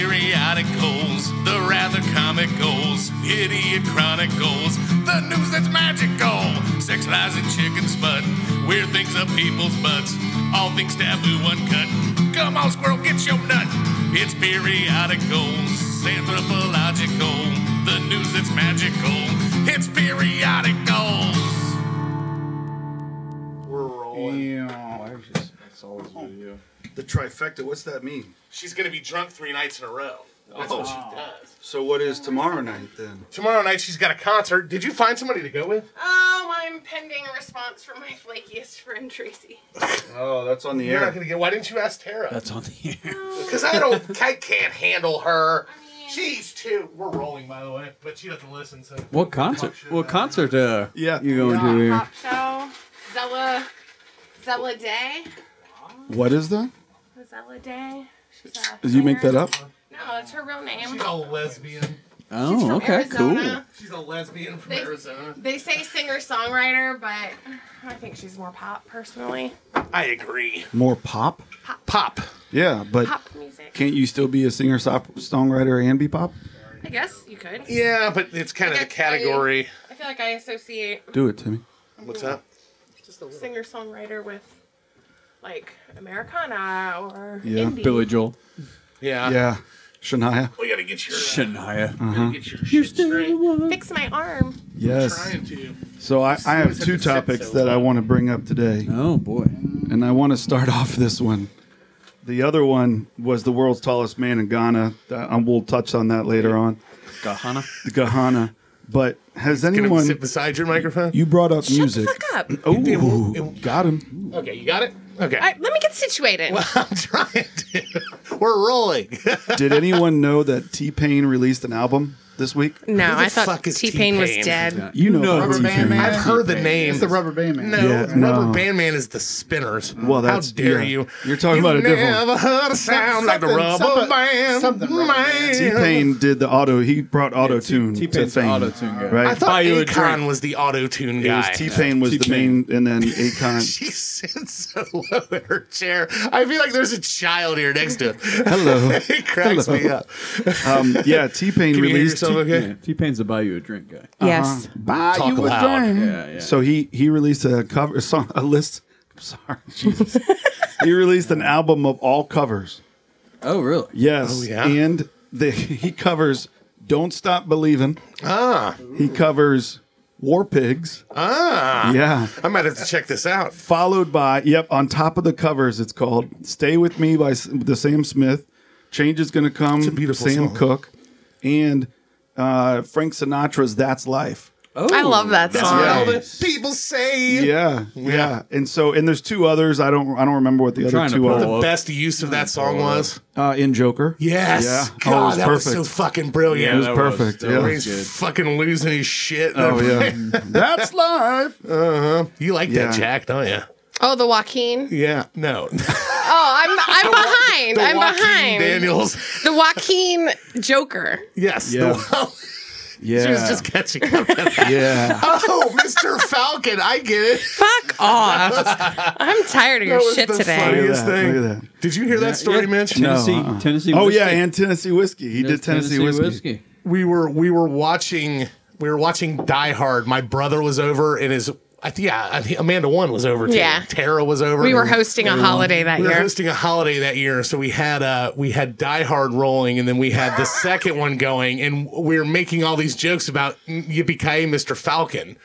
periodicals, the rather comicals, idiot chronicles, the news that's magical, sex lies and chicken smut, weird things up people's butts, all things taboo uncut. Come on, squirrel, get your nut. It's periodicals, anthropological, the news that's magical. It's periodicals. We're rolling. Yeah. That's always video. The trifecta. What's that mean? She's gonna be drunk three nights in a row. That's what she does. So what is tomorrow night then? Tomorrow night she's got a concert. Did you find somebody to go with? Um, I'm pending a response from my flakiest friend Tracy. Oh, that's on the You're not air. gonna get. Why didn't you ask Tara? That's on the air. Because I don't. I can't handle her. mean- She's too. We're rolling, by the way, but she doesn't listen. So What concert? What concert? Uh, Yeah. you going to here? Pop show. Zella. Zella Day. What is that? Zella Day. She's a Did you make that up? No, that's her real name. She's a lesbian. She's Oh, from okay, Arizona. She's a lesbian from They- Arizona. They say singer songwriter, but I think she's more pop personally. I agree. More pop? Pop. Yeah, but Pop music. can't you still be a singer, sop- songwriter, and be pop? I guess you could. Yeah, but it's kind of the Like, I- category. I feel like I associate Do it, Timmy. What's up? singer songwriter with like Americana or Yeah, indie. cool. Billy Joel, Yeah. Yeah. Shania. We gotta get your. Uh, Shania. gotta get your shit straight. Fix my arm. Yes. Trying to. So I, I have Sometimes two it's so topics that I want to bring up today, Oh boy. and I want to start off this one. The other one was the world's tallest man in Ghana. Uh, and we'll touch on that later on, Gahana. Ghana. But has Can I sit anyone? beside your microphone? You brought up music. up. Oh, It won't- got him. Okay, you got it. Okay. All right, let me get situated. I'm trying to. We're rolling. Did anyone know that T Pain released an album this week? no, I fuck thought is T Pain was T-Pain? dead. You know, No, about Rubber T-Pain. Band Man. I've heard the name. It's the rubber band man. No, Yeah, Rubber no. Band Man is the Spinners. Well, that's- how dare yeah. you? You're talking You about a different Never heard a sound like the Something- Rubber something- Band something Rubber Man. Band. T Pain did the auto. He brought auto tune T to Pain's fame. auto tune guy. right? Buy I thought you a drink. Akon was the auto tune it was guy. T Pain was the T-Pain. main, and then Akon. She sits so low in her chair. I feel like there's a child here next to him. Hello. it cracks me up. Um, yeah, T Pain Can you hear released. yourself okay? Yeah, T Pain's to buy you a drink guy. Yes. Buy Talk you a loud. drink. Yeah, yeah. So he he released a cover a song a list. I'm sorry, Jesus. he released an album of all covers. oh really? Yes. Oh, yeah? And the, he covers "Don't Stop Believing." Ah, He covers "War Pigs." ah. Yeah. I might have to check this out. Followed by yep, on top of the covers, it's called "Stay with Me" by S- the Sam Smith. Change is gonna come. a beautiful Sam song. Cooke, and uh, Frank Sinatra's "That's Life." Oh, I love that that's song. nice. What all the people say. Yeah, yeah, And so, and there's two others. I don't, I don't remember what the other trying to two pull are. up. Best use of that song was. Uh, in Joker. Yes. Yeah. Oh, God, it was that perfect. was so fucking brilliant. it was that was- perfect. that yeah. Where he's fucking losing his shit. Oh yeah, that's life. You like Yeah. that, Jack, don't you? Oh, the Joaquin. Yeah. No. Oh, I'm I'm behind. I'm Joaquin behind. Daniels. The Joaquin Joker. Yes. Yeah. Yeah, she was just catching up. yeah. oh, Mr. Falcon. I get it. Fuck off. I'm tired of That your was shit the today. funniest- Look at that, thing. look at that. Did you hear that story, Mitch? Tennessee, uh-uh. Tennessee. Oh whiskey. yeah, and Tennessee whiskey. He There's did Tennessee, whiskey. We were we were watching we were watching Die Hard. My brother was over and his I think yeah, I think Amanda One was over too. Yeah. Tara was over. We were hosting a holiday that we were year. hosting a holiday that year, so we had uh we had Die Hard rolling, and then we had the second one going, and we were making all these jokes about Yippee Ki Mr. Falcon,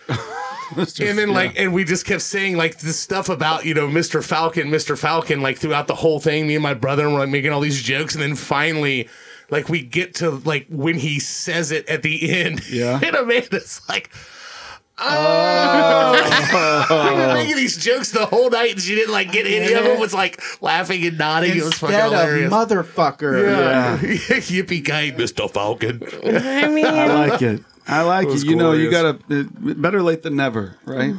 and then like, and we just kept saying like this stuff about you know Mr. Falcon, Mr. Falcon, like throughout the whole thing. Me and my brother were like making all these jokes, and then finally. Like we get to like when he says it at the end, Yeah. Oh. and Amanda's like, we were "Ah." making these jokes the whole night, and she didn't like get any of them. Was like laughing and nodding. it was fucking Instead hilarious. of motherfucker. yeah. Yippee ki Mr. Falcon. I mean, I like it. I like it. was You know, you glorious. gotta it- better late than never, right?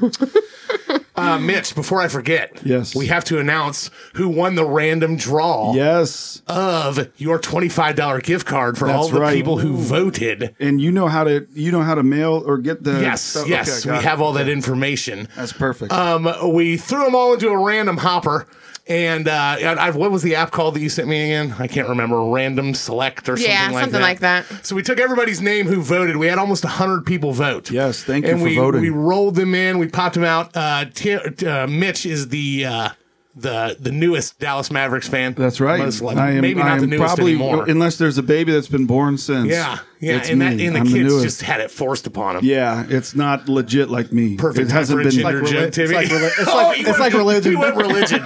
Uh, Mitch, before I forget, Yes. we have to announce who won the random draw yes. of your twenty-five dollar gift card for all That's the right. Uh, people who voted. And you know how to you know how to mail or get the Yes, stuff? yes, Okay, got we it. have all that information. That's perfect. Um, we threw them all into a random hopper, And uh, I, I, what was the app called that you sent me again? I can't remember. Random Select or something Yeah, like that. something like that. So we took everybody's name who voted. We had almost 100 people vote. Yes, thank you and for we, voting. We rolled them in. We popped them out. Uh, Ti- uh, Mitch is the uh, the the newest Dallas Mavericks fan. That's right. Most likely. I am, Maybe I not the am newest probably, anymore. unless there's a baby that's been born since. yeah, yeah, It's and that me. and the I'm kids newest. just had it forced upon them. Yeah, it's not legit like me. Perfect It time hasn't for a been. gender Like, joke, reli- it's like Timmy. reli- it's Oh, like- he it's went- like religion. He went religion.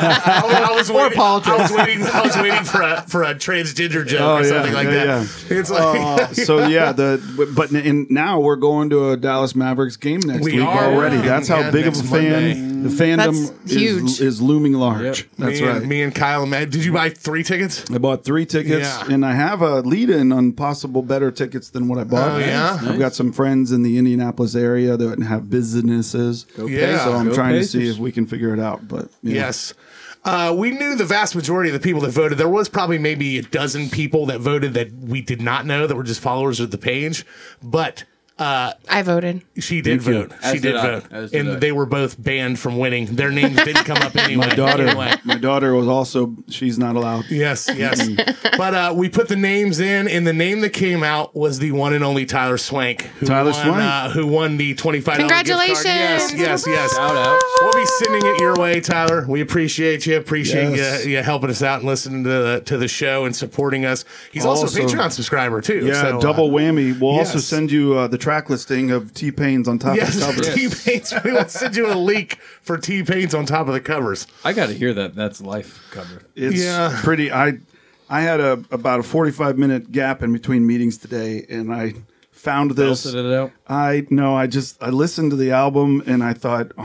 I, was waiting, politics. I was waiting. I was waiting for a for a transgender joke Oh, or yeah, something like yeah, Oh, that. It's like Uh, so yeah, the but in, now we're going to a Dallas Mavericks game next We week are. already. That's how Yeah, big of a next fan the fandom That's is, huge. is looming large. Yep. That's me, right. and, me and Kyle. Matt, did you buy three tickets? I bought three tickets, Yeah. and I have a lead-in on possible better tickets than what I bought. Oh, yeah? I've got some friends in the Indianapolis area that have businesses. Yeah. so I'm Go trying to see Pacers. if we can figure it out. But yeah. Yes. Uh, we knew the vast majority of the people that voted. There was probably maybe a dozen people that voted that we did not know that were just followers of the page, but I voted. she did Thank you. vote. As she did did I. vote, As did and I. they were both banned from winning. Their names didn't come up anyway. my daughter, Anyway. my daughter was also. She's not allowed. Yes, yes. but uh, we put the names in, and the name that came out was the one and only Tyler Swank, who Tyler won, Swank. Uh, who won the twenty five. Congratulations. Yes, yes, yes. Shout out. We'll be sending it your way, Tyler. We appreciate you. Appreciate Yes. you, you helping us out and listening to the, to the show and supporting us. He's also Also- a Patreon subscriber too. Yeah, so, uh, double whammy. We'll also yes. send you uh, the track listing of T Pain's on top Yes, of the cover. T Paints. We will send you a leak for T Paints on top of the covers. I got to hear that. That's life cover. It's Yeah. pretty. I I had a about a forty five minute gap in between meetings today, and I found this. Belted it out? I no, I just I listened to the album and I thought, oh,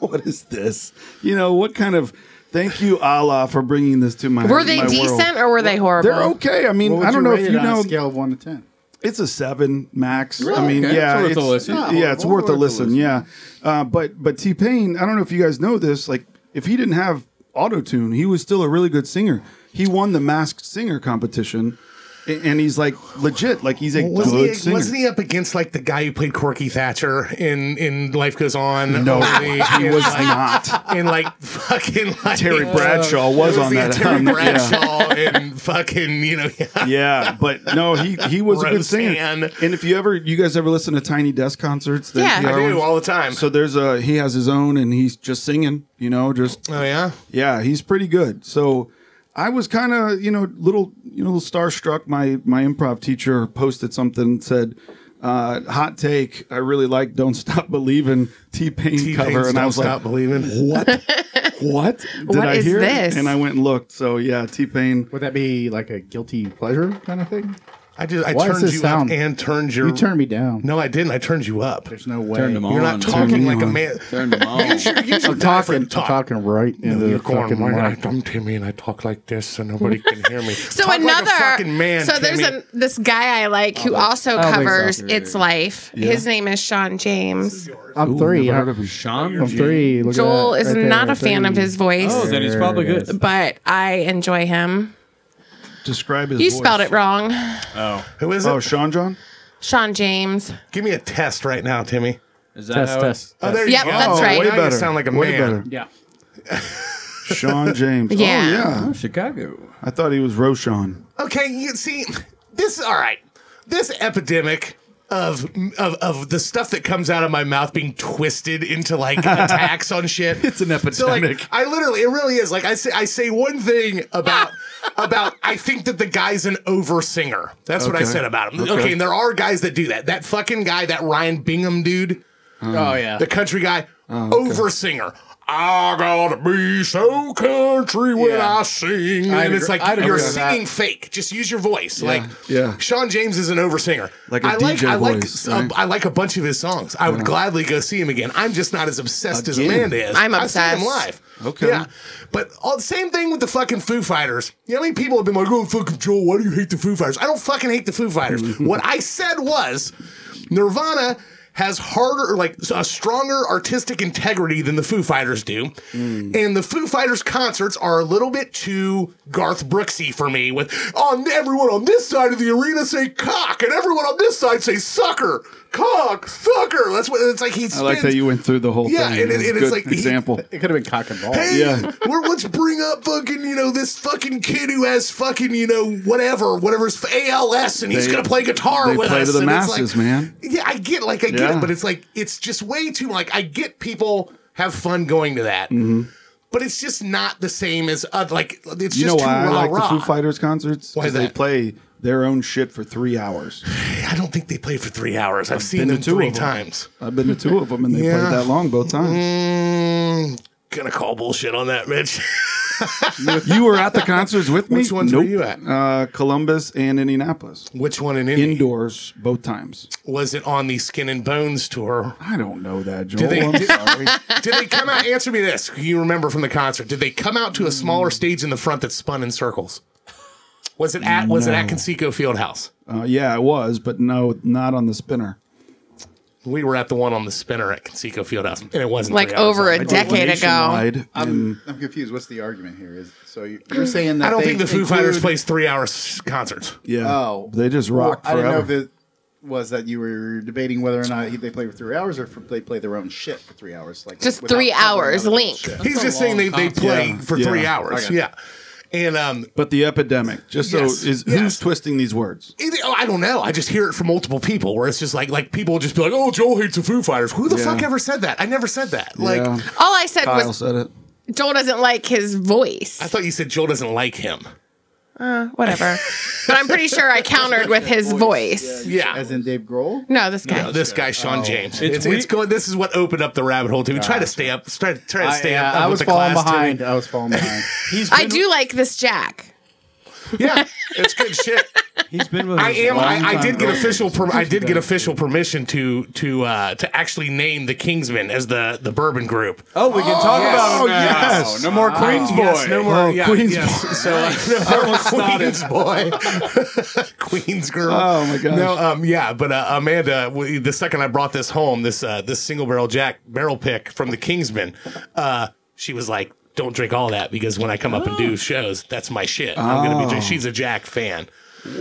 what is this? You know, what kind of thank you Allah for bringing this to my. Were they my world. decent or were they horrible? They're okay. I mean, I don't know if you know. scale of one to ten. It's a seven max. I Really? mean, Okay. yeah, It's worth a listen. yeah, Yeah, it's worth a worth a listen. listen. Yeah, uh, but but T Pain, I don't know if you guys know this. Like, if he didn't have auto tune, he was still a really good singer. He won the Masked Singer competition, a- and he's like legit. Like he's a Wasn't good he, singer. wasn't he up against like the guy who played Corky Thatcher in in Life Goes On? no, Or the- he was not. and like fucking like, uh, Terry Bradshaw was It on yeah, that. Terry album. Yeah. Bradshaw and fucking you know yeah. Yeah, but no, he he was a good singer. Roseanne. And if you ever, you guys ever listen to Tiny Desk concerts? The Yeah. I I NPR do ones? all the time. So there's a he has his own and he's just singing, you know, just oh yeah, yeah, he's pretty good. So I was kind of you know little you know starstruck. My my improv teacher posted something said. Uh, hot take. I really like "Don't Stop Believing" T Pain T-Pain's cover, and I Don't was stop like, believing. "What? what? Did What I is hear?" it? this? And I went and looked. So yeah, T Pain. Would that be like a guilty pleasure kind of thing? I just I Why does turned this you sound- up and turned your. You turned me down. No, I didn't. I turned you up. there's no way. Turned them You're on. not Turned talking like me a on. man. Turned them on. You should I'm die for talking, I'm talk. talking right into the You're going, fucking "Why not? mic. I'm Timmy and I talk like this and nobody can hear me. So Talk like a another fucking man. So there's Timmy. a, this guy I like who also Alex covers Zachary. It's Life. His name is Sean James. I'm three. never I'm, heard of him. Sean. I'm three. Look at Joel that, is right not there, a fan of three. his voice, Oh, then he's probably There it good. but I enjoy him. Describe his. You voice. spelled it wrong, who is it? Oh, Sean John. Sean James. Give me a test right now, Timmy. Is that Test, how test. Oh, there Yep, you go. that's right. Way Way better. sound like a Way man. better. Yeah. Sean James. Yeah. Oh, yeah. Oh, Chicago. I thought he was Roshan. Okay, you see, this all right. This epidemic of of of the stuff that comes out of my mouth being twisted into like attacks on shit. It's an So like, epidemic. I literally, it really is. Like I say, I say one thing about about I think that the guy's an over singer. That's what I Okay. said about him. Okay. Okay. and there are guys that do that. That fucking guy, that Ryan Bingham dude, Oh yeah. the country guy, Oh, over singer. I gotta be so country when Yeah. I sing. I'd and it's agree- like I'd you're agree with that. singing fake. Just use your voice. Like yeah. Sean James is an over singer. Like a I like DJ I like voice, a- right? I like a bunch of his songs. I would gladly go see him again. I'm just not as obsessed as Again? Amanda is. I'm I've seen him obsessed. live. Okay. Yeah. But all, same thing with the fucking Foo Fighters. You know how many people have been like, oh, fucking Joel, Mm-hmm. why do you hate the Foo Fighters? I don't fucking hate the Foo Fighters. what I said was Nirvana has harder, like a stronger artistic integrity than the Foo Fighters do. Mm. And the Foo Fighters concerts are a little bit too Garth Brooksy for me. With on everyone on this side of the arena say cock, and everyone on this side say sucker, cock, sucker. That's what it's like. He spins. I like that you went through the whole Yeah, thing. and it- It's a and it's good like he- example. It could have been cock and ball. Hey, Yeah. we're, let's bring up fucking, you know, this fucking kid who has fucking, you know, whatever, whatever's ALS, and he's They- going to play guitar they with play us. to the and it's masses, like, man. Yeah, I get, like, I get Yeah. it, but it's like, it's just way too, like, I get people have fun going to that, Mm-hmm. but it's just not the same as, uh, like, it's you just know too why I rah like rah. the Foo Fighters concerts? Why is 'Cause They that? play their own shit for three hours. I don't think they play for three hours. I've, seen been to them two of three them. times. I've been to two of them, and they Yeah. played that long both times. Mm, gonna call bullshit on that, Mitch. you were at the concerts with me. Mm. Which ones nope. were you at? Uh, Columbus and Indianapolis. Which one in Indy? Indoors both times. was it on the Skin and Bones tour? I don't know that, Joel. Did they, I'm did, sorry. did they come out? Answer me this. You remember from the concert? Did they come out to a smaller stage in the front that spun in circles? Was it at Was it at Conseco Fieldhouse? Uh, yeah, it was, but no, not on the spinner. We were at the one on the spinner at Conseco Fieldhouse, and it wasn't Like three hours over long. a decade ago. Nationwide, Mm. Um, and I'm confused. What's the argument here? Is so you- you're saying that I don't think the they Foo Fighters include- plays three hours concerts. yeah, Oh, they just Well, rocked I don't know if forever. it was that you were debating whether or not they play for three hours or if they play their own shit for three hours. Like Just without three covering hours, other Link. shit. He's just saying they, they play Yeah, for yeah. three hours. Okay. Yeah, and um, But the epidemic, just so Yes, is yes. who's twisting these words? Either, oh, I don't know. I just hear it from multiple people where it's just like like people just be like, "Oh, Joel hates the Foo Fighters." Who the Yeah. fuck ever said that? I never said that. Like, yeah, All I said Kyle was said it. Joel doesn't like his voice. I thought you said Joel doesn't like him. Whatever. but I'm pretty sure I countered with his voice. Yeah. As in Dave Grohl? No, this guy. this guy, Oh. Sean James. It's, we- it's, going. This is what opened up the rabbit hole. Too. We try to stay up. Try, try to I, stay yeah, up. I with was the falling class, too. behind. I was falling behind. He's been, I do like this Jack. Yeah, it's good shit. He's been with. I us am. a long I, I time. did get official. Per, I did get official permission to to uh, to actually name the Kingsmen as the the bourbon group. Oh, we can talk about. Oh him now. yes, No more Queens boy. Yes, no more. Oh, yeah, Queens yes. So uh, no more Queens boy, Queens girl. Oh, my gosh. No, um, yeah, but uh, Amanda, we, the second I brought this home, this uh, this single barrel Jack barrel pick from the Kingsman, uh, she was like. Don't drink all that because when I come up and do shows, that's my shit. I'm gonna be. Jack- She's a Jack fan. Whoa,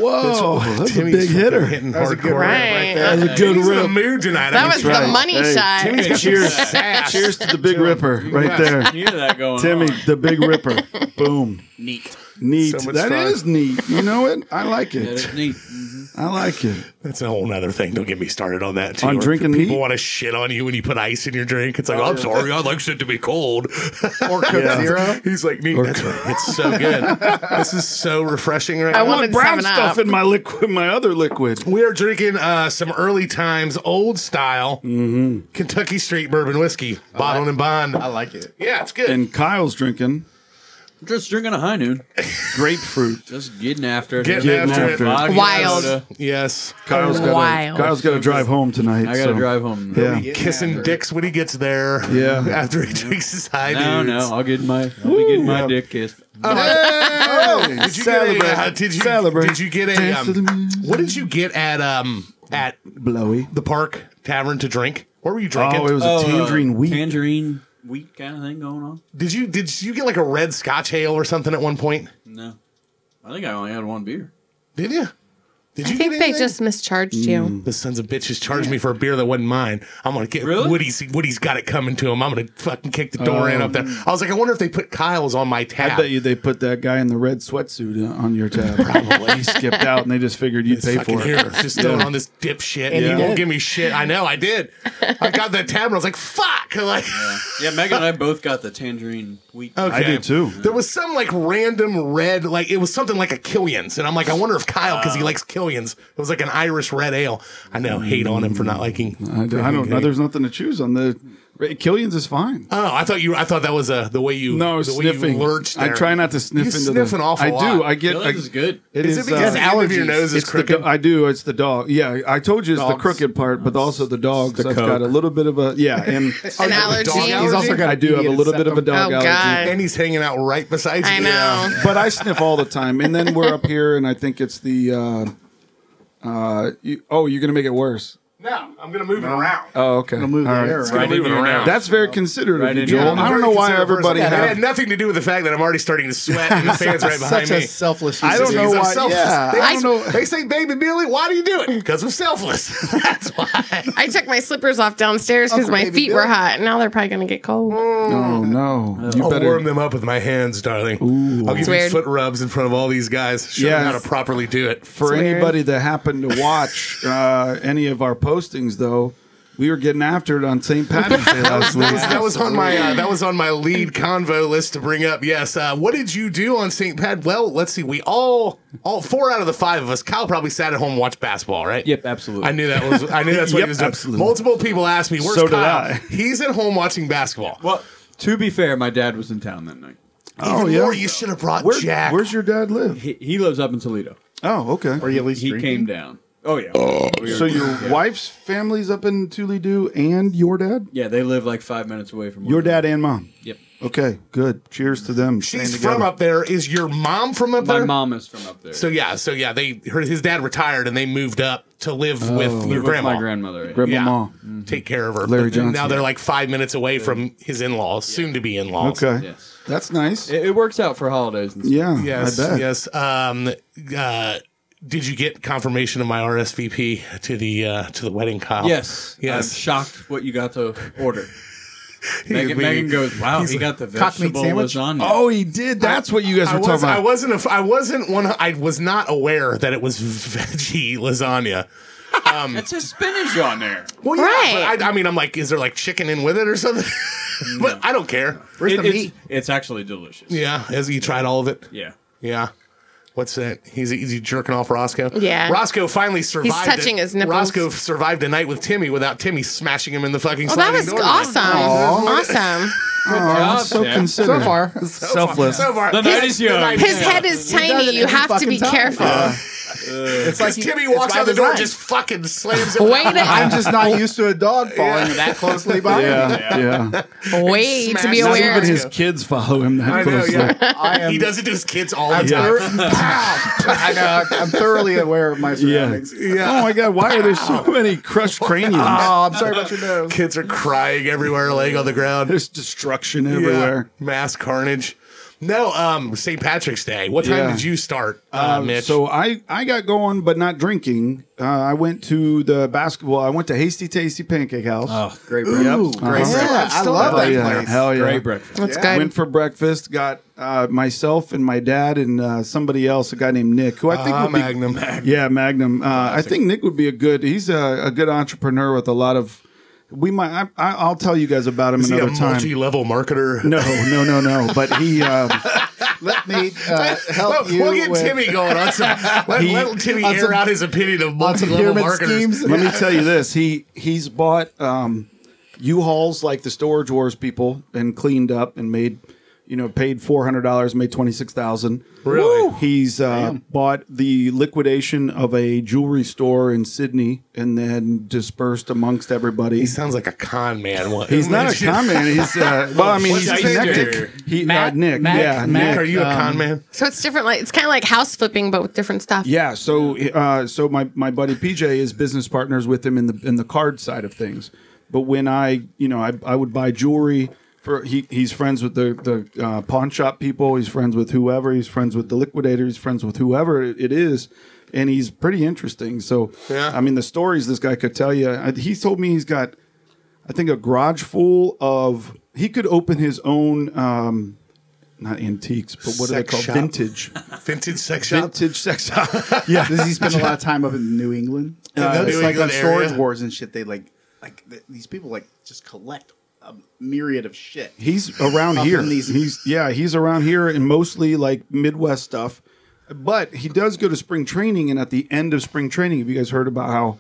Oh. that's, a Timmy's big fucking hitter. Hitting That was a good hardcore. rant Right. there. That's a good He's in the rip. mood tonight. That I was mean, the right. money Hey, shot. Timmy's got some Cheers. sass. Cheers to the Big Ripper right there. You knew that going Timmy, on. the Big Ripper. Boom. Neat. Neat. So much That fun. is neat. You know it? I like That it. is neat. I like it. That's a whole nother thing. Don't get me started on that. Too. On Or drinking people neat? want to shit on you when you put ice in your drink. It's like, Oh, I'm sorry, I like shit to be cold. Or Coke Yeah. Zero. He's like, neat. That's right. It's so good. this is so refreshing right I now. wanted Brown Seven stuff Up. in my liquid, my other liquid. we are drinking uh, some early times, old style Kentucky Street Bourbon Whiskey, bottled and bond. I like it. yeah, it's good. And Kyle's drinking Just drinking a high noon. grapefruit. Just getting after it. Getting Getting after, after it. it. Vodka, Wild. soda. Yes. Kyle's got Wild. Kyle's got to drive home tonight. I gotta drive home. Yeah. Kissing dicks when he gets there. Yeah. After he drinks his high No, dudes. no, I'll get my, I'll be getting my Yeah. dick kissed. Oh, Uh, Hey, Did you celebrate? Get a, uh, did you celebrate? Did you get a? Dance to the Um, music. what did you get at um at blowy? the park tavern to drink? What were you drinking? Oh, it was a tangerine wheat. Uh, Tangerine wheat kind of thing going on. did you did you get like a red Scotch ale or something at one point? No, I think I only had one beer. Did you? Did you I think get they anything? just mischarged you. the sons of bitches charged me for a beer that wasn't mine. I'm gonna get Really? Woody's. Woody's got it coming to him. I'm gonna fucking kick the door in up there. I was like, I wonder if they put Kyle's on my tab. I bet you they put that guy in the red sweatsuit on your tab. Probably he skipped out, and they just figured you'd pay fucking for here. it. Just throwing on this dipshit. And you he won't did. give me shit. I know. I did. I got that tab and I was like, fuck. Like. Yeah, Megan and I both got the tangerine wheat. Okay. I did too. There was some like random red, like it was something like a Killian's, and I'm like, I wonder if Kyle, because he likes Killian's, it was like an Irish red ale. I know, hate on him for not liking. I, don't- I don't know. There's nothing to choose on. The Killian's is fine. Oh, I thought you. I thought that was a the way you. No, the sniffing. Way you lurched I there. try not to sniff You into sniff the, an awful I do. lot. I get. Killian's I- is good. It Is is. it because uh, out of your nose is it's the, crooked? do- I do. It's the dog. Yeah, I told you it's the Dogs. crooked part, but also the dogs. I've coke. got a little bit of a yeah, and An the dog allergy. allergy? He's also got. I do have a idiot little bit of a septum. dog Oh, allergy. God. and he's hanging out right beside you. I know. But I sniff all the time, and then we're up here, and I think it's the. Uh, uh, you, oh, you're gonna make it worse. No, I'm gonna move it around. Oh, okay. I'll move the All right. air It's around. good. Right in Moving your around. That's very considerate Right of you, in your Joel. mouth. I don't know why everybody It have had nothing to do with the fact that I'm already starting to sweat and the fans right behind Such me. a selfless. I don't use of know these. why- yeah. They, I don't know- they say, "Baby Billy, why do you do it?" Because I'm selfless. That's why. I took my slippers off downstairs because Uncle my Baby feet Bill. were hot. Now they're probably gonna get cold. Oh no! You I'll better. warm them up with my hands, darling. I'll give you weird. foot rubs in front of all these guys. Show them Yes. how to properly do it. For It's weird. anybody that happened to watch uh, any of our postings, though, we were getting after it on St. Patrick's Day last week. That was, that was on my uh, that was on my lead convo list to bring up. Yes, uh, what did you do on St. Pat? Well, let's see. We all all four out of the five of us. Kyle probably sat at home and watched basketball, right? Yep, absolutely. I knew that was. I knew that's what Yep, he was doing. absolutely. Multiple people asked me, "Where's So did Kyle?" I. He's at home watching basketball. Well, to be fair, my dad was in town that night. Oh, Even yeah. more, you should have brought Where- Jack. Where's your dad live? He, he lives up in Toledo. Oh, okay. Or you at least He drinking? came down. Oh yeah. We So were- your wife's family's up in Toledo, and your dad, Yeah, they live like five minutes away from where your we dad and mom. Yep. Okay, good. Cheers to them. She's Staying from together. up there. Is your mom from up My there? mom is from up there. So yeah, so yeah, they her, his dad retired and they moved up to live Oh, with your With grandma. my grandmother. right? Grandma. Yeah. Mm-hmm. Ma. Take care of her. Larry But then Now Johnson. they're like five minutes away from his in laws, soon to be in laws. Okay, Yes. that's nice. It, it works out for holidays. And stuff. yeah, Yes. I bet. Yes. Um, uh, did you get confirmation of my RSVP to the uh, to the wedding, Kyle? Yes. Yes. I'm shocked what you got to order. He- Megan, we- Megan goes, wow, he's he got like, the "Cock meat vegetable sandwich?" lasagna. Oh, he did. That's what you guys I were was. talking I about. wasn't. A, I wasn't one. I was not aware that it was veggie lasagna. It's a spinach on there. Well, yeah. Right. But I, I mean, I'm like, is there like chicken in with it or something? but I don't care. Mm. Where's It- the it's, meat? it's actually delicious. Yeah. Has he tried all of it? Yeah. Yeah. What's that? He's is he jerking off Roscoe. Yeah. Roscoe finally survived. a- touching his nipples. Roscoe survived a night with Timmy without Timmy smashing him in the fucking. Well, Oh, that sliding was door. awesome. Awesome. Oh, so Yeah. considerate. So far. selfless. So far, The night is young. His head is does it tiny. You every have to fucking be time. careful. It's like you- Timmy it's walks by out the door, design. and just fucking slams him. Way to I'm just not used to a dog following that closely by. me. Yeah, yeah. way to be smashes Not aware. even his kids follow him that I know. closely. Yeah. I am. he does it to his kids all the I'm, time. thor- I know, I'm thoroughly aware of my surroundings. Oh my God! Why are there so many crushed craniums? Oh, I'm sorry about your nose. Kids are crying everywhere, laying on the ground. There's destruction everywhere. Yeah. Mass carnage. No, um, St. Patrick's Day. What time Yeah. did you start, uh, Mitch? So I I got going, but not drinking. Uh, I went to the basketball. I went to Hasty Tasty Pancake House. Oh, Great breakfast. Great Uh-huh. breakfast. I love that yeah! place. Hell yeah! Great breakfast. That's Yeah. good. Went for breakfast. Got uh, myself and my dad and uh, somebody else, a guy named Nick, who I think Ah, would be Magnum. Yeah, Magnum. Uh, I think Nick would be a good. He's a, a good entrepreneur with a lot of. We might. I, I, I'll tell you guys about him Is he a another time. multi-level marketer? no, no, no, no. But he. Um, Let me uh, help Well, you. we'll get with Timmy going on some. Let, let Timmy on air some- out his opinion of on some multi-level pyramid marketers. schemes. let me tell you this. He he's bought um, U-Hauls like the Storage Wars people and cleaned up and made, you know, paid four hundred dollars, made twenty six thousand. Really? Woo. He's uh, bought the liquidation of a jewelry store in Sydney and then dispersed amongst everybody. He sounds like a con man. What? He's not a con man. He's uh, well, I mean, What's he's that connected. here? He Mac- uh, Nick, Mac- yeah, Mac- Nick. um, Are you a con man? So it's different. Like it's kind of like house flipping, but with different stuff. Yeah, so uh, so my my buddy PJ is business partners with him in the in the card side of things. But when I you know I, I would buy jewelry for he he's friends with the the uh, pawn shop people. He's friends with whoever. He's friends with the liquidator. He's friends with whoever it it is. And he's pretty interesting. So Yeah. I mean the stories this guy could tell you. I- He told me he's got I think a garage full of he could open his own. Um, not antiques, but what are they Sex called? shop. Vintage, Vintage sex shop. vintage sex shop. Yeah. Does he spend a lot of time up in New England? Uh, the it's New like England on storage area. wars and shit. They like, like th- these people like just collect a myriad of shit. He's around Up here. in these- he's yeah, he's around here and mostly like Midwest stuff. But he does go to spring training, and at the end of spring training, have you guys heard about how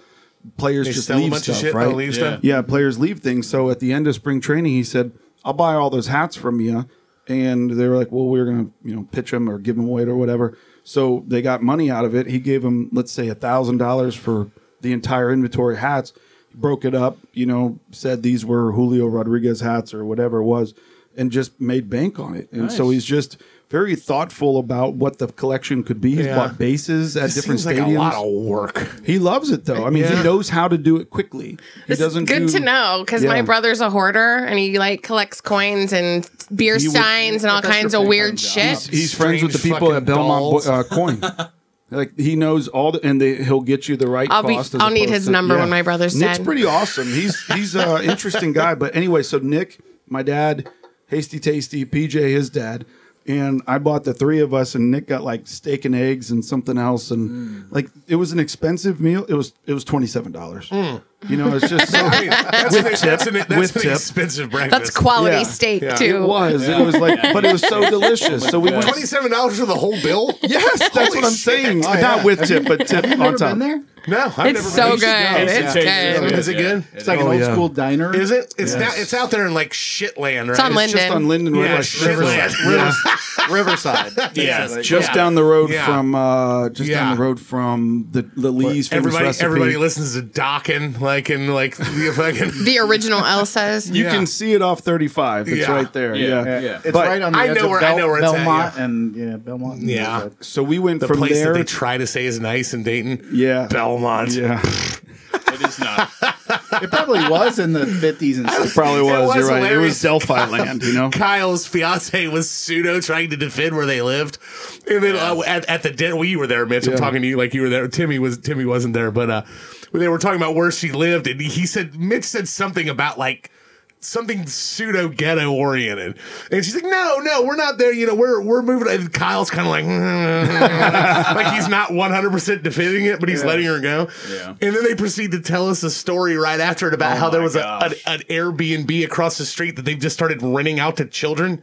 players They just sell a leave bunch stuff, of shit. right? They'll leave stuff. Yeah, players leave things. So at the end of spring training, he said, "I'll buy all those hats from you," and they were like, "Well, we are gonna you know pitch them or give them away or whatever." So they got money out of it. He gave them let's say a thousand dollars for the entire inventory of hats. He broke it up, you know, said these were Julio Rodriguez hats or whatever it was, and just made bank on it. And so Nice. he's just very thoughtful about what the collection could be. He's Yeah. bought bases at different Seems like stadiums. a lot of work. he loves it though. I mean, Yeah. he knows how to do it quickly. He It's doesn't. good do- to know because my Yeah. brother's a hoarder and he like collects coins and beer He would- steins and all kinds of weird shit. He's friends with the Strange people at fucking Belmont dolls. Bo- uh, Coin. Like he knows all the, and they, he'll get you the right. I'll be- cost as I'll need opposed his number when my brother's Nick's dead. pretty awesome. He's he's an interesting guy. But anyway, so Nick, my dad, Hasty Tasty, PJ, his dad, and I bought the three of us, and Nick got like steak and eggs and something else, and Mm. like it was an expensive meal. It was it was twenty seven dollars. Mm. You know, it's just so, I mean, that's an, that's an, that's With an tip. expensive breakfast. That's quality Yeah. steak Yeah. too. it was it was like, but it was so Oh delicious. So we went. Twenty-seven dollars for the whole bill? Yes, that's what I'm saying. Not with tip, but tip on Ever top. been there? No, I've never It's so been. good. It's Yeah. good. Is it good? It's like an Oh, old yeah. school diner. Is it? It's now. It's out there in like shit land, right? It's on It's just Linden. on Linden Yeah, River. shit land. Riverside. Yes. just Yeah. down the road Yeah. from uh, just Yeah. down the road from the the Lee's famous Everybody, recipe. everybody listens to Dockin, like and like the fucking. The original Elsa's. you Yeah. can see it off 35. It's Yeah. right there. Yeah. Yeah. Yeah. It's But right on the I edge know of where- I Bel- know where it's at, Belmont and yeah, Belmont. And Yeah. Riverside. So we went The from place there. that they try to say is nice in Dayton. Yeah. Belmont. yeah, It is not. it probably was in the fifties and 60s. probably was. was You're right. It hilarious. was Delphi land. You know. Kyle's fiance was pseudo trying to defend where they lived, and then uh, at, at the dinner, well, you were there, Mitch. I'm Yeah. talking to you like you were there. Timmy was Timmy wasn't there, but uh, when they were talking about where she lived, and he said Mitch said something about like something pseudo ghetto oriented, and she's like, "No, no, we're not there. You know, we're we're moving." And Kyle's kind of like, like he's not 100 percent defending it, but he's letting her go. Yeah. And then they proceed to tell us a story right after it Oh about how there my was a, gosh. an an Airbnb across the street that they've just started renting out to children.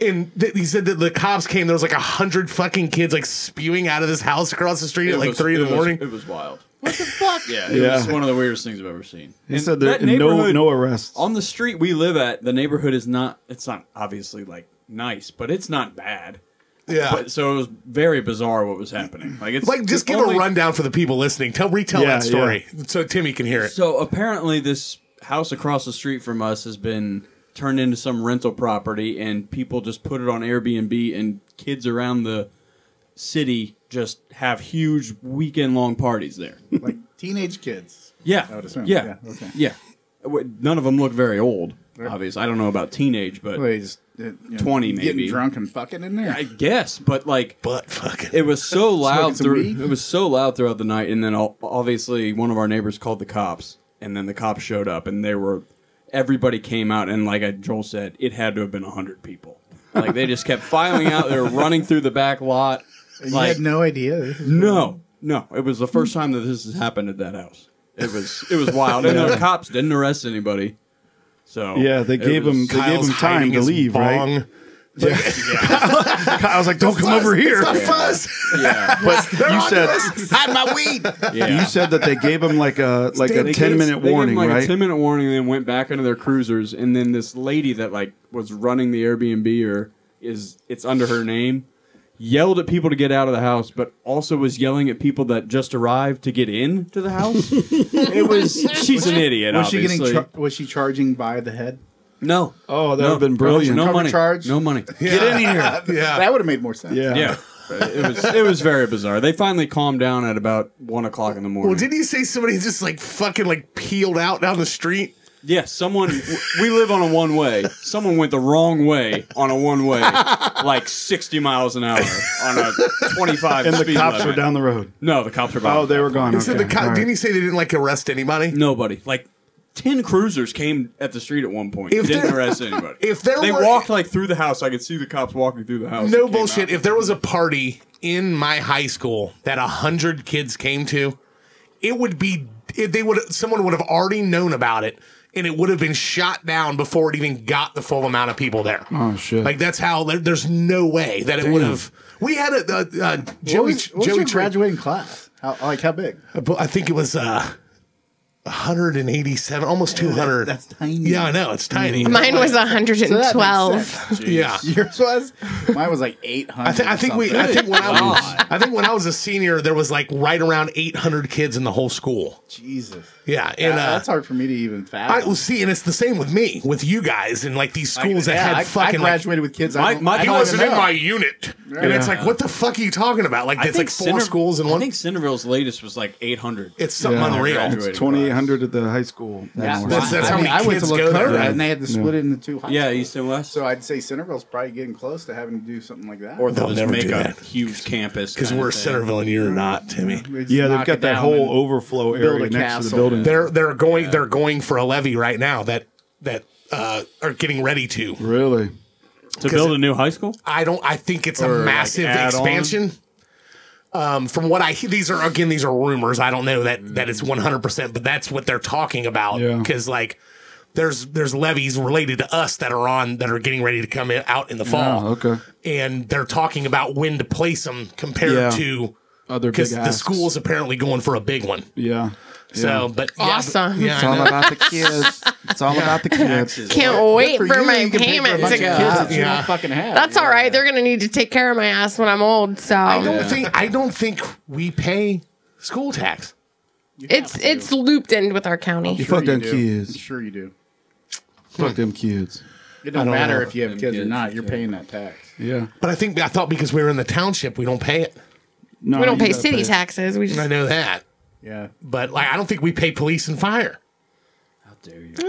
And th- he said that the cops came. There was like a hundred fucking kids like spewing out of this house across the street It at like was- three in it the was- morning. It was wild. What the fuck? Yeah, it Yeah. was one of the weirdest things I've ever seen. He said there no no arrests. on the street we live at. The neighborhood is not. It's not obviously like nice, but it's not bad. yeah. But, Uh, so it was very bizarre what was happening. Like it's like just the give only- a rundown for the people listening. Tell retell Yeah, that story so Timmy can hear it. So apparently, this house across the street from us has been turned into some rental property, and people just put it on Airbnb, and kids around the city just have huge weekend-long parties there. like teenage kids. Yeah, I would assume. yeah, Yeah, yeah. okay. Wait, None of them look very old. Obviously, I don't know about teenage, but Well, they just, uh, you know, 20 maybe. Getting drunk and fucking in there. I guess. But like, But fucking it was so loud some through weed? it was so loud throughout the night and then all, obviously one of our neighbors called the cops and then the cops showed up and they were everybody came out and like I- joel said it had to have been 100 people like they just kept filing out they were running through the back lot you like had no idea. This is- no no it was the first time that this has happened at that house it was it was wild and the cops didn't arrest anybody so yeah, they it gave was- him they gave Kyle's him time hiding to his leave. bong. Right? I was like, don't come over It's here. not fuzz. yeah But you said Hide my weed. yeah you said that they gave him like a like They a gave- ten minute they gave warning, them, like right? A ten minute warning, and then went back into their cruisers. And then this lady that like was running the Airbnb or is it's under her name, yelled at people to get out of the house, but also was yelling at people that just arrived to get in to the house. it was she's an idiot. Was she obviously. getting? Char- was she charging by the head? no? Oh, that no, would've been brilliant. No Cover money. charge? No money. Get in here. Yeah. That would have made more sense. Yeah. Yeah. it was it was very bizarre. They finally calmed down at about one o'clock in the morning. Well, didn't you say somebody just like fucking like peeled out down the street? Yeah, someone. w- we live on a one way. Someone went the wrong way on a one way, like sixty miles an hour on a twenty-five. And the speed cops limit. were down the road. No, the cops were. Oh, behind. they were gone. He said Okay. the cop, All right. Didn't he say they didn't like arrest anybody? nobody. Like ten cruisers came at the street at one point. If didn't there- arrest anybody. if there they were- walked like through the house, I could see the cops walking through the house. No and came bullshit. out. If there was a party in my high school that a hundred kids came to, it would be it, they would someone would have already known about it, and it would have been shot down before it even got the full amount of people there. Oh shit. Like that's how there, there's no way that it would have. We had a, uh uh What Joey was, what was Joey your Tree- graduating class? How like how big? I think it was uh 187, almost 200. That's tiny. yeah, I know. It's tiny. Mine was So that makes 112. sense. Yeah. Yours was. Mine was like eight hundred. I, th- I think we. I think when I was. I think when I was a senior, there was like right around 800 kids in the whole school. Jesus. Yeah, and uh, Yeah, that's hard for me to even fathom. I well, see, and it's the same with me, with you guys, and like these schools that Yeah, had I, fucking I like graduated with kids. My- I don't, my- I he don't wasn't even in know. my unit, and it's like, what the fuck are you talking about? Like it's like four Cinder- schools in I one. think Cinderville's latest was like 800. it's something Yeah. unreal. Graduated. 2,800 at the high school. Yeah, Now. That's- that's how I many I went kids to go there. Lakota, and they had to split it into two. High Yeah, schools. East and West. So I'd say Centerville's probably getting close to having to do something like that. or they'll They'll just never make do a that. huge campus. Because kinda we're thing. Centerville and you're not, Timmy. They just yeah, knock they've it got that down whole and- overflow build area a next to the castle. building. They're they're going they're going for a levy right now that that uh, are getting ready to. Really? to build a new high school. I don't. I think it's Or, a like, massive add on? expansion. Um, from what I hear, these are again these are rumors. I don't know that that it's one hundred percent, but that's what they're talking about. Mm. Yeah. Because like, there's there's levies related to us that are on that are getting ready to come in, out in the fall. Oh, okay. and they're talking about when to place them compared Yeah. to Other big because the asks. school's apparently going for a big one. Yeah. So, but yeah, Awesome. but- yeah, It's all about the kids. It's all about the kids. Can't wait for, Good you, my you can pay for a payment bunch to of go. kids that you Yeah. don't fucking have. That's all right. They're going to need to take care of my ass when I'm old. So I don't think I don't think we pay school tax. it's it's looped in with our county. Fuck them do. kids. Sure you do. Fuck them kids. It doesn't matter if you have Them kids or kids, not. You're paying that tax. Yeah. But I think I thought because we were in the township, we don't pay it. No, We don't Oh, you pay gotta city taxes. We just. I I, know that, Yeah. but like I don't think we pay police and fire. think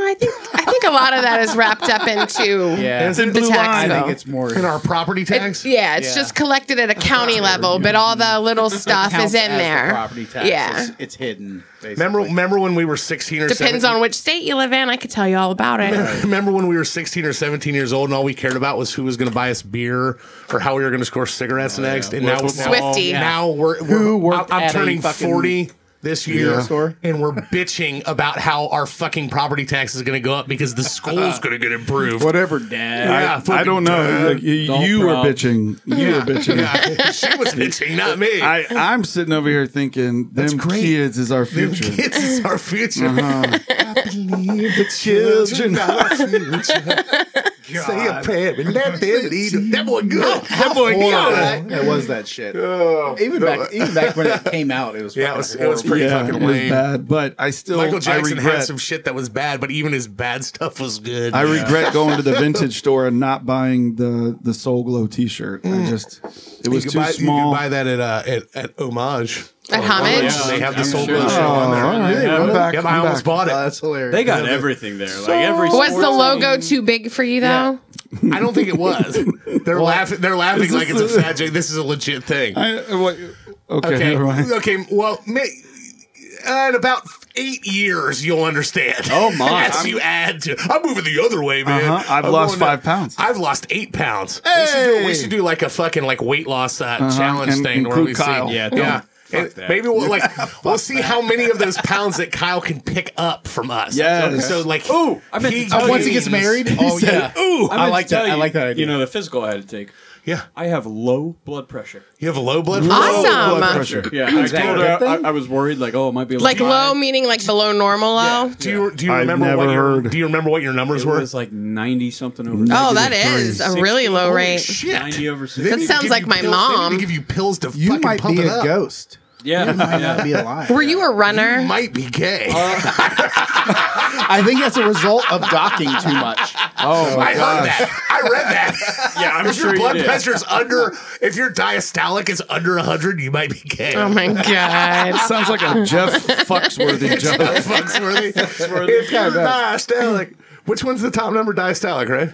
I think a lot of that is wrapped up into Yeah. the blue tax I think bill. it's more. And our property tax. Yeah, it's Yeah. just collected at a county level, but all the little stuff counts is in as the there. property tax. Yeah. It's, it's hidden. Basically. Remember, remember when we were sixteen or Depends 17? on which state you live in. I could tell you all about it. Remember when we were sixteen or seventeen years old, and all we cared about was who was going to buy us beer or how we were going to score cigarettes Oh, next. And now, now, Swifty. now we're, we're Who worked I'm, I'm at a turning fucking forty this year, store? and we're bitching about how our fucking property tax is going to go up because the school's going to get improved. Whatever, Dad. Yeah, I, I don't know. Like, you Don't you were prob. bitching. You were bitching. Yeah, she was bitching, not me. I, I'm sitting over here thinking them great. kids is our Them future. kids is our future. Uh-huh. Children. Say a prayer and let them eat. That boy good. That boy good. It was that shit. even back, even back when it came out, it was. Yeah, it fucking was, it was horrible. pretty yeah, fucking it was lame. bad. But I still Michael I Jackson regret, had some shit that was bad, but even his bad stuff was good. I regret going to the vintage store and not buying the the Soul Glow T-shirt. I just it was Mm. you too could buy, small. You could buy that at uh, at, at Homage. At homage, they have the I'm Soul sure. Glow Oh, show on there. all right, Yeah. I'm back. Yep, I'm I almost back. Uh, bought Oh, it. that's hilarious. They got everything there. Like every was the sports logo team- too big for you though? I don't think it was. They're laughing. They're laughing like it's a fat joke. This is a legit thing. I, uh, what, okay, Okay. never mind. Okay. Well, may, uh, in about eight years, you'll understand. Oh, my. As you add to, I'm moving the other way, man. Uh-huh. I've I'm lost going up- five pounds. I've lost eight pounds. We, should do, we Hey! Uh-huh. should do like a fucking like weight loss uh, challenge And thing where include we Kyle. see. Yeah, don't- Yeah. fuck And that. Maybe we'll like we'll see how many of those pounds that Kyle can pick up from us. Yes. So like, ooh, I meant to Uh, tell once he gets gains- married, oh yeah. Ooh, I like that- I like that idea. You know the physical I had to take. Yeah. I have low blood pressure. You have a low blood pressure. Blood Awesome. pressure. Yeah, I Exactly. told her I, I was worried. Like, oh, it might be a Like little high. low meaning like below normal low. Do you do you I've remember what never your heard. do you remember what your numbers It were? was like ninety something over. Oh, 60. that is a really low Holy rate. Shit. ninety over They sixty. That need to sounds give like you my pills- They mom. need to give you pills to You fucking might pump be it a up. ghost. Yeah, Might yeah. not be alive. Were you a runner? You might be gay. I think that's a result of docking too much. Oh I my heard gosh. that. I read that. yeah, I'm if sure your you blood did. pressure is under, if your diastolic is under 100, you might be gay. Oh my god. Sounds like a Jeff Foxworthy joke. Foxworthy. if you're diastolic, which one's the top number diastolic, right?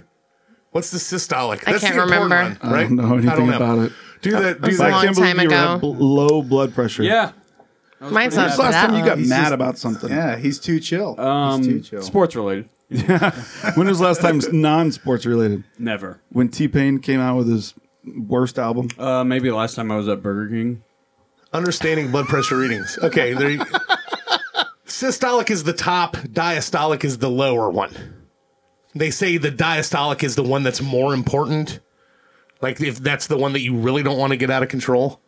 What's the systolic? That's can't the important remember. Oh, One, right? I don't know anything about it. Do that. Do That's a long that. I can't believe time you were ago. at bl- low blood pressure. yeah. Mine's not When's the last that time you low. got mad about something? Yeah, he's too chill. he's too Um, chill. sports related. When was the last time non-sports related? Never. When T Pain came out with his worst album. Uh, maybe last time I was at Burger King. Understanding blood pressure readings. Okay, there you Systolic is the top, diastolic is the lower one. They say the diastolic is the one that's more important. Like if that's the one that you really don't want to get out of control.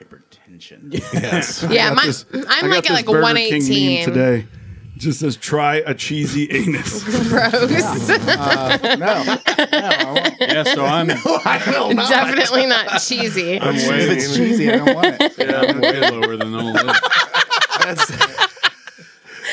Hypertension. Yes. Yeah, got my, this- I got I'm like at this like Burger King meme 118. today. just says try a cheesy anus. Gross. No. Yeah, so I'm I will not. Definitely not cheesy. I'm if way, it's cheesy, I don't want it. yeah, I'm way lower than all this. That's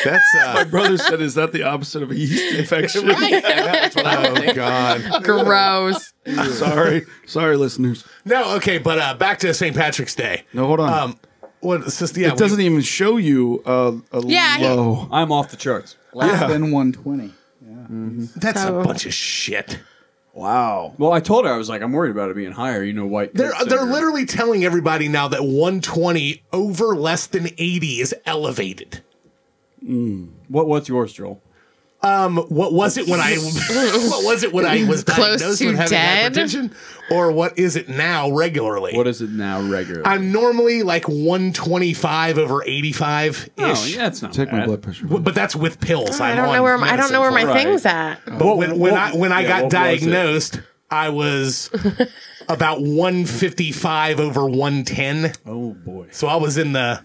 that's uh, Brother said, "Is that the opposite of a yeast infection?" oh god. Gross. sorry, sorry, listeners. No, okay, but uh, back to St. Patrick's Day. No, hold on. Um, what? it's just- yeah, it doesn't even show you uh, a Yeah, he- low. I'm off the charts. Less than 120. we- that's a bunch of shit. Wow. Well, I told her I was like, I'm worried about it being higher. You know, white. They're coats they're and- literally telling everybody now that 120 over less than 80 is elevated. What what's yours, Joel? Um, What was it when I what was it when I was Close diagnosed to with having dead? hypertension, or what is it now regularly? What is it now, regular? I'm normally like 125 over 85 ish. Oh, yeah, it's not Take my bad. blood pressure. But that's with pills. I I'm don't on know where my, I don't know where my medicine for- thing's at. But when, when I when I yeah, got what was it? diagnosed, I was about 155 over 110. Oh boy. So I was in the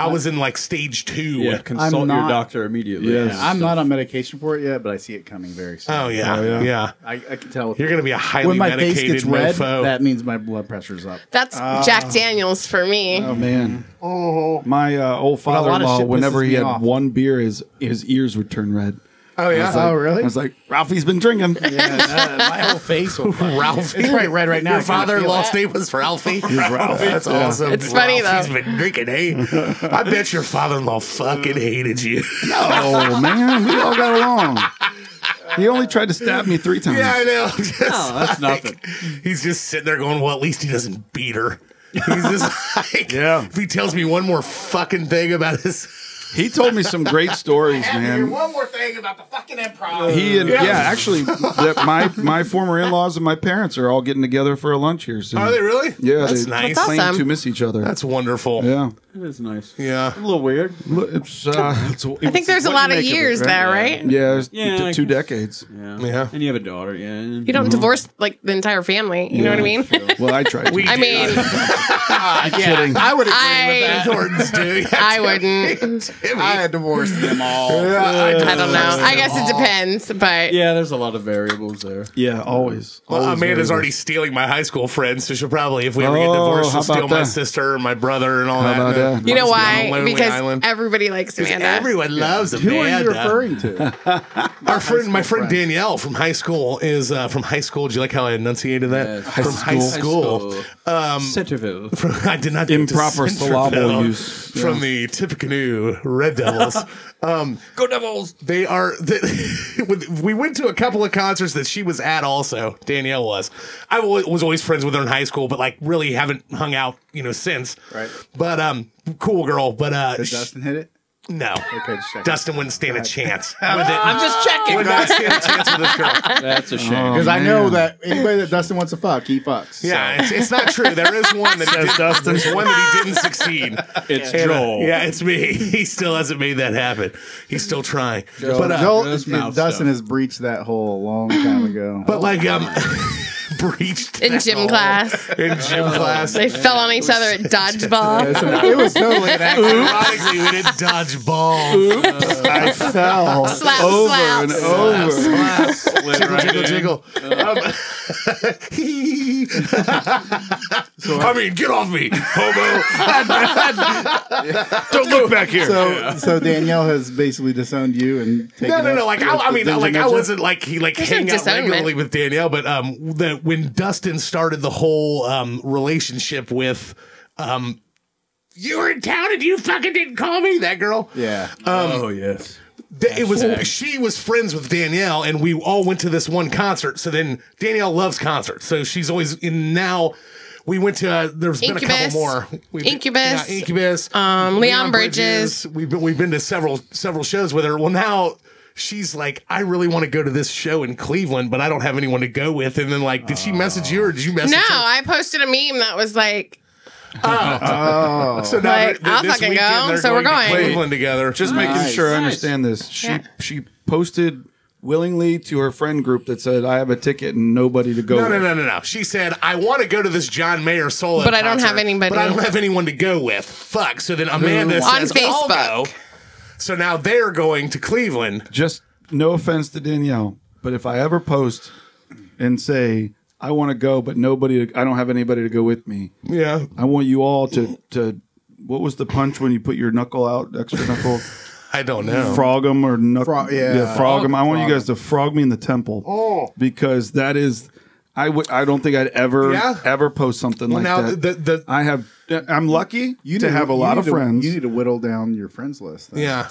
I was in like stage two. Yeah, consult your not- doctor immediately. Yes. Yeah. I'm not on medication for it yet, but I see it coming very soon. Oh yeah, yeah. yeah. I, I can tell. You're gonna be a highly when my face medicated gets red, mofo. that means my blood pressure's up. That's Jack Daniels for me. Oh man. Oh. My uh, old lot of father-in-law, shit pisses whenever he me had off. one beer, his his ears would turn red. oh yeah. oh, really? I was like, "Ralphie's been drinking." my whole face will fucking- Ralphie. It's right red right now. Your I kinda father in feel law's it. name was Ralphie. Ralphie. That's awesome. It's funny, though. He's been drinking, eh? I bet your father in law fucking hated you. oh man, we all got along. He only tried to stab me three times. yeah, I know. Just No, that's nothing. He's just sitting there going, well, at least he doesn't beat her. He's just like, Yeah. if he tells me one more fucking thing about his. He told me some great stories, man. one more thing about the fucking improv. He and Yeah. yeah, actually, that my my former in laws and my parents are all getting together for a lunch here soon. Are they really? Yeah, That's they nice. That's claim awesome. to miss each other. That's wonderful. yeah, It is nice. Yeah. A little weird. Look, it's, uh, it's- I think there's a lot of years there, right? yeah, it's Yeah, t- I two guess. decades. Yeah. Yeah. And you have a daughter. Yeah. You don't divorce like the entire family. You know what I mean? Well, I tried. To. We I mean, Kidding. I would. I Thornton's do. I wouldn't. I had divorced them all. I don't know. I guess it depends, but Yeah, there's a lot of variables there. yeah, always. Well, always Amanda's very- already stealing my high school friends, so she'll probably, if we ever get Oh, divorced, how she'll steal about my that? sister and my brother and all that. about and that? you know Must be on a why? lonely Because island. everybody likes Amanda. Everyone loves Who are you Amanda. referring to? Our friend, my friend friends. Danielle from high school is uh, from high school. Do you like how I enunciated that? Yes. From high school. Um, Centerville. From, I did not get to Improper Centerville. syllable use. from the Tippecanoe Red Devils. um, Go Devils. they are. The, with- we went to a couple of concerts that she was at. Also, Danielle was. I wa- was always friends with her in high school, but like really haven't hung out, you know, since. Right. But um, cool girl. But uh, Did sh- Dustin hit it? no. Okay, just checking. Dustin wouldn't stand a chance. with it. I'm Oh. just checking. Would not stand a chance with this girl. That's a shame. Because I know that anybody that Dustin wants to fuck, he fucks. Yeah, it's, it's not true. There is one that says Dustin. There's one that he didn't succeed. It's And, uh, Joel. yeah, it's me. He still hasn't made that happen. He's still trying. So But uh, Joel, that's mouth Dustin stuff. has breached that hole a long time ago. but like um, breached in that gym wall class. In gym class. They fell on each other at dodgeball. It's an- it was totally an accident. Ironically, we didn't dodge balls. I fell Slap, over slap. and over. Jiggle, jiggle, jiggle. Um, I mean, get off me, homo. Don't look back here. So, so Danielle has basically disowned you and taken No, no, up no. Like I, with I the mean, like I Dimension. wasn't like he like no hang out disownment. regularly with Danielle, but um, that when Dustin started the whole um relationship with um, you were in town and you fucking didn't call me that girl. Yeah, Uh, oh yes. Th- it was she was friends with Danielle, and we all went to this one concert. So then Danielle loves concerts, so she's always in now. We went to uh, there's been a Incubus. couple more We've- Incubus. yeah, Incubus, Um, Leon Bridges. We've been, we've been to several several shows with her. Well, now she's like, I really want to go to this show in Cleveland, but I don't have anyone to go with. And then like, did she message you or did you message? No, her? I posted a meme that was like, so now like, I'll this fucking weekend go, they're so we're to going. Cleveland together. Just making Nice. sure I understand this. She Yeah. she posted willingly to her friend group that said, "I have a ticket and nobody to go." No, no, with." no, no, no. She said, I want to go to this John Mayer solo. But I don't have concert, anybody." But I don't have anyone to go with. Fuck. So then Amanda On says, I'll Facebook. go. So now they're going to Cleveland. Just no offense to Danielle, but if I ever post and say I want to go, but nobody, I don't have anybody to go with me. Yeah. I want you all to to. What was the punch when you put your knuckle out, extra knuckle? I don't know. frog him or knuck- Frog- yeah. frog him. I want you guys to frog me in the temple. Oh. because that is, I would. I don't think I'd ever Yeah. ever post something Well, like now that. the- the- I have. I'm lucky you to need have a you lot need of to- friends. You need to whittle down your friends list. then. Yeah.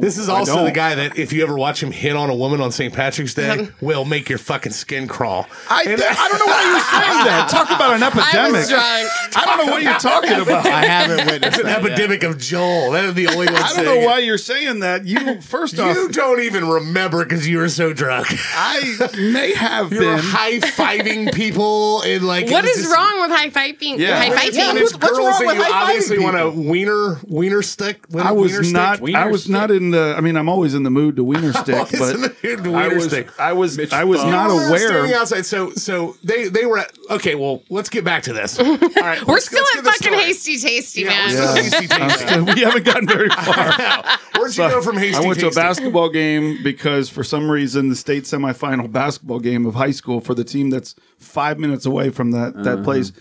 this is also the uh, don't. guy that if you ever watch him hit on a woman on St. Patrick's Uh-huh. Day, will make your fucking skin crawl. I, And- I don't know why you're saying that. Talk about an I was epidemic. drunk. I don't know what you're talking about. I haven't It's witnessed an that. epidemic of Joel. That is the only one. I don't know why you're saying that. You first off, You don't even remember because you were so drunk. I may have You were been. high fiving people and like. it What was is just- wrong with high fiving? Yeah. High fiving. And it's What's girls wrong that with you high-fiving obviously want to wiener wiener stick. I wiener was stick? not. Wiener I was stick? not in the. I mean, I'm always in the mood to wiener stick, Always in the but mood to I wiener was. stick. I was. I was Funk. not We were Standing aware. outside. So so they they were at, okay. Well, let's get back to this. All right, We're let's- still at let's get the fucking story. hasty tasty, Yeah, man. we're still at Hasty Tasty. we haven't gotten very far. Where'd you go from hasty? I went to a Tasty? basketball game because for some reason the state semifinal basketball game of high school for the team that's five minutes away from that that place.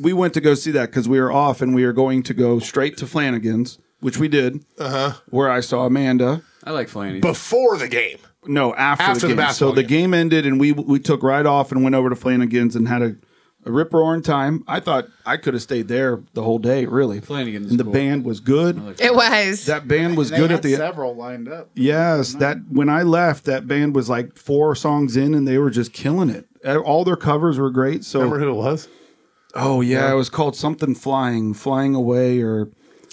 We went to go see that because we were off and we were going to go straight to Flanagan's, which we did. Uh-huh. Where I saw Amanda. I like Flanny. before the game. No, after, After the the game. so basketball the game ended, and we we took right off and went over to Flanagan's and had a, a rip roaring time. I thought I could have stayed there the whole day, really. Flanagan's and the cool. band was good. It was. that band was They good had at the several lined up. yes. That when I left, that band was like four songs in, and they were just killing it. E, All their covers were great. So Remember who it was? oh yeah, it was called something flying, flying away, or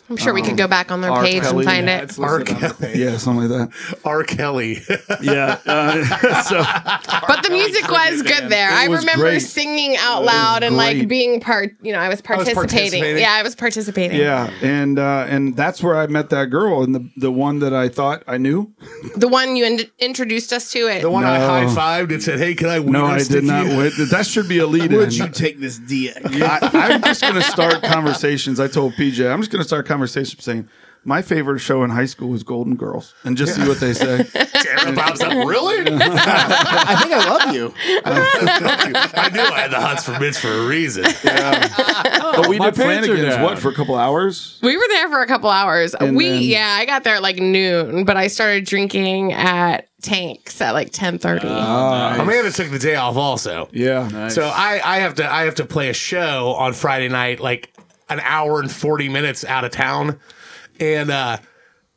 I'm sure we could go back on their R. page Kelly and find had it. R. Kelly. yeah, something like that. R. Kelly. Yeah, uh, so But the music was good there. I was remember great. singing out loud and great. like being part. You know, I was participating. participating. Yeah, I was participating. yeah, and uh, and that's where I met that girl, and the the one that I thought I knew. The one you in- introduced us to it. The one I No. high fived and said, "Hey, can I?" No, wiener I stick did not. you?" Wait. That should be a lead in. take this dick? I, I'm just going to start conversations. I told PJ, I'm just going to start conversations saying, my favorite show in high school was Golden Girls, and just see what they say. Tanner pops up. Really? I think I love you. I knew I had the hots for Mitch for a reason. But we My did pants are Flanagan's down. what for a couple hours. We were there for a couple hours. we then- yeah, I got there at like noon, but I started drinking at Tanks at like ten thirty. Amanda took the day off also. Yeah, So I, I have to I have to play a show on Friday night, like an hour and forty minutes out of town, and uh,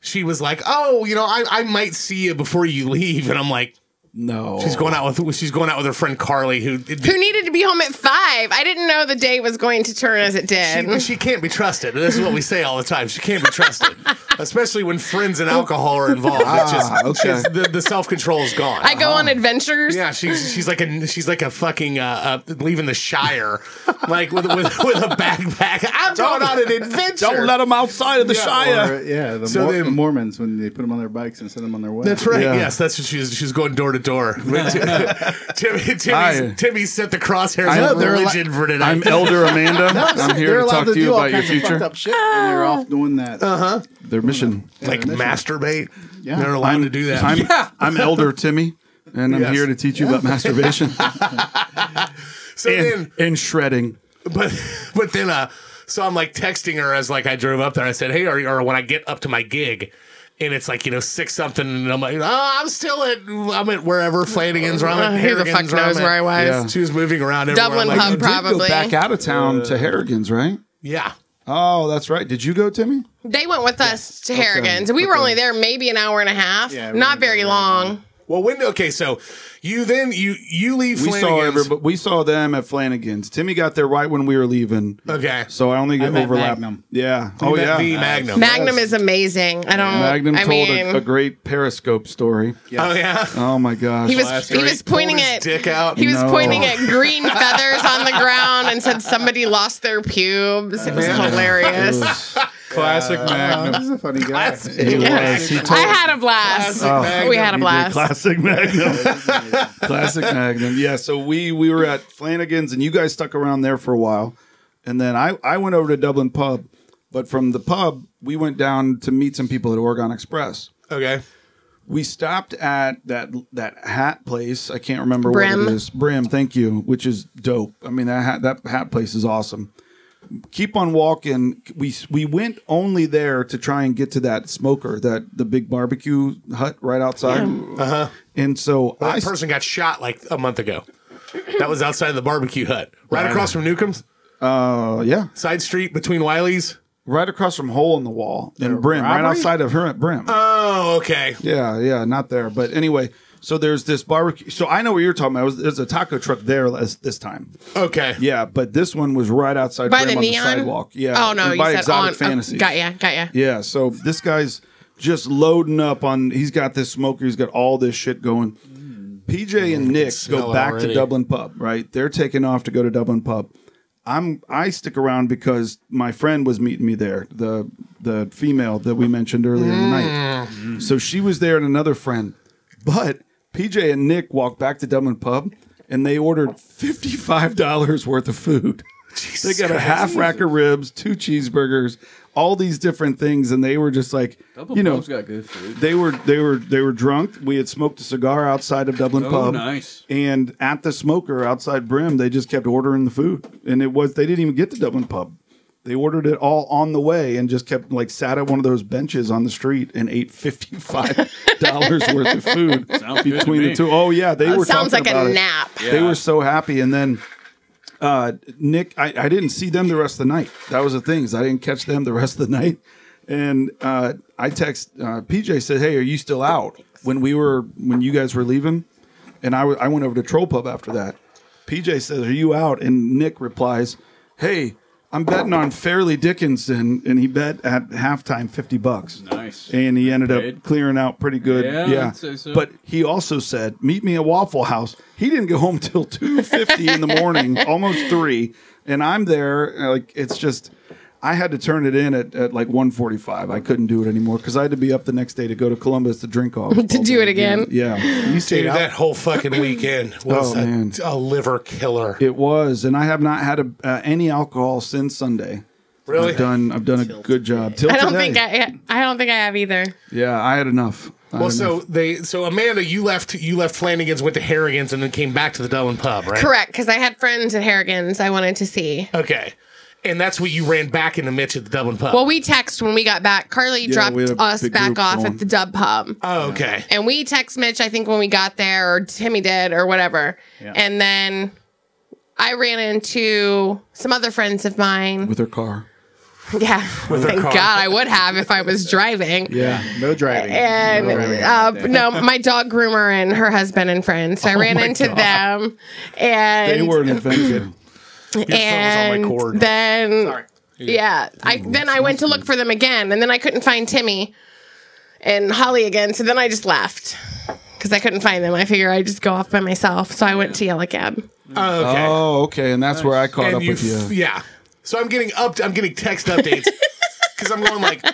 she was like, "Oh, you know, I, I might see you before you leave," and I'm like, no, "She's going out with she's going out with her friend Carly, who Who needed to be home at five? I didn't know the day was going to turn as it did. she, she can't be trusted. This is what we say all the time. She can't be trusted, especially when friends and alcohol are involved. It's just, Ah, okay. it's- the, the self control is gone. I go on adventures. yeah, she's she's like a she's like a fucking uh, uh, leaving the Shire, like with with, with a backpack. I'm going on an adventure. don't let them outside of the Shire. Or, yeah, the, So Mor- then- the Mormons when they put them on their bikes and send them on their way. That's right. Yeah. Yes, that's what she's she's going door to door. Timmy I- Timmy's, Timmy set the crosshairs I know, of they're religion for tonight. I'm Elder Amanda. I'm They're here to allowed talk to do you all about your kinds of fucked future. up shit when they're off doing that. Uh huh. Their mission. like masturbate. Yeah. They're allowed to do that. I'm, I'm Elder Timmy, and I'm Yes. here to teach you about masturbation so and, then, and shredding. but but then uh so I'm like texting her as like I drove up there. I said, Hey, are you or when I get up to my gig and it's like, you know, six something and I'm like, Oh, I'm still at I'm at wherever Flanagan's or I'm Uh, at who the fuck Harrigan's, or I'm knows at- where I was? Yeah. She was moving around everywhere. Dublin I'm like, pub. You did go Um, Probably. back out of town to Harrigan's, right? Yeah. Oh, that's right. Did you go, Timmy? They went with us to Harrigan's. We were only there maybe an hour and a half. Yeah, we Not were there very very long. Well when okay, so you then you you leave We saw Flanagan's. everybody. We saw them at Flanagan's. Timmy got there right when we were leaving. okay. So I only get met overlap. Magnum. Yeah. Oh That yeah. V Magnum. Magnum is amazing. I don't. Magnum I told mean, a, a great Periscope story. Oh yeah. Oh my gosh. he was he was pointing Pulled his at dick out. He was No. pointing at green feathers on the ground and said somebody lost their pubes. It was It hilarious. was- classic Uh, Magnum. he's a funny guy. That's- I had a blast. Oh. we had a blast. classic Magnum. classic Magnum. Yeah. So we we were at Flanagan's, and you guys stuck around there for a while, and then I I went over to Dublin Pub, But from the pub, we went down to meet some people at Oregon Express. Okay. We stopped at that that hat place. I can't remember Brim. what it is. Brim, thank you, which is dope. I mean that hat, that hat place is awesome. Keep on walking. We we went only there to try and get to that smoker, that the big barbecue hut right outside. Uh-huh. And so Well, I that person got shot like a month ago. That was outside the barbecue hut, right across from Newcomb's uh, yeah, side street between Wiley's. right across from hole in the wall in Brim, right robbery? outside of her at Brim. Oh, okay. Yeah, yeah, not there. But anyway, so there's this barbecue. So I know what you're talking about. It was- There's a taco truck there last, this time. Okay. Yeah, but this one was right outside by Graham the on neon the sidewalk. Yeah. Oh no, and you by said Exotic on. Fantasies. Oh, got ya, got ya. Yeah, so this guy's just loading up on. He's got this smoker. He's got all this shit going. PJ and Nick smell go it back to already. Dublin Pub. Right, they're taking off to go to Dublin Pub. I'm I stick around because my friend was meeting me there. The the female that we mentioned earlier in the night. So she was there and another friend. But PJ and Nick walked back to Dublin Pub and they ordered fifty five dollars worth of food they got a half rack of ribs, two cheeseburgers, all these different things, and they were just like, Double you know, Pub's got good food. they were they were they were drunk. We had smoked a cigar outside of Dublin Oh, Pub, nice. and at the smoker outside Brim, they just kept ordering the food, and it was they didn't even get to Dublin Pub. They ordered it all on the way and just kept like sat at one of those benches on the street and ate fifty five dollars worth of food Sounds good to between the me. two. Oh yeah, they were Sounds talking like a about it. nap. Yeah. They were so happy, and then uh, Nick, I, I didn't see them the rest of the night. That was the thing is I didn't catch them the rest of the night. And uh, I text uh, PJ said, "Hey, are you still out?" When we were when you guys were leaving, and I wa- I went over to Troll Pub after that. PJ says, "Are you out?" And Nick replies, "Hey." I'm betting on Fairleigh Dickinson, and he bet at halftime fifty bucks. Nice. and he ended up Good. clearing out pretty good. Yeah, Yeah, I'd say so. but he also said, "Meet me at Waffle House." He didn't get home till two fifty in the morning, almost three, and I'm there. uh, Like it's just, I had to turn it in at, at like one forty five. I couldn't do it anymore because I had to be up the next day to go to Columbus to drink off To do it again. Yeah, You stayed that whole fucking weekend was Oh, a, man. a liver killer. it was, and I have not had a, uh, any alcohol since Sunday. Really? I've done. I've done a good job. Till I don't today. think I. I don't think I have either. Yeah, I had enough. I had Well, so enough. they so Amanda, you left you left Flanagan's, went to Harrigan's, and then came back to the Dublin pub, right? Correct, because I had friends at Harrigan's. I wanted to see. Okay, and that's what you ran back into Mitch at the Dublin pub. Well, we text when we got back. Carly dropped we had a us big back group off going. at the Dub Pub. oh, okay. and we text Mitch, I think, when we got there, or Timmy did, or whatever. And then I ran into some other friends of mine. with her car. Yeah. Thank car. God I would have if I was driving. Yeah. No driving. And uh, no, my dog groomer and her husband and friends. So I ran Oh my into God. them, and eh, They were an adventure. phone was on and my cord. then yeah, I then I went to look for them again, and then I couldn't find Timmy and Holly again. So then I just left because I couldn't find them. I figure I'd just go off by myself. So I went to Yellow Cab. Oh, okay. Oh, okay, and that's where I caught up and you, with you. f- yeah. So I'm getting up. I'm getting text updates because I'm going like,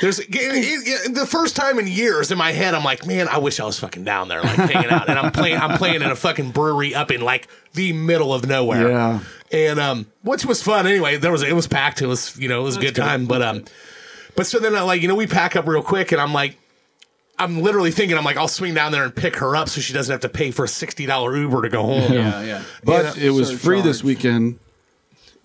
there's it- it- it- the first time in years in my head. I'm like, man, I wish I was fucking down there, like hanging out. And I'm playing. I'm playing in a fucking brewery up in like the middle of nowhere. Yeah. And um, which was fun anyway. There was it was packed. It was you know it was a good time. But um, but so then I like you know we pack up real quick, and I'm like. I'm literally thinking, I'm like, I'll swing down there and pick her up so she doesn't have to pay for a $60 Uber to go home. Yeah, yeah. But it was free this surcharge. weekend.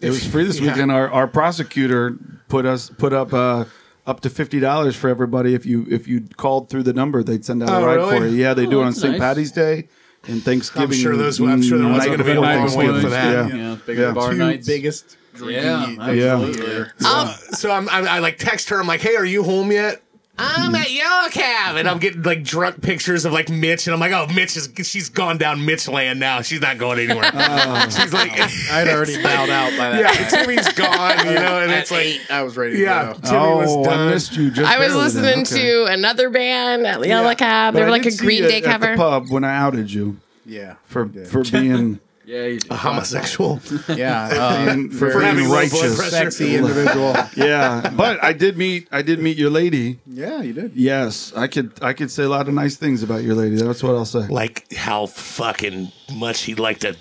It was free this weekend. Our, our prosecutor put us put up uh, up to fifty dollars for everybody if you if you called through the number they'd send out Oh, a ride really? for you. Yeah, they do it on St. nice. Patty's Day and Thanksgiving. Mm, sure those- I'm sure there wasn't night gonna be before a long wait Thanksgiving. for that. Yeah. Yeah, bigger bar Two nights. biggest yeah, drinking absolutely. Um, so I'm, I'm, I like text her. I'm like, "Hey, are you home yet?" I'm at Yellow Cab, and I'm getting like drunk pictures of like Mitch, and I'm like, "Oh, Mitch is she's gone down Mitch land now. She's not going anywhere. Oh. she's like, I'd already bowed out by that. yeah, Timmy's gone, you know." And At it's like, eight, I was ready to yeah, go. Timmy was Oh, I done. missed you. Just I barely was then. listening Okay. to another band at Yellow Yeah. Cab. But They I were like did a see Green you Day at- at the cover. pub when I outed you Yeah. for Yeah. for being Yeah, you do. homosexual. Yeah. Uh, being- for, For being having low blood righteous. pressure. sexy individual. Yeah, but I did meet I did meet your lady. Yeah, you did. Yes, I could I could say a lot of nice things about your lady. That's what I'll say. like how fucking much he'd like to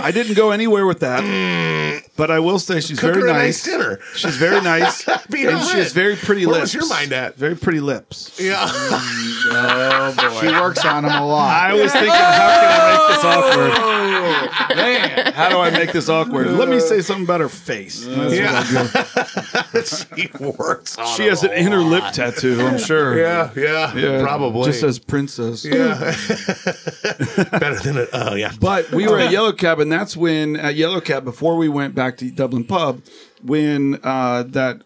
I didn't go anywhere with that, but I will say she's Cook very her a nice. nice dinner. She's very nice, Be and her she has friend. very pretty Where lips. was your mind at? Very pretty lips. Yeah. She works on them a lot. I was thinking, how can I make this awkward? Oh! Man, how do I make this awkward? Let me say something about her face. That's Yeah. what I'll do. she works on She has an it. inner lip tattoo. I'm sure. Yeah, yeah, Yeah, probably. just says princess. yeah. Better than it. Oh, yeah. But we were at Yellow Cab, and that's when at Yellow Cab before we went back to Dublin Pub, when uh, that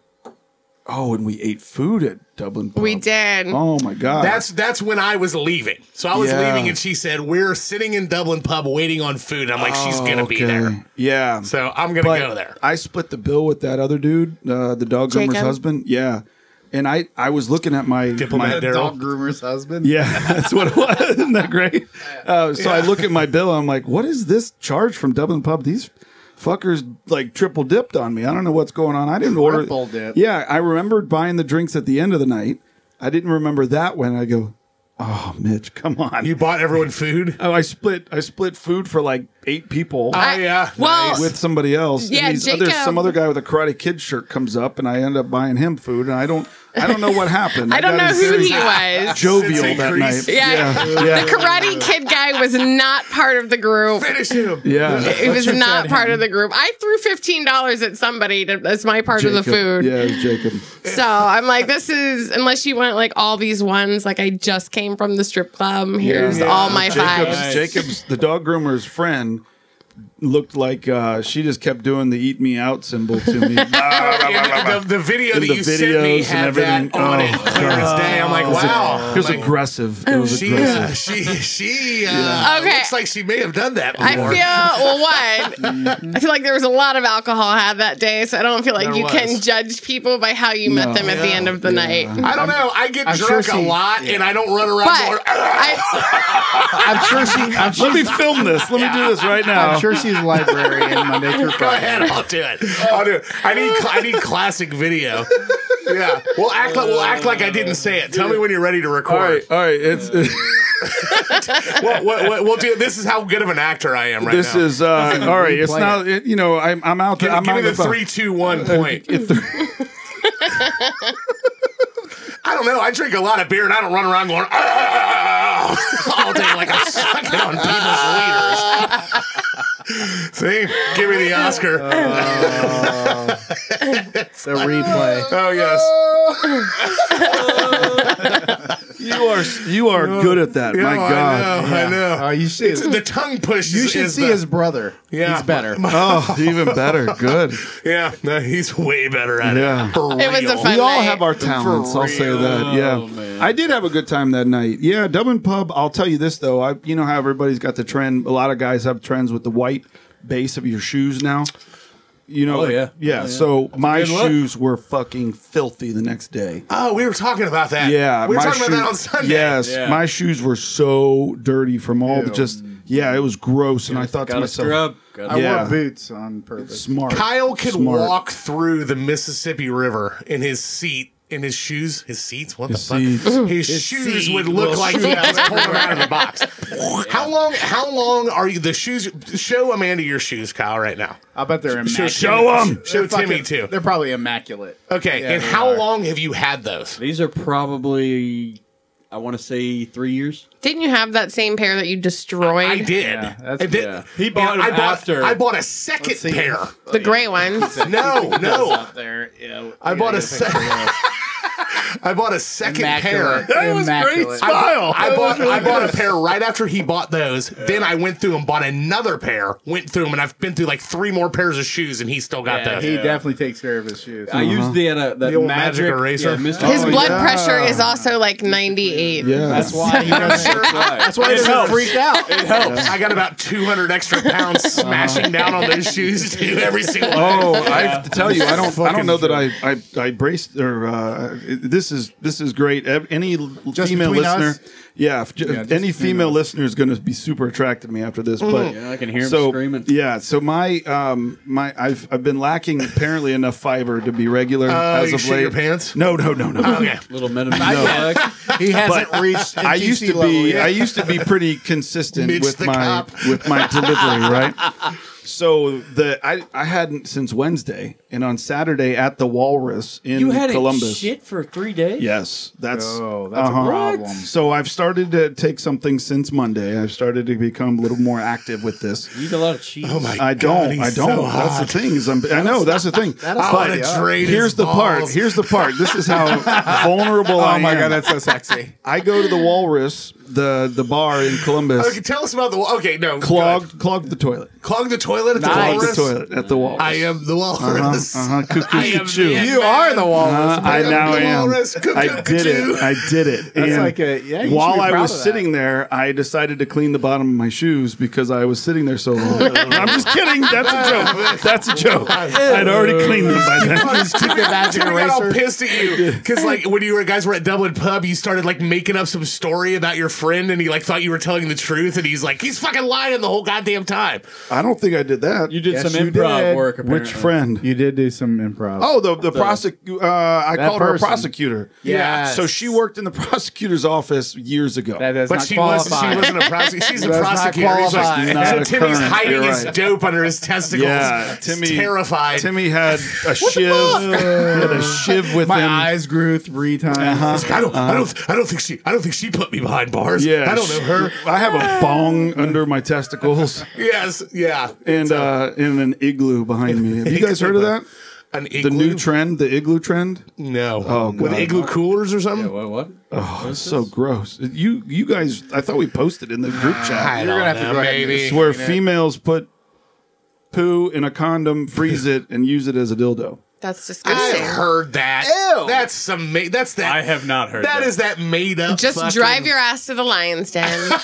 oh, and we ate food at Dublin Pub. We did. Oh my god, That's that's when I was leaving. So I was Yeah. leaving, and she said, "We're sitting in Dublin pub waiting on food." I'm like, "She's gonna be Oh, Okay. there, Yeah, so I'm gonna But go there." I split the bill with that other dude, uh, the dog groomer's Jacob? husband. Yeah, and I I was looking at my Diplomat my- Daryl. Dog groomer's husband. Yeah, that's what it was. Isn't that great? Uh, so I look at my bill. I'm like, what is this charge from Dublin Pub? These fuckers like triple dipped on me. I don't know what's going on. I didn't order. Triple dip. Yeah, I remembered buying the drinks at the end of the night. I didn't remember that when I go, oh, Mitch, come on. You bought everyone food. oh, I split. I split food for like eight people. Oh, yeah. Well, with somebody else, Yeah, and these other, Jacob- some other guy with a Karate Kid shirt comes up, and I end up buying him food, and I don't, I don't know what happened. I don't got know a who very he was. Jovial It's that night. increased. Yeah. yeah. The Karate Kid guy was not part of the group. Finish him. yeah. It was not part of the group. I threw fifteen dollars at somebody to, as my part of the Jacob. food. Yeah, it's Jacob. So I'm like, this is unless you want like all these ones. Like I just came from the strip club. Here's Yeah. all my Jacob's, fives. Jacob's, the dog groomer's friend, looked like uh, she just kept doing the "eat me out" symbol to me. The, the video In that the you sent me videos and had everything. that on Oh, it clear as day. I'm like, wow. It was Like, aggressive. It was she, uh, aggressive. she, she, uh, Okay. looks like she may have done that I before. feel Mm-hmm. well. One, I feel like there was a lot of alcohol had that day, so I don't feel like There you can was. judge people by how you met No. them at the end of the night. I don't know. I get I'm drunk sure a she- lot, and I don't run around. But going, I, I'm sure she. I'm sure, Let me film this. Let me do this right now. I'm sure she's a librarian Monday through Go Friday. ahead, I'll do it. I'll do it. I need I need classic video. Yeah, we'll act like we'll act like I didn't say it. Tell me when you're ready to All record. right, all right. It's, We'll, we'll, we'll- we'll do. This is how good of an actor I am right this now. is uh, all right. It's Replay not. It, you know, I'm I'm out. give, I'm give out me the phone. Uh, three, two, one point. If the- I don't know. I drink a lot of beer and I don't run around going "Ah," all day like I'm sucking on people's leaders. See, give me the Oscar. Uh, The replay. oh yes. you are you are good at that. No, My God. I know. I know. Oh, you should. The tongue push. You is- should is see the- his brother. Yeah. he's better. Oh, even better. Good. Yeah, no, he's way better at Yeah. it. For It was real. a fun- we all night. have our talents. I'll say real. that. Yeah, I did have a good time that night. Yeah, Dublin pub. I'll tell you this though. I, you know how everybody's got the trend. A lot of guys have trends with the white base of your shoes now. You know. Oh, yeah. Yeah. So my good look. shoes were fucking filthy the next day. Oh, we were talking about that. Yeah. we were my talking about shoe- that on Sunday. Yes, Yeah. my shoes were so dirty from all the Ew. just. Yeah, it was gross, and I thought to Got a myself, scrub. I Got Yeah. wore boots on purpose. smart. Kyle could smart. walk through the Mississippi River in his seat. In his shoes, his seats. What His the seats. fuck? His, shoes seat would look will- like that. Let's pull them out of the box. How long? How long are you? The shoes. Show Amanda your shoes, Kyle, right now. I bet they're immaculate. show 'em. Show They're fucking- Timmy, too. They're probably immaculate. Okay. Yeah, and they how are. long have you had those? These are probably, I want to say, three years. didn't you have that same pair that you destroyed? I did. Yeah, that's- I did. yeah. He bought and them I bought, after. I bought a second see. pair. The gray ones. No, no. There, yeah. I bought a second. I bought a second Immaculate. pair. That was great. I, I bought I bought a pair right after he bought those. Then I went through and bought another pair. Went through them, and I've been through like three more pairs of shoes, and he still got Yeah, those. He definitely takes care of his shoes. I used the uh, that The old magic, magic eraser. Yeah, Mr. His Oh, blood yeah. pressure is also like 98. Yeah. that's why he doesn't. that's right. That's why he doesn't freak out. Oh, I got about 200 extra pounds Uh-huh. smashing down on those shoes too every single. Oh, I have to tell you, I don't. I don't know that I. I, I braced or uh, this this is this is great. Ev- Any l- female between us? listener, yeah, if, j- Yeah, just any between female us. listener is going to be super attracted to me after this. But Mm-hmm. Yeah, I can hear him so, screaming. Yeah, so my um my I've I've been lacking apparently enough fiber to be regular Oh, as you of shit late. your pants? No, no, no, no. Okay. Little metamorphic. He hasn't reached I used to be I used to be pretty consistent Mitch with the my cop. with my delivery, right? So the I I hadn't since Wednesday, and on Saturday at the Walrus in You had Columbus. it shit for three days. Yes, that's Oh, that's uh-huh. a problem. So I've started to take something since Monday. I've started to become a little more active with this. You eat a lot of cheese. Oh my I God, don't. he's I don't. so that's hot. the thing. Is I'm, I know. That's the thing. I But wanna drain his here's the part. balls. Here's the part. This is how vulnerable I Oh am. my god, that's so sexy. I go to the Walrus, the the bar in Columbus. Okay, tell us about the wall. Okay, no. Clogged, clogged the toilet. Clog the toilet at Clogged the the walrus. toilet at the walrus. I am the walrus. Uh-huh, uh-huh. I am Cuckoo, the cuckoo. Ant-Man. Uh, I am now the am. walrus. Cuckoo, I did cuckoo. it. I did it. That's And like a- yeah, you should while be I proud was of that. sitting there, I decided to clean the bottom of my shoes because I was sitting there so long. I'm just kidding. That's a joke. That's a joke. I'd already cleaned them by then. Just took the magic eraser. I got all pissed at you because, like, when you were guys were at Dublin Pub, you started like making up some story about your friend, and he like thought you were telling the truth, and he's like, he's fucking lying the whole goddamn time. I don't think I did that. You did Yes, some you improv did. work. Apparently. Which friend? You did do some improv. Oh, the the, prosecutor. Uh, I That called her a person. prosecutor. Yes. So she worked in the prosecutor's office years ago. that does But not she wasn't. qualify. She wasn't a prosecutor. She's a Does not prosecutor. He's qualify. like, Not so a Timmy's current. hiding You're his right. dope under his testicles. yeah, He's Timmy. terrified. Timmy had a shiv. He had a shiv with My him. eyes grew three times. He's like, I don't, I don't, I don't think she, I don't think she put me behind bars. Yeah, I don't know she- her. I have a bong under my testicles Yes, yeah, and uh, and an igloo behind me. Have you guys heard of that? an igloo. The new trend, the igloo trend. no, with igloo coolers or something. What? What? It's so gross. You you guys, I thought we posted in the group Ah, chat. I don't gonna have to know, go ahead and maybe. It's where females put poo in a condom, freeze it, and use it as a dildo. That's I disgusting. heard that. Ew. That's some. Ma- that's that. I have not heard That that. is that made up. Just fucking- drive your ass to the lion's den. Yeah.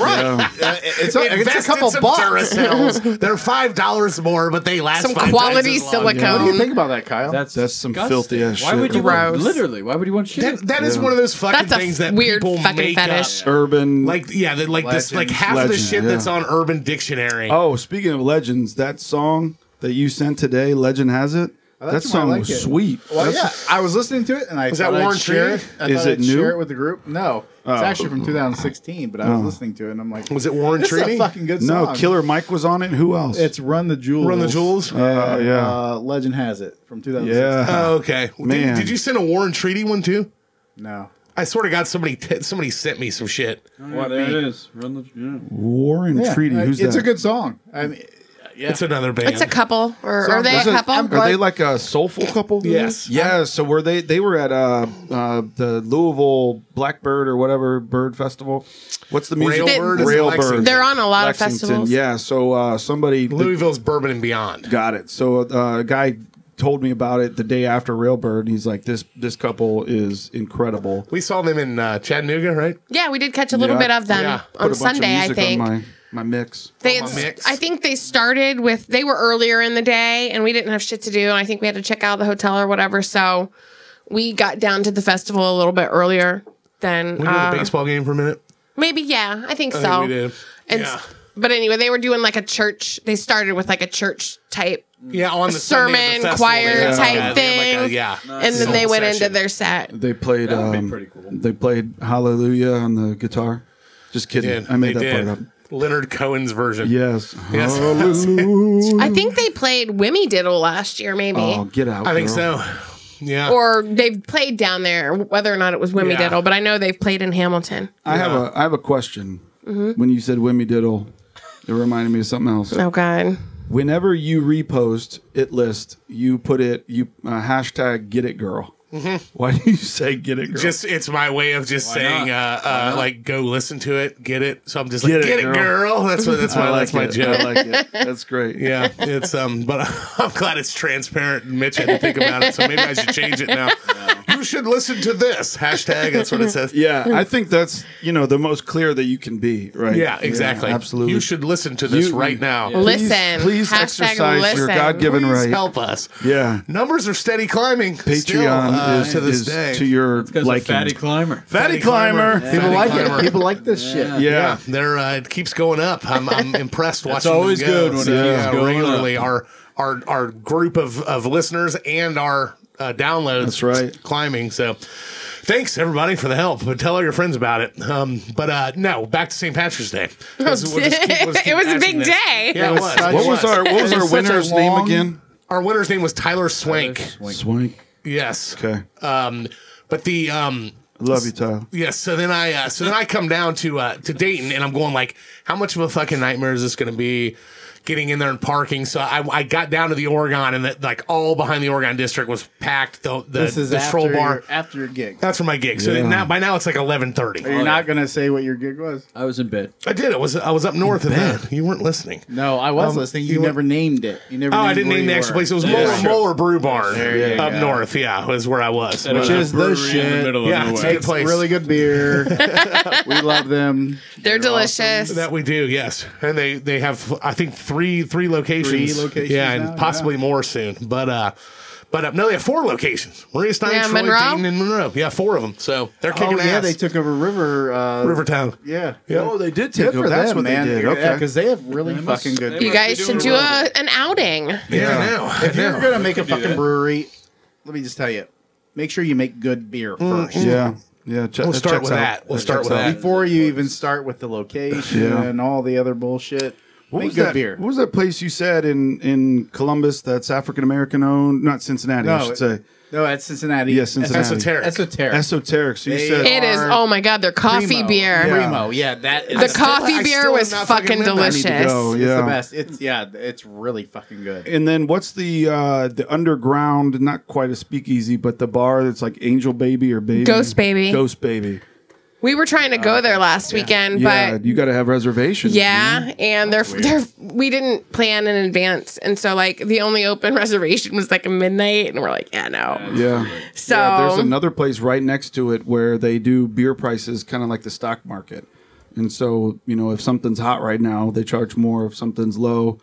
Uh, it's, a, it's a Invest in couple some bucks. Duracells. They're five dollars more, but they last. Some five times quality as long. What do you silicone. think about that, Kyle? That's That's some disgusting. filthy ass Why shit. Would you want- Gross. literally, why would you want shit? That, that is one of those fucking That's a things that weird people fucking make fetish. up. Urban. Like yeah, that like this like half of the Legend, shit yeah. that's on Urban Dictionary. oh, speaking of legends, that song that you sent today, Legend Has It. that that's the one I song like was it. sweet. Well, That's- yeah, I was listening to it, and I Is that thought I'd Warren share Treat? it. I Is thought it I'd new? Share it with the group. No, it's Oh. actually from 2016, but I was listening to it, and I'm like, Was it Warren this is Treaty? a fucking good no, song. Killer Mike was on it. Who else? It's Run the Jewels. Run the Jewels. yeah, yeah. Uh, Legend has it from 2016. yeah. Oh, okay, Did- Man. Did, you send a Warren Treaty one too? No. I swear to God, somebody t- somebody sent me some shit. What there it is. Run the. Yeah. Warren Yeah, Treaty. uh, Who's it's that? a good song. I mean, It's another band. It's a couple, or are they a Is it- couple? Are they like a soulful couple? Yes. Yeah. So were they? They were at uh, uh the Louisville Blackbird or whatever bird festival. What's the music? Railbird is Lexington. Railbird. They're on a lot of festivals. Yeah. So uh, somebody Louisville's Bourbon and Beyond. got it. So uh, a guy told me about it the day after Railbird. and He's like, this this couple is incredible. We saw them in uh, Chattanooga, right? Yeah, we did catch a little Yeah. bit of them Yeah. Put a bunch on of Sunday, I music on think. my my mix. They had, my mix. I think they started with they were earlier in the day and we didn't have shit to do and I think we had to check out of the hotel or whatever so we got down to the festival a little bit earlier than We did uh, the baseball game for a minute. maybe yeah I think I so think we did. And, yeah. but anyway they were doing like a church they started with like a church type Yeah, on the sermon, Sunday of the festival, choir they type had, uh, they had like a- thing. yeah. and then they Soul went session. into their set They played. That would be um, pretty cool. They played Hallelujah on the guitar. Just kidding. Did. I made that They did. part up. Leonard Cohen's version. Yes. Yes. Hallelujah. Hmm. I think they played Wimmy Diddle last year maybe Oh, get out. I think girl. so. Yeah. or they've played down there whether or not it was Wimmy Yeah. Diddle but I know they've played in Hamilton I have a I have a question. Mm-hmm. When you said Wimmy Diddle, it reminded me of something else. oh god. Whenever you repost it list, you put it you uh, hashtag get it girl. Why do you say get it girl? Mm-hmm. just it's my way of just saying uh, uh, like go listen to it, get it. So I'm just like Get get, it, it, girl." girl. That's what that's my that's my it. joke. I like it. That's great. Yeah, it's um, but I'm glad it's transparent. and Mitch had to think about it, so maybe I should change it now. you should listen to this hashtag. That's what it says. Yeah, I think that's you know the most clear that you can be, right? Yeah, exactly. absolutely. You should listen to this You- right now. Listen. please Hashtag exercise your listen. God-given Please right. help us. Yeah, Numbers are steady climbing. Patreon still, uh, is to this is day. to your Because a liking. fatty climber. Fatty climber. People like climber. it. People like this shit. yeah, Yeah. they're uh, it keeps going up. I'm, I'm impressed watching. always them go. good when it So, keeps yeah, going regularly. Our our our group of of listeners and our uh, downloads. That's right. climbing. So. Thanks everybody for the help. But tell all your friends about it. Um, but uh, no, back to St. Patrick's Day. This is- we'll just keep- we'll just keep It was a hashing big this. day. Yeah, it was. such- What was our what was our It's such a winner's name long- again? our winner's name was Tyler Swank. Swank. Yes. Okay, Um, but the um, love you, Tyler. Yes. So then I uh, so then I come down to uh, to Dayton and I'm going like, how much of a fucking nightmare is this going to be? Getting in there and parking. So I, I got down to the Oregon and that like all behind the Oregon district was packed. The the, This is the after stroll bar. your, after your gig. That's for my gig. So then now by now it's like eleven thirty. You're not gonna say what your gig was. I was in bed. I did. I was I was up north of that. You weren't listening. No, I was Um, listening. you You, were- never named it. You never. Oh, I named didn't where name you the actual were. place. It was Yeah. Moeller, Moeller Brew Barn There you up go. north. Yeah, was where I was. Which But, uh, is the shit. yeah, it's a good place. Really good beer. we love them. They're delicious. That we do, yes, and they they have I think three three locations, Three locations yeah, and now, possibly more soon. But uh, but uh, no, they have four locations: Maria Stein, Yeah, Troy, Monroe? Dayton, and Monroe. Yeah, four of them. So they're Oh kicking yeah, ass. they took over River. Uh, Rivertown. Yeah. Yeah. Oh, they did Good take for over. That's them, what man. they did. Okay. because they have really fucking good. you beer. guys should do a, an outing. Yeah, I know. I If you're know. gonna make a fucking brewery, let me just tell you, make sure you make good beer first. Yeah, yeah. Check, We'll it start checks with out. that. We'll start with checks out. that. Before you even start with the location Yeah. and all the other bullshit, What make was good that, beer. What was that place you said in in Columbus that's African American owned? Not Cincinnati, I No, should it- say. No, that's Cincinnati. Yeah, Cincinnati. Esoteric. Esoteric. Esoteric. So you They said It is. Or Oh my god, their coffee Primo. beer. Yeah. Primo. Yeah, that is The the coffee I beer still was am not fucking fucking in there. I delicious. need to go. It's Yeah. the best. It's yeah, it's really fucking good. And then what's the uh the underground? Not quite a speakeasy, but the bar that's like Angel Baby or Baby Ghost Baby. Ghost Baby. We were trying to Uh, go there last weekend, Yeah, but you got to have reservations. yeah, and they're, they're we didn't plan in advance, and so like the only open reservation was like midnight, and we're like, yeah, no. Yeah. So Yeah, there's another place right next to it where they do beer prices kind of like the stock market. And so, you know, if something's hot right now, they charge more. If something's low,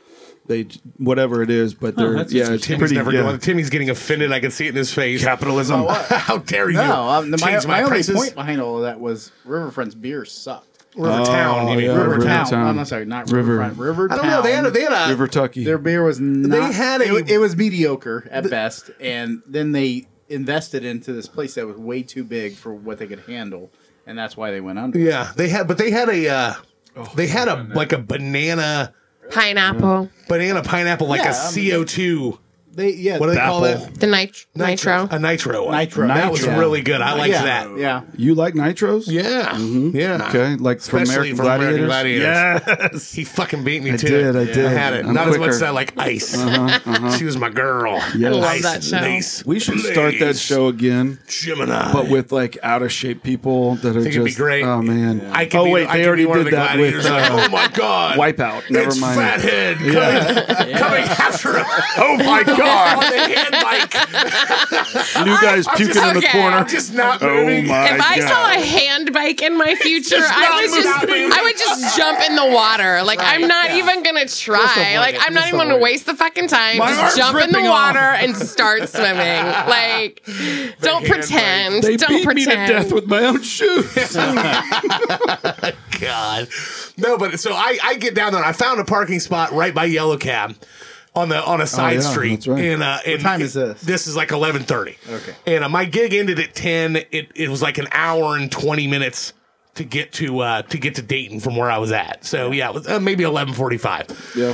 they whatever it is, but they're that's yeah, it's Timmy's pretty Oh, never yeah. going. Timmy's getting offended. I can see it in his face. Capitalism. How dare you? No, um, the- my, change my, my, only prices. point behind all of that was Riverfront's beer sucked. Rivertown. you mean? yeah, Rivertown. Oh, Rivertown. Rivertown. I'm not sorry, not River. Riverfront. Rivertown. I don't know. They had a, they had a River Tucky. Their beer was not. had a- it, it was mediocre at best, and then they invested into this place that was way too big for what they could handle, and that's why they went under. yeah. They had but they had a uh, Oh, they had a like a banana pineapple, banana pineapple like Yeah, a I mean- CO two. They yeah. What do they call Apple. that? the nit- nitro. A nitro. Nitro. That was Nitro. really good. I liked yeah, that. Yeah. You like nitros? Hmm? Yeah. Yeah. Okay, like from Especially Mm-hmm. American from American Gladiators. Gladiators. Yes. He fucking beat me too. did, I did. I had it. I'm Not as quicker. much as I like ice. She was my girl. Yes. I love Ice that and show. lace. We should Please. start that show again, Gemini. but with like out of shape people that are Think just. it'd be great. Oh man! I could oh be- wait, I they could already be one of did the that with gladiators. uh, oh my god! Wipeout. Never it's mind. Fathead coming, coming after him Oh my on god! the hand bike. New guys I'm puking just- in the okay, corner. I'm Just not Oh moving. my if I god! saw a hand bike in my future, Just I not was just moving. I would just jump in the water. Like I'm not even gonna try. Like I'm not even gonna waste the fucking time. My arm's just jump in the ripping water and start swimming. Like don't hand pretend. they don't beat me pretend. to death with my own shoes. God. No, but so I, I get down there. and I found a parking spot right by Yellow Cab on the on a side yeah, street. that's right. And, uh, and time is this? This is like eleven thirty. Okay. And uh, my gig ended at ten. It it was like an hour and twenty minutes to get to uh, to get to Dayton from where I was at. So yeah, it was, uh, maybe eleven forty five. yeah.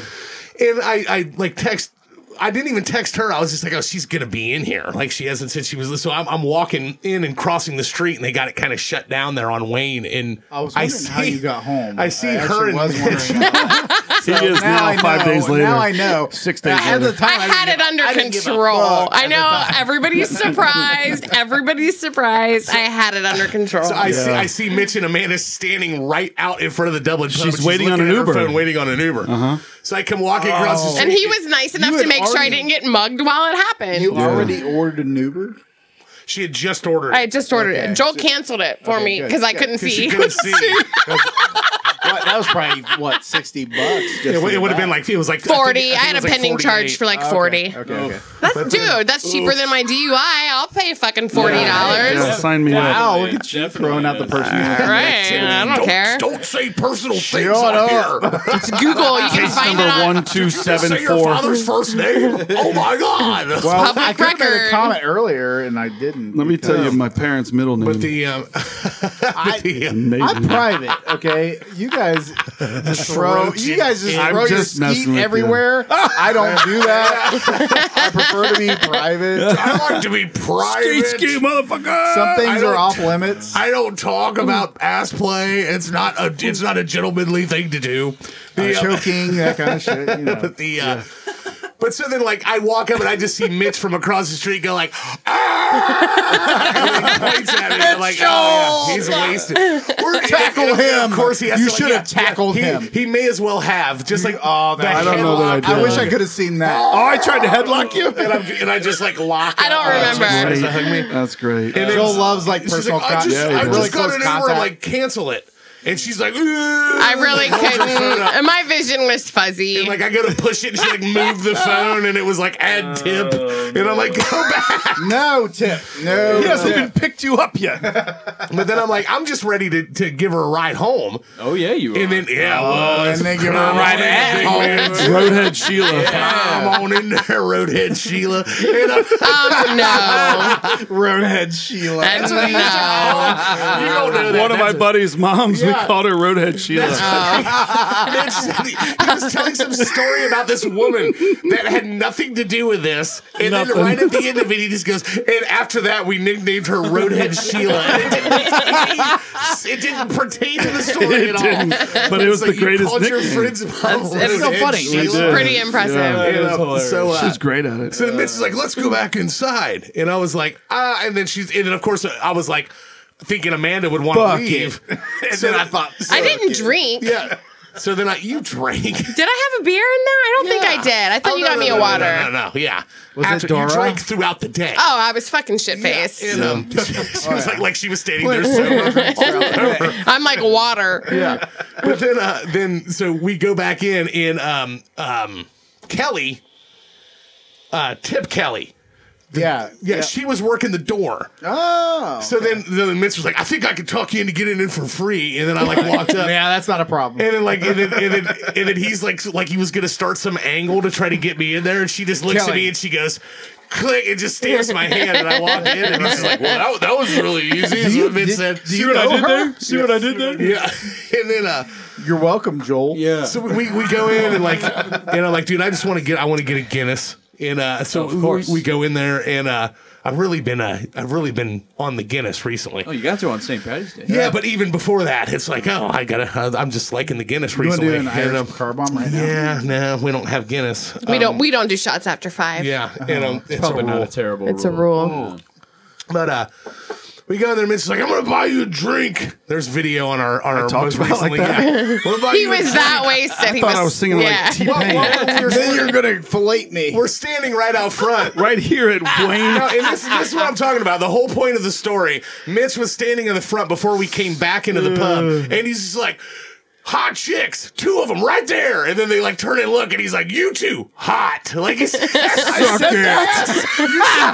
And I I like text. I didn't even text her. I was just like, oh, she's gonna be in here. Like she hasn't said she was. So I'm, I'm walking in and crossing the street, and they got it kind of shut down there on Wayne. And I was wondering how you got home. I see her actually and was wondering. He is now, five days later. Now I know. Six days At the later. time, I had it didn't- under I didn't give a control. fuck I at know the time. everybody's surprised. Everybody's surprised. I had it under control. So I see Yeah. I see Mitch and Amanda standing right out in front of the Dublin. Pub, She's and waiting on looking an at her Uber. Phone, waiting on an Uber. Uh-huh. So I come walking across the Oh. street. and he was nice enough to had make sure I already- didn't get mugged while it happened. You already ordered an Uber. She had just ordered. I just ordered Okay. it. Joel canceled it for Okay, me good. because I Good. couldn't 'Cause see. She couldn't see. What, that was probably what sixty bucks. Just it for it the would have been back. like it was like I think- Forty. I, think it had a was like pending charge 48. for like Okay, forty. Okay, okay. That's dude. That's cheaper than my DUI. I'll pay fucking forty dollars. Yeah, sign me up. Wow, look at you throwing out the person. Right. I don't, care. Don't say personal things Shut on up. here. It's Google. You can find it on one two seven say your four. father's first name. Oh my god. Well, Public I could have made record. a comment earlier and I didn't. Let me tell you my parents' middle name. but the um, but the, um, Amazing. I'm private, okay? You guys just throw. You guys just I'm throw just your messing skeet with you. everywhere. I don't do that. I prefer to be private. I like to be private. motherfucker. Some things I are don't- off limits. I don't talk about ass play. It's not a it's not a gentlemanly thing to do. The, uh, choking, that kind of shit. You know. but the uh, but so then like I walk up and I just see Mitch from across the street go like ah! and he points at me and I'm like oh, yeah, he's wasted. We're, tackle him. Of course he has You to, like, should yeah, have tackled yeah, him. He, he may as well have just like Oh, that I don't know that I did. I wish I could have seen that. Oh, I tried to headlock you. and, I'm, and I just like lock. I don't up. remember. Does that hug me? That's great. And Joel it's- loves like She's personal like, I contact. just, I really just got close an Uber, contact. like cancel it, and she's like, I really up. couldn't. My vision was fuzzy. And like I go to push it, and she like moved the phone, and it was like Oh, add tip, and I'm like go back. no tip. No. He hasn't tip. even picked you up yet. But then I'm like I'm just ready to, to give her a ride home, Oh yeah, you. and are. then yeah, well, Oh, and they give her a right ride at home. Roadhead Sheila. Come on in there, roadhead Sheila. And I'm, um, no. Roadhead Sheila. And no. oh, you don't know that. One of my buddy's moms, we called her Roadhead Sheila. Mitch, he was telling some story about this woman that had nothing to do with this. And then right at the end of it, he just goes, and after that, we nicknamed her Roadhead Sheila. And it, didn't, it didn't pertain to the story It at didn't, all. but it was So the you greatest called your nickname. friends That's, it's so funny. Sheila. did. Pretty impressive. Yeah. And, uh, so, uh, She's great at it. so then Mitch is like, let's go back inside. And I was like, ah. And then she's, and then of course, uh, I was like, thinking Amanda would want to Fuck leave. And then I thought, I didn't drink. yeah. So then I, you drank. Did I have a beer in there? I don't think I did. I thought Oh, you no, got no, me no, a no, water. No, no, no, yeah. After Dora? you drank throughout the day. Oh, I was fucking shit faced. And, um, she was like, like she was standing there sober. I'm like water. yeah. But then, uh, then so we go back in, and um, um, Kelly, uh, Tip Kelly. yeah. Yeah, she was working the door. Oh. So then, then Mitch was like, "I think I could talk you into getting in for free." And then I like walked up. Yeah, that's not a problem. And then like and then, and then and then he's like like he was gonna start some angle to try to get me in there, and she just looks at Kelly. me and she goes, click, and just stamps my hand, and I walk in, and he's just like, well, that, that was really easy. Is what Vince said. See what I did there? See what I did there? yeah, and then uh, You're welcome, Joel. Yeah. so we, we go in and like, and I'm like, dude, I just want to get, I want to get a Guinness, and uh, so we, course. we go in there, and uh, I've really been, uh, I've really been on the Guinness recently. you got to on St. Patrick's Day. Yeah, but even before that, it's like, oh, I gotta, I'm just liking the Guinness You want to recently. do an And, um, Irish car bomb right now? yeah, no, we don't have Guinness. Uh, We don't we don't do shots after five. Um, Yeah, and um, it's, Probably a not rule. a terrible. It's a rule. But uh, we go in there, and Mitch's like, "I'm gonna buy you a drink." There's video on our on our talked most about it like recently. yeah. We're gonna buy He you a was drink. that wasted. he thought I was singing like T Pain. then you're gonna fillet me. We're standing right out front. Right here at Wayne. No, and this, this is what I'm talking about. The whole point of the story. Mitch was standing in the front before we came back into the pub, and he's just like, "Hot chicks, two of them right there." And then they like turn and look, and he's like, "You two, hot." Like it's, I said that. I'm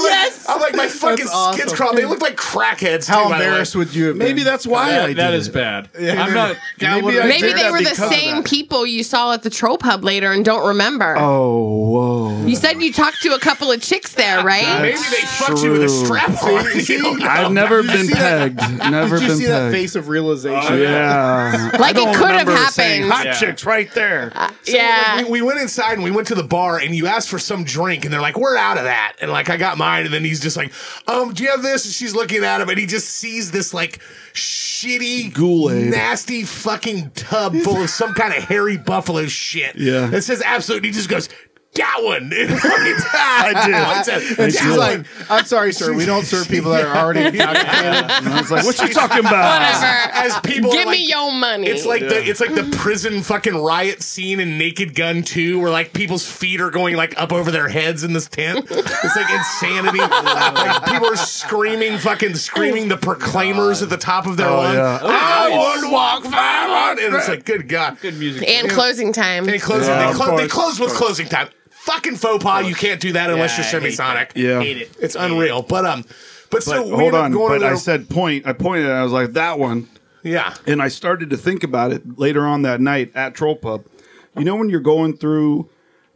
yes. I'm like my fucking awesome. kids crawled. They look like crackheads. too, by How the way. embarrassed would you have been? Maybe that's why I That, did that it. is bad. I'm not. Maybe, I Maybe did they that were the because of same that. people you saw at the Tro Pub later and don't remember. Oh, whoa. You said you talked to a couple of chicks there, right? Maybe they fucked you with a True. strap on. You don't know. I've never been pegged. Never Did you been see that pegged. face of realization? Yeah. Like it could have remember saying happened. hot chicks right there. Yeah. we, we went inside and we went to the bar and you asked for some drink and they're like, we're out of that. And like, I got mine. And then he's just like, um, do you have this? And she's looking at him and he just sees this like shitty, Kool-Aid. nasty fucking tub full of some kind of hairy buffalo shit. Yeah. That says absolute. And he just goes, that one. I did. And she's like, I'm sorry, sir. We don't serve people that are already intoxicated. And I was like, what you talking about? Whatever. As people Give are me like- your money. It's like the it's like the prison fucking riot scene in Naked Gun 2 where like people's feet are going like up over their heads in this tent. It's like insanity. like people are screaming fucking screaming the proclaimers at the top of their lungs. yeah. Oh, I would walk 500 and it's like good god. Good music. and closing time. They close Yeah, they, of clo- they course. close with closing time. Fucking faux pas, you can't do that unless Yeah, you're I hate semisonic. Yeah. Hate it. It's unreal. But um but, so But we hold end up on. going But to I their- said point. I pointed and I was like, that one. yeah. And I started to think about it later on that night at Troll Pub. You know when you're going through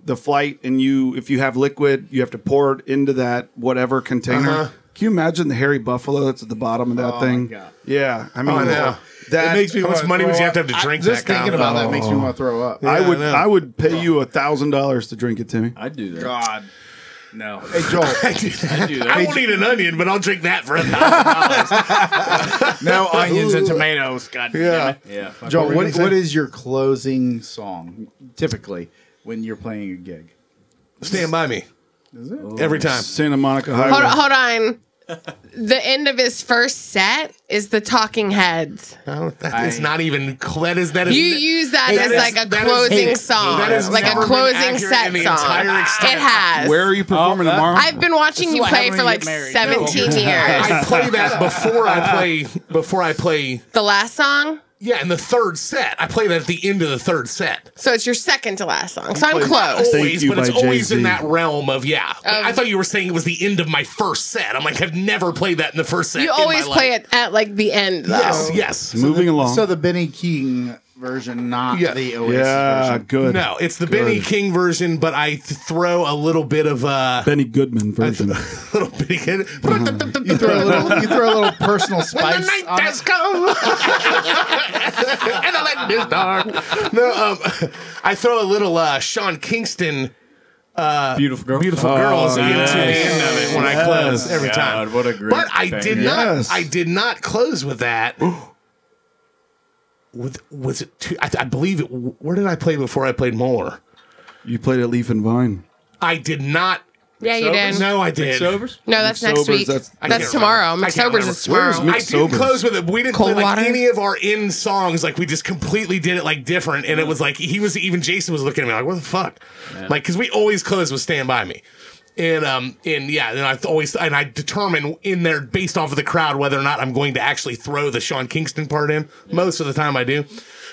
the flight and you if you have liquid, you have to pour it into that whatever container. Can you imagine the hairy buffalo that's at the bottom of that thing? God. Yeah. I mean I know. that it makes me how much wanna money would throw you up. have to have to drink Just that thinking cow? about that makes me want to throw up. I would I know. I, would pay you a thousand dollars to drink it, Timmy. I'd do that. God, no. Hey, Joel. I won't eat an onion, but I'll drink that for a thousand. No onions and tomatoes. God Yeah. damn it. Yeah. fuck. What Joel, were you what, gonna what say? is your closing song typically when you're playing a gig? Stand by me. Is it? Every time. Santa Monica Highway. Hold on, hold on. The end of his first set is the Talking Heads. No, that is not even that is that is You use that Hey, as that like is- a that is- closing hey, song, that has like a never been closing accurate set in the song. entire extent. It has. Where are you performing tomorrow? I've been watching you what play happens for like when you get married. 17 years. I play that before I play before I play The last song, yeah, in the third set. I play that at the end of the third set. so it's your second to last song. So I'm close. Always, you but it's by always Jay-Z. in that realm of yeah. But Of- I thought you were saying it was the end of my first set. I'm like, I've never played that in the first set. You always play it at like the end though. Yes, yes. Moving along. So the Benny King version, not Yeah. the Oasis yeah, version. good. No, it's the Benny King version, but I th- throw a little bit of uh, Benny Goodman version. little Benny King. Hmm. You throw a little, you throw a little personal spice. on it. come and the light is dark. No, um, I throw a little uh, Sean Kingston Beautiful girl. "Beautiful Girls" into the end of it when I close every time. Oh, God, what a great. But I did banger. not. Yes. I did not close with that. With was it? Two, I, I believe it. Where did I play before I played more? You played at Leaf and Vine. I did not. Yeah, you did. No, No, I did. Sobers. that's next Sobers, week. that's- That's, I can't tomorrow. remember. I can't McSobers is remember. tomorrow. I didn't Sobers? close with it. We didn't Cold play like water? any of our in songs. Like we just completely did it like different, and it was like he was even Jason was looking at me like, "What the fuck?" Like because we always close with "Stand by Me," and um and yeah, and I always and I determine in there based off of the crowd whether or not I'm going to actually throw the Sean Kingston part in. Most of the time I do,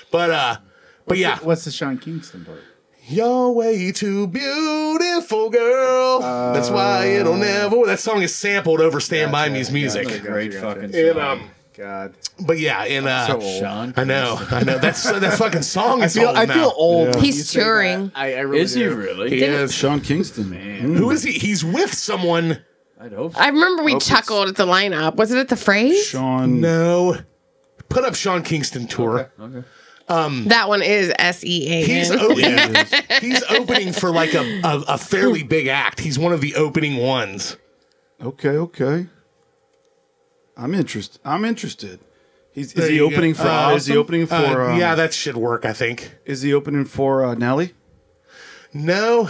but uh, but yeah, What's the Sean Kingston part? you're way too beautiful, girl. That's why it'll never. That song is sampled over "Stand by Me's" music. Great fucking And um, God. but yeah, and uh, Sean. I know, I know. That's that fucking song is old I now. feel old. when He's you say that. touring. I, I really Is he do. really? He is. Sean Kingston. Man. Who is he? He's with someone. I'd hope so. I remember we chuckled at the lineup. Was it at the phrase? Sean. No, put up Sean Kingston tour. That one is S E A He's N. opening. he's opening for like a, a a fairly big act. He's one of the opening ones. Okay, okay. I'm interested. I'm interested. He's, is There he you go. opening for? Uh, is he opening for? Uh, um, yeah, that should work. I think. Is he opening for uh, Nelly? No.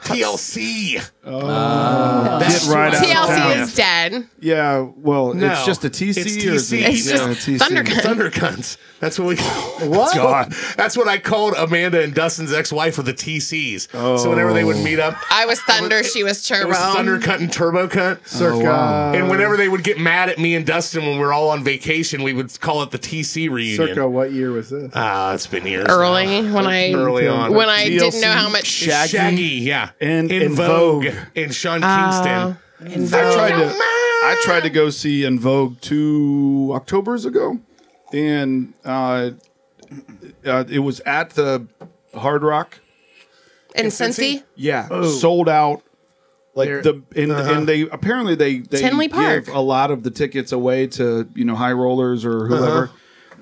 TLC. Oh. Get right out of town. TLC is dead. Yeah. Well, No. it's just a TC. It's or is TC. it- It's yeah, just TC. Thundercat. Thunder guns. That's what we. What? That's what I called Amanda and Dustin's ex-wife with the TCs. So whenever they would meet up, I was Thunder. she was it Turbo. was Thunder Cunt and Turbo Cunt. Oh, wow. and whenever they would get mad at me and Dustin when we were all on vacation, we would call it the TC reunion. Circa what year was this? Ah, it's been years. early when I Early on. when I didn't know TLC, how much Shaggy, yeah, And- in and Vogue, Uh, Vogue. and Sean Oh. Kingston. I tried to. I tried to go see In Vogue two October's ago, and uh, uh, it was at the Hard Rock. and Cincy. Yeah, sold out. Like the and, and they apparently they they Uh-huh. Tinley Park. give a lot of the tickets away to you know high rollers or Uh-huh. whoever.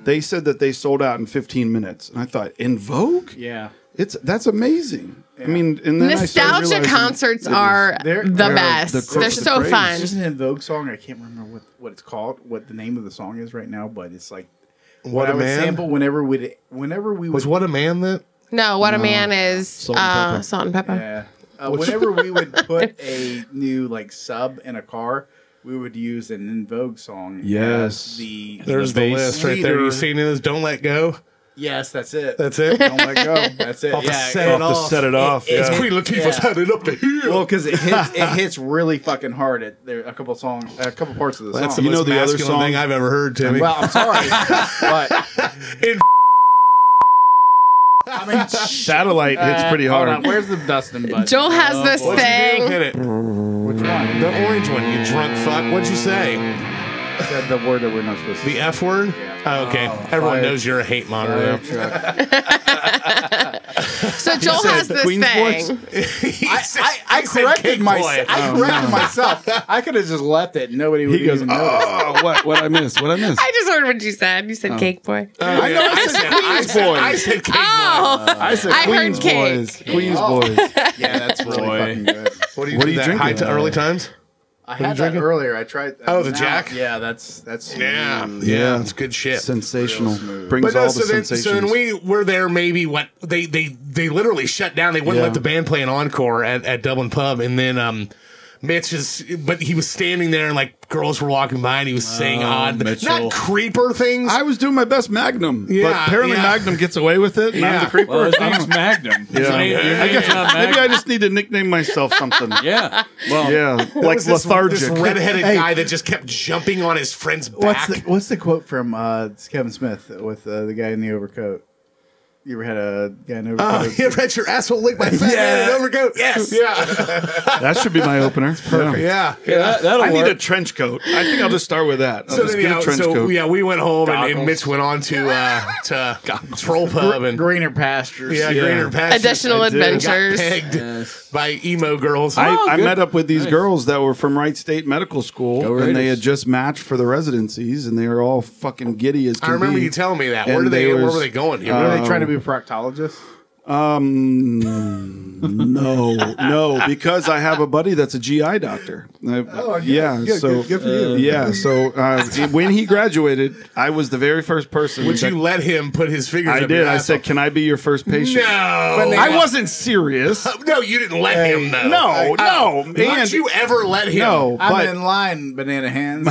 They said that they sold out in 15 minutes, and I thought in Vogue, Yeah. it's that's amazing. I mean, and then I started Nostalgia realizing concerts it is- are They're- the they're best. the They're crux of so the fun. There's an In Vogue song. I can't remember what, what it's called, what the name of the song is right now, but it's like What I a would man sample whenever we whenever we was. would, What a man that. No, what a man is and uh, pepper. salt and pepper. Yeah. uh, whenever we would put a new like sub in a car, we would use an In Vogue song. as Yes. the There's the, list right there. leader. You seen this? Don't let go. Yes, that's it. That's it? Don't let go. That's it. Off to yeah, set it Off to off. set it off, It's yeah. Queen Latifah's headed up to here. Well, because it hits, it hits really fucking hard at there a couple songs, a couple parts of the That's the song. most masculine thing I've ever heard, Timmy. Well, I'm sorry, but in I mean, satellite hits pretty Uh, hold hard. on, where's the Dustin button? Joel has this thing. Hit it. Which one? The orange one. You drunk fuck. What'd you say? Said the word that we're not supposed to. The F word. Oh, okay. Everyone fire- knows you're a hate monitor. fire now. So Joel said has this Queen's thing. I, I, I corrected cake boy. myself. I corrected myself. I could have just left it. Nobody would He goes, even notice. oh, what, what I missed? What I missed? I just heard what you said. You said cake boy. I know I said I Queens said, boy. Ah. I said Uh, cake oh, I said I heard Queens cake. boys. Queens Oh. boys. yeah, that's really fucking good. What do you, What do are you that drinking? High to early times? I had that earlier. I tried. Oh, the now- Jack? Yeah, that's that's Yeah. Yeah. It's good shit. Sensational. smooth. Brings But all the no, so then, sensations. so then we were there. Maybe what they they they literally shut down. They wouldn't Yeah. let the band play an encore at, at Dublin Pub, and then um, Mitch is, but he was standing there, and like girls were walking by, and he was saying odd, Mitchell. not creeper things. Oh, I was doing my best Magnum, Yeah, but apparently yeah. Magnum gets away with it. And I'm Yeah. the creeper. Well, his name's Magnum. His Yeah. name- your I name's guess- not maybe I Magnum. just need to nickname myself something. Yeah. Well, Yeah, There like was this, lethargic. This redheaded Hey. guy that just kept jumping on his friend's back. What's the What's the quote from uh, Kevin Smith with uh, the guy in the overcoat? You ever had a guy in Oh, overcoat? yeah, Rex, your asshole licked my fat man in an overcoat. Yes. Yeah. that should be my opener. Yeah. Yeah. that, that'll I need work. a trench coat. I think I'll just start with that. I'll So, just then, get yeah, a trench so coat. yeah, we went home and, and Goggles. Mitch went on to uh, to troll pub and greener pastures. yeah, greener pastures. Additional adventures. Got pegged by emo girls. I, I good. met up with these girls that were from Wright State Medical School, Go and they Raiders. had just matched for the residencies, and they were all fucking giddy as can I remember be. you telling me that. Where And do they? they where was- uh, were they going? Here? Are they trying to be a proctologist? Um, No, no, because I have a buddy that's a GI doctor. oh, yeah, so good for you. yeah, so uh, when he graduated, I was the very first person. Would that- you let him put his fingers? I up your did. I asshole? said, "Can I be your first patient?" no. I wasn't serious. No, you didn't let him though. No, no, Would and- you ever let him? No, I'm but in line, banana hands.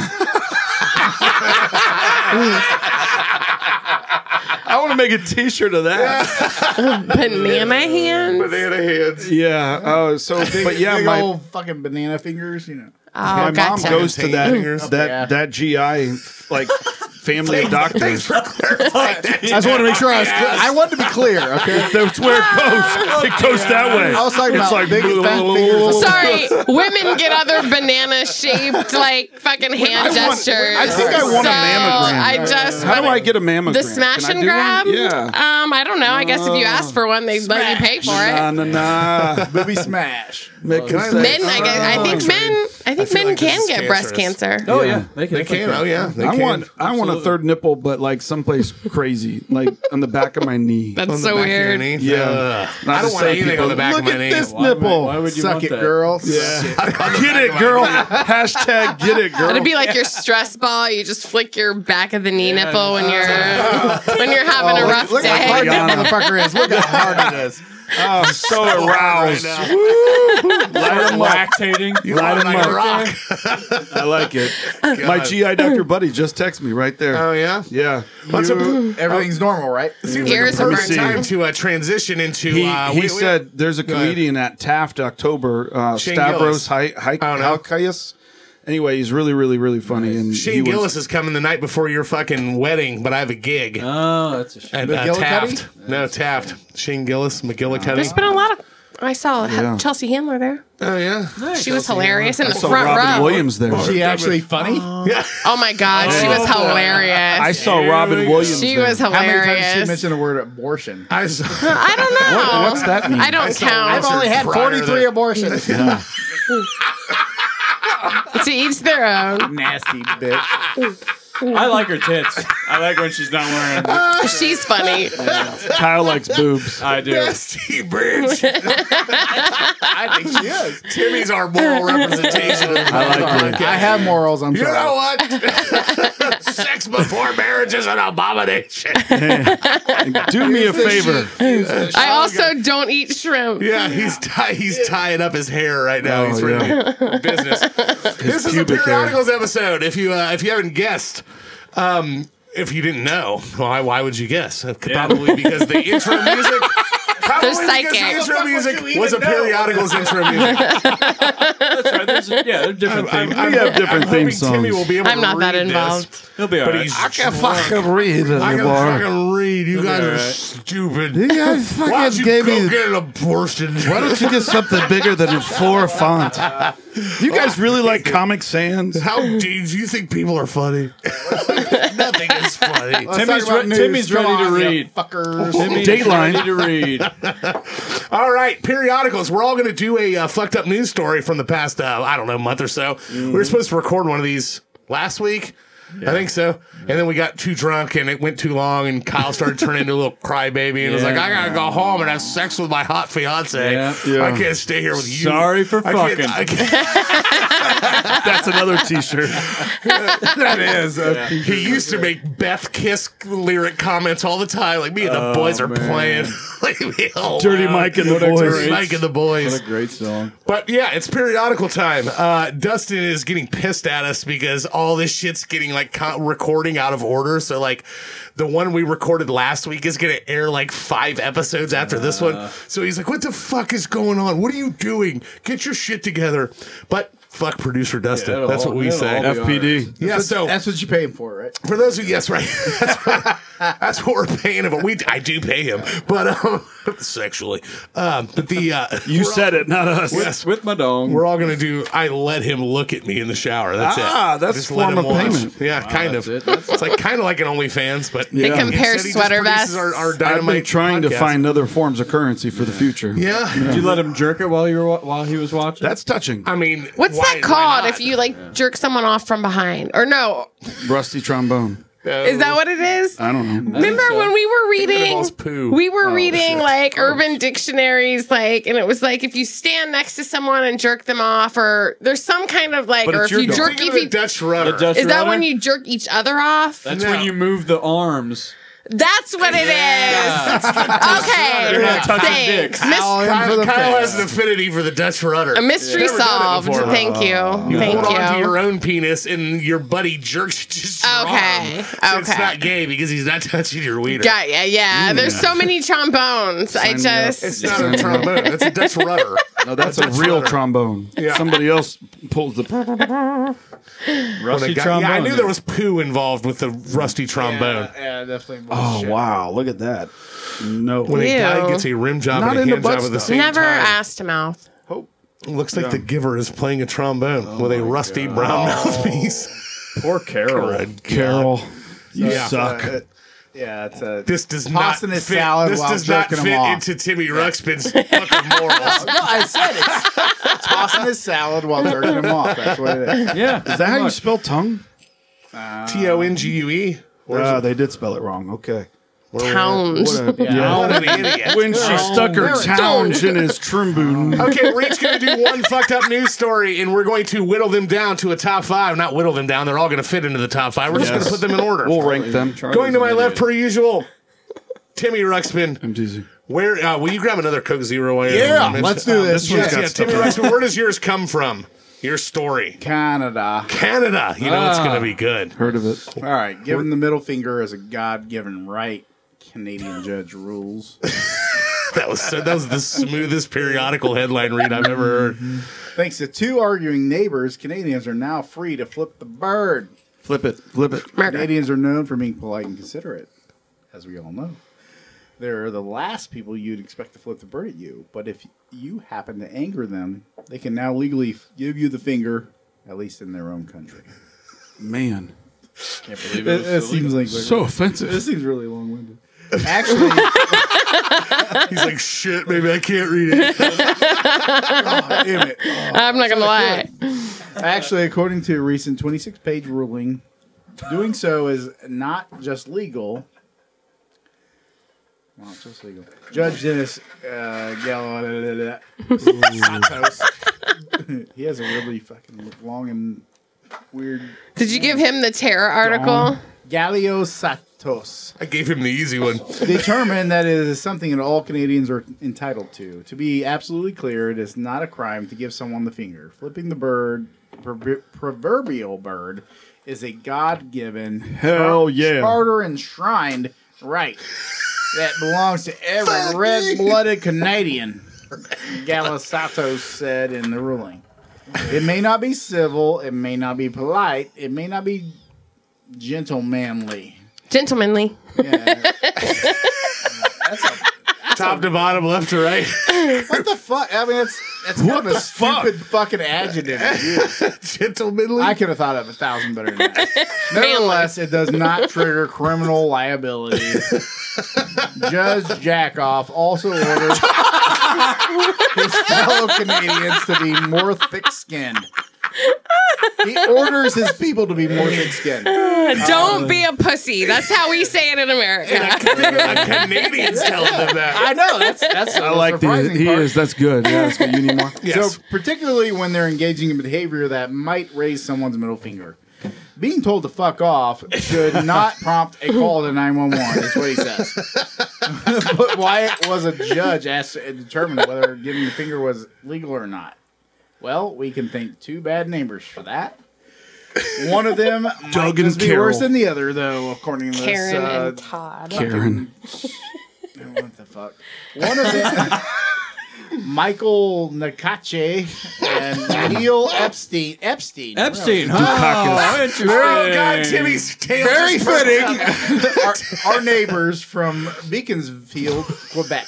I want to make a T-shirt of that. Banana hand. Banana hands. Yeah. Oh, so but yeah, Big my old fucking banana fingers. You know. Oh, my mom gotcha. goes to that Fingers. that that GI like family of doctors. I just wanted to make sure I was. Clear. I wanted to be clear. Okay. That's where it goes. It goes that way. I was talking It's about like big blah, fat blah, fingers. blah, Sorry, women get other banana shaped like fucking hand gestures. I think I want a so mammogram. I just How do I get a mammogram? the smash Can I and do grab? one? Yeah. Um, I don't know. I guess if you ask for one, they let you pay for Nah, it. nah, nah. Booby smash. Make him say, Men, I guess. I think men. I think men like this can is get breast cancerous. cancer. Oh yeah, they can. They can. Oh yeah. They I can. want I want a third nipple, but like someplace crazy, like on the back of my knee. That's On the so back of your weird. knee? Yeah. Ugh. Not I to don't want say anything people, on the back of Look my at knee. this Why would- nipple. Why would you Suck want it, that? girls. Get it, girl. Hashtag get it, girl. It'd be like your stress ball. You just flick your back of the knee nipple when you're when you're having a rough Look how day. hard that motherfucker is. Look how hard it is. oh, I'm so aroused. Start lactating. You Light 'em Like a up. rock. I like it. My GI doctor buddy just texted me right there. Oh yeah. yeah. What's a, Everything's normal, right? seems like a Ears are perfect burnt. time to uh, transition into. He, uh, he we- we- said there's a ahead. comedian at Taft October, uh, Shane Stavros Gillis. Hi- Hi- I don't know. Halkias. Anyway, he's really, really, really funny. And he Shane was- Gillis is coming the night before your fucking wedding, but I have a gig Oh, that's a shame. at uh, McGillicuddy? Taft. No, Taft. Shane Gillis, There's McGillicuddy. been a lot of. I saw Yeah. Chelsea Handler there. Oh yeah, She was hilarious in the saw front Robin row. Williams there. She actually funny? yeah. Oh my God, she was hilarious. I saw Robin Williams. she there. was How many times did she hilarious. mention the word abortion? I saw, I don't know. What's that mean? I don't count. I've only had Prior to 43 that. abortions. to each their own. Nasty bitch. I like her tits. I like when she's not wearing. them. She's funny. Kyle likes boobs. I do. nasty bitch. I think she is. Timmy's our moral representation of the I like it. I have morals. I'm You sorry. know what? Sex before marriage is an abomination. Do me a favor. I also don't eat shrimp. Yeah, he's tie he's tying up his hair right now. Oh, he's really business. this is a pubic hair. periodicals episode. If you uh, if you haven't guessed, um, if you didn't know, why why would you guess? Uh, Probably because the intro music. Probably because psychic. the intro music was a periodicals intro music. That's right. There's a, yeah, they're different things. We have different hoping theme songs. Timmy will be able I'm to not that read this, involved. He'll be all But right. he's can fucking read I can anymore. fucking read. You guys are alright. stupid. You guys Why fucking don't you gave go me. get an abortion? Why don't you get something bigger than a four font? You guys really like Comic Sans? How do you think people are funny? Nothing is funny. Timmy's, re- Timmy's ready to read. fuckers. Timmy's Dateline. ready to read. All right, periodicals. We're all going to do a uh, fucked up news story from the past, uh, I don't know, month or so. We were supposed to record one of these last week. I think so. And then we got too drunk and it went too long, and Kyle started turning into a little crybaby and was like, I got to go home and have sex with my hot fiance. Yeah. I can't stay here with you. Sorry for I can't- fucking. I can't- That's another T-shirt. that is. He used to make Beth Kiss lyric comments all the time. Like, me and the boys are playing. like, we all Oh, Dirty loud. Mike and the Dirty boys. Mike and the boys. What a great song. But yeah, it's periodical time. Uh, Dustin is getting pissed at us because all this shit's getting like co- recording out of order. So like, the one we recorded last week is gonna air like five episodes after this Ah. one. So he's like, "What the fuck is going on? What are you doing? Get your shit together!" But fuck producer Dustin. it'll That's all- what we it'll all be say. all right. FPD. Yeah. So That's what you pay him for, right? for those who, yes, right. That's what, that's what we're paying him. But we, I do pay him, but um, sexually. Um, but the uh, You said it, not us. yes, With my dong. we're all gonna do. I let him look at me in the shower. That's it. Ah, that's Just form let him of watch. payment. Yeah, kind of. it. That's it's like kind of like an OnlyFans, but They Yeah. compare Instead, he just sweater produces Our, vests. our I've dynamite been trying to podcast. find other forms of currency for the future. Yeah. Did you let him jerk it while you were wa- while he was watching? That's touching. I mean, What's why- that why called not? if you like jerk someone off from behind? Or no, Rusty trombone. is that what it is? I don't know. Remember so. when we were involves reading? poo. Oh, We were reading like urban dictionaries, like, and it was like if you stand next to someone and jerk them off, or there's some kind of like, But or it's if your you dog. jerk, Think if of the you, Dutch rudder. The Dutch is that rudder? when you jerk each other off? That's No. when you move the arms. That's what it is. Yeah. okay, Touching thanks. dicks. Mys- Kyle, Kyle has an affinity for the Dutch rudder. a mystery Never done it solved. before. Thank you. You hold on to Thank your you. own penis, and your buddy jerks just your Okay, arm. So It's okay. not gay because he's not touching your wiener. Got yeah, yeah. There's so many trombones. I me up. just It's not a trombone. It's a Dutch rudder. No, that's a real trombone. Yeah. Somebody else pulls the. Rusty Got- trombone. yeah, I knew there was poo involved with the rusty trombone. Yeah, yeah, definitely. Oh wow! Look at that. No. When a guy Ew. gets a rim job Not and a into hand job butt at the stuff. same never time, ass to mouth. looks like the giver is playing a trombone with a rusty brown mouthpiece. Poor Carol. Carol, you Yeah. suck. Uh, yeah, it's uh, a. This does Tossing not his fit. salad This while does not jerking him fit off. into Timmy Ruxpin's fucking morals. no, I said it's tossing his salad while jerking him off. That's what it is. Yeah. Is that how you spell tongue? T o n g u e. Uh, they did spell it wrong. Okay. Towns. What a- What an idiot. When she stuck her towns in his trombone. Okay, we're each going to do one fucked up news story, and we're going to whittle them down to a top five. Not whittle them down; they're all going to fit into the top five. We're just going to Yes. put them in order. We'll rank them. going to my left, per usual, Timmy Ruxpin. MTZ. Where uh, will you grab another Coke Zero? I Yeah, mentioned- let's do this. Yes, Yeah. yeah, Timmy Ruxpin. Where does yours come from? Your story, Canada. Canada. You know it's going to be good. Heard of it? All right, giving the middle finger is a God-given right. Canadian judge rules. That was so, that was the smoothest periodical headline read I've ever heard. Thanks to two arguing neighbors, Canadians are now free to flip the bird. Flip it. Flip it. Canadians are known for being polite and considerate, as we all know. They're the last people you'd expect to flip the bird at you, but if you happen to anger them, they can now legally f- give you the finger, at least in their own country. Man, Can't believe It, it seems like so offensive. This seems really long-winded. Actually, He's like, shit, maybe I can't read it. damn it. I'm not gonna lie. Actually, according to a recent 26 page ruling, doing so is not just legal. Not just legal. Judge Dennis uh, Gal- Santos. he has a really fucking long and weird Did you give him the terror article? Galio Satos I gave him the easy one. determined that it is something that all Canadians are entitled to. To be absolutely clear, it is not a crime to give someone the finger. Flipping the bird, prover- proverbial bird, is a God-given, Hell yeah. charter enshrined right that belongs to every red-blooded Canadian. Galisatos said in the ruling. It may not be civil, it may not be polite, it may not be gentlemanly. Gentlemanly. Yeah. Top to bottom, left to right. what the fuck? I mean, that's that's kind of a stupid fucking adjective. to use. Gentlemanly. I could have thought of a thousand better than that. Nevertheless, it does not trigger criminal liability. Judge Jackoff also orders his fellow Canadians to be more thick-skinned. He orders his people to be more thick-skinned. Don't be a pussy. That's how we say it in America. Canadians telling them that. I know that's that's I like the surprising he part. is. That's good. Yeah, that's good. You need more. Yes. So, particularly when they're engaging in behavior that might raise someone's middle finger. Being told to fuck off should not prompt a call to 911, is what he says. but why was a judge asked to determine whether giving the finger was legal or not? Well, we can thank two bad neighbors for that. One of them might Doug and just be Carol. worse than the other, though, according to this. Karen uh, and Todd. Karen. what the fuck? One of them, Michael Nakache and Neil Epstein. Epstein. Epstein, huh? Oh, interesting. Oh God, Timmy's tail. Very fitting. our, our neighbors from Beaconsfield, Quebec.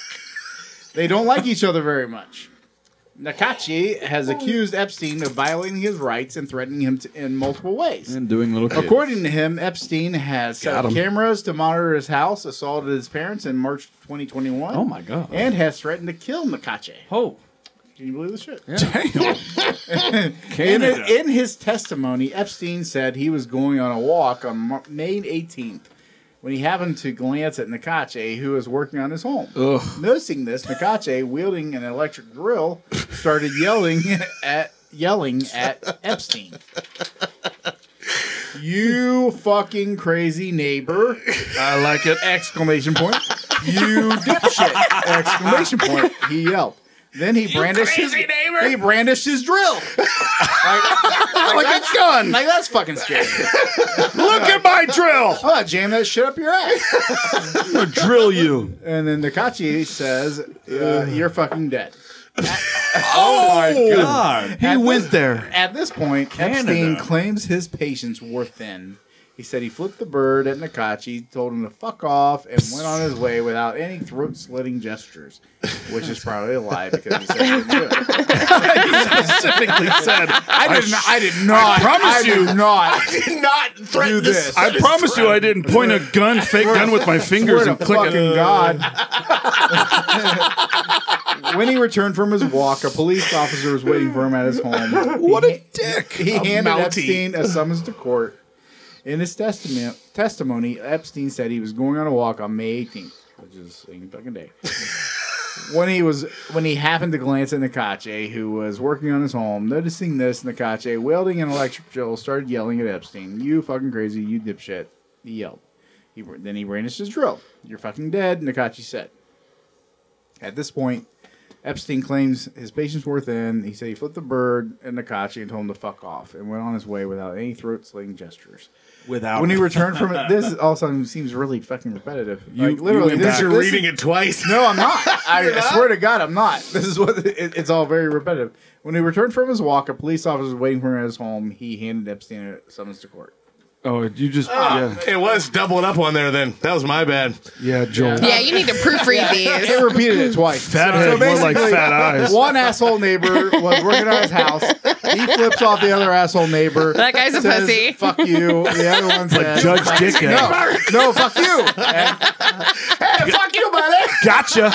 They don't like each other very much. Nakache has accused Epstein of violating his rights and threatening him to, in multiple ways. And doing little kids. According to him, Epstein has set up cameras to monitor his house, assaulted his parents in March 2021. Oh my god. And has threatened to kill Nakache. Oh. Can you believe this shit? In, Canada. in his testimony, Epstein said he was going on a walk on Mar- May 18th when he happened to glance at Nakache, who was working on his home. Noticing this, Nakache, wielding an electric drill, started yelling at yelling at Epstein. You fucking crazy neighbor! I like it. Exclamation point! You dipshit! Exclamation point! He yelled. Then he brandished his neighbor. he brandished his drill. like, like that's gone. Like that's fucking scary. Look at my drill. Oh, jam that shit up your ass. I'm gonna drill you. And then Nakachi says, uh, "You're fucking dead." He went there. At this point, Epstein claims his patients were thin. He said he flipped the bird at Nakachi, told him to fuck off, and went on his way without any throat slitting gestures, which is probably a lie because he said he didn't do it. Specifically said. I did not. I did not. I promise you, not. Did not threaten Do this. this. I promise you, I didn't point a gun, fake gun with my fingers Word and of click fucking it. God. when he returned from his walk, a police officer was waiting for him at his home. What a dick! He handed Mountie. Epstein a summons to court. In his testament, testimony, Epstein said he was going on a walk on May 18th, which is the same fucking day. when he was when he happened to glance at Nakache, who was working on his home, noticing this, Nakache, wielding an electric drill, started yelling at Epstein, "You fucking crazy, you dipshit!" He yelled. He then he brandished his drill. "You're fucking dead," Nakache said. At this point, Epstein claims his patients were thin. He said he flipped the bird at Nakache and told him to fuck off, and went on his way without any throat slitting gestures. Without When he returned from it, this also seems really fucking repetitive. You- like literally, you went this, back. You're this is- reading it twice. no, I'm not. I, I swear to God, I'm not. This is what it, it's all very repetitive. When he returned from his walk, a police officer was waiting for him at his home. He handed Epstein a summons to court. Oh, you just It was doubled up on there. Then that was my bad. yeah, yeah, Joel. Yeah, Oh, you need to proofread It these. repeated it twice. Fat head, more like basically- fat eyes. One asshole neighbor was working on his house. He flips off the other asshole neighbor. That guy's a says, pussy. Fuck you. The other one says, Judge Dickhead. no, no, fuck you. And, hey, fuck you, buddy. gotcha.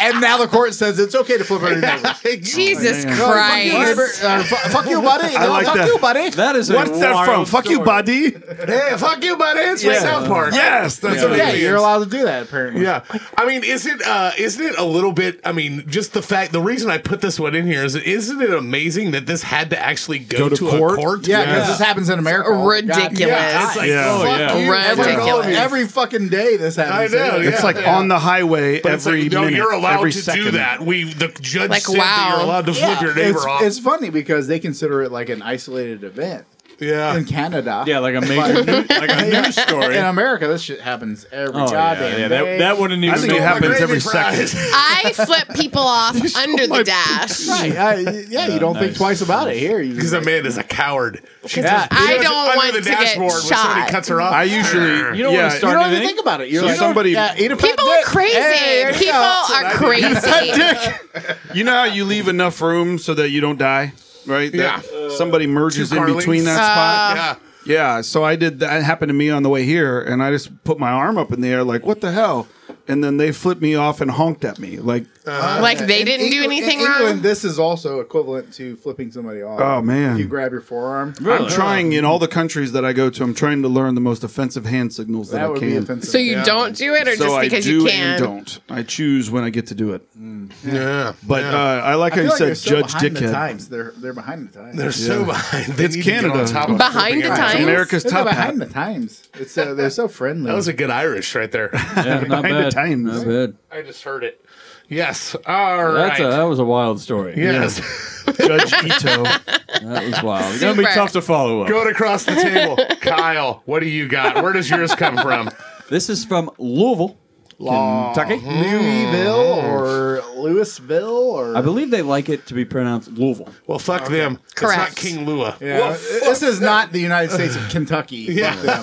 and now the court says it's okay to flip everything over. Jesus Fuck you, neighbor. Christ. Uh, fu- fuck you, buddy. I No, like fuck that. you, buddy. That is a What's that wild from? Fuck you, story. buddy. Hey, fuck you, buddy. It's from South Park. Yes, that's Yeah. what Yeah, it you're is. allowed to do that apparently. Yeah, I mean, is it uh, isn't it a little bit? I mean, just the fact. The reason I put this one in here is, isn't it amazing that this had to actually go, Go to to, a court? court? Yeah, because this happens in America. all the goddamn- Ridiculous. yeah. It's like, Yeah. fuck Oh, yeah. you. Every, Ridiculous. every fucking day this happens. I know, It's Yeah. like on the highway But it's every like, no, minute. you're allowed every to second. do that. We the judge Like, said that wow. you're allowed to flip your neighbor it's, off. it's funny because they consider it like an isolated event yeah, in Canada. Yeah, like a major, new, like a news story. in America, this shit happens every Oh, goddamn yeah, yeah, day. that, that wouldn't even. I think it make- happens every Surprise. second. I flip people off under the dash. Right. I- yeah, you don't think twice about it here. You because Amanda's a coward. She goes Yeah. I don't under want the to get dashboard when shot. somebody cuts her off. I usually, You don't yeah, want to You start don't even anything. think about it. You're So like, somebody- yeah, eat a fat People are dick. crazy. Hey, people are crazy. Dick, you know how you leave enough room so that you don't die, right? That somebody merges Two in Carlings. between Uh, that spot. yeah. Yeah, so I did that. It happened to me on the way here, and I just put my arm up in the air, like, what the hell? And then they flipped me off and honked at me. Like, Uh, like they In didn't do England- anything in England, wrong. This is also equivalent to flipping somebody off. Oh, man. If you grab your forearm. uh. I'm trying in all the countries that I go to, I'm trying to learn the most offensive hand signals that, That I would be can. offensive. So you don't do it, or just because I do you and can. don't. I choose when I get to do it. Mm. yeah, But uh, I like how I feel you like said, they're so Judge behind The Dickhead. times. They're they're behind the times. they're so behind. They It's need to get on Canada. top of Behind flipping the out. times? America's They're top hat. behind the times. It's uh, they're so friendly. That was a good Irish right there. Yeah, not Behind the bad. times. Not bad. I just heard it. Yes. All That's right. a, that was a wild story. yes. Judge Ito. That was wild. It's gonna be tough to follow up. Going across the table. Kyle, what do you got? Where does yours come from? This is from Louisville, Kentucky. Louisville or Louisville or I believe they like it to be pronounced Louisville. Well, fuck them. It's Correct. not King Lua. Yeah, this is not the United States of Kentucky. Yeah,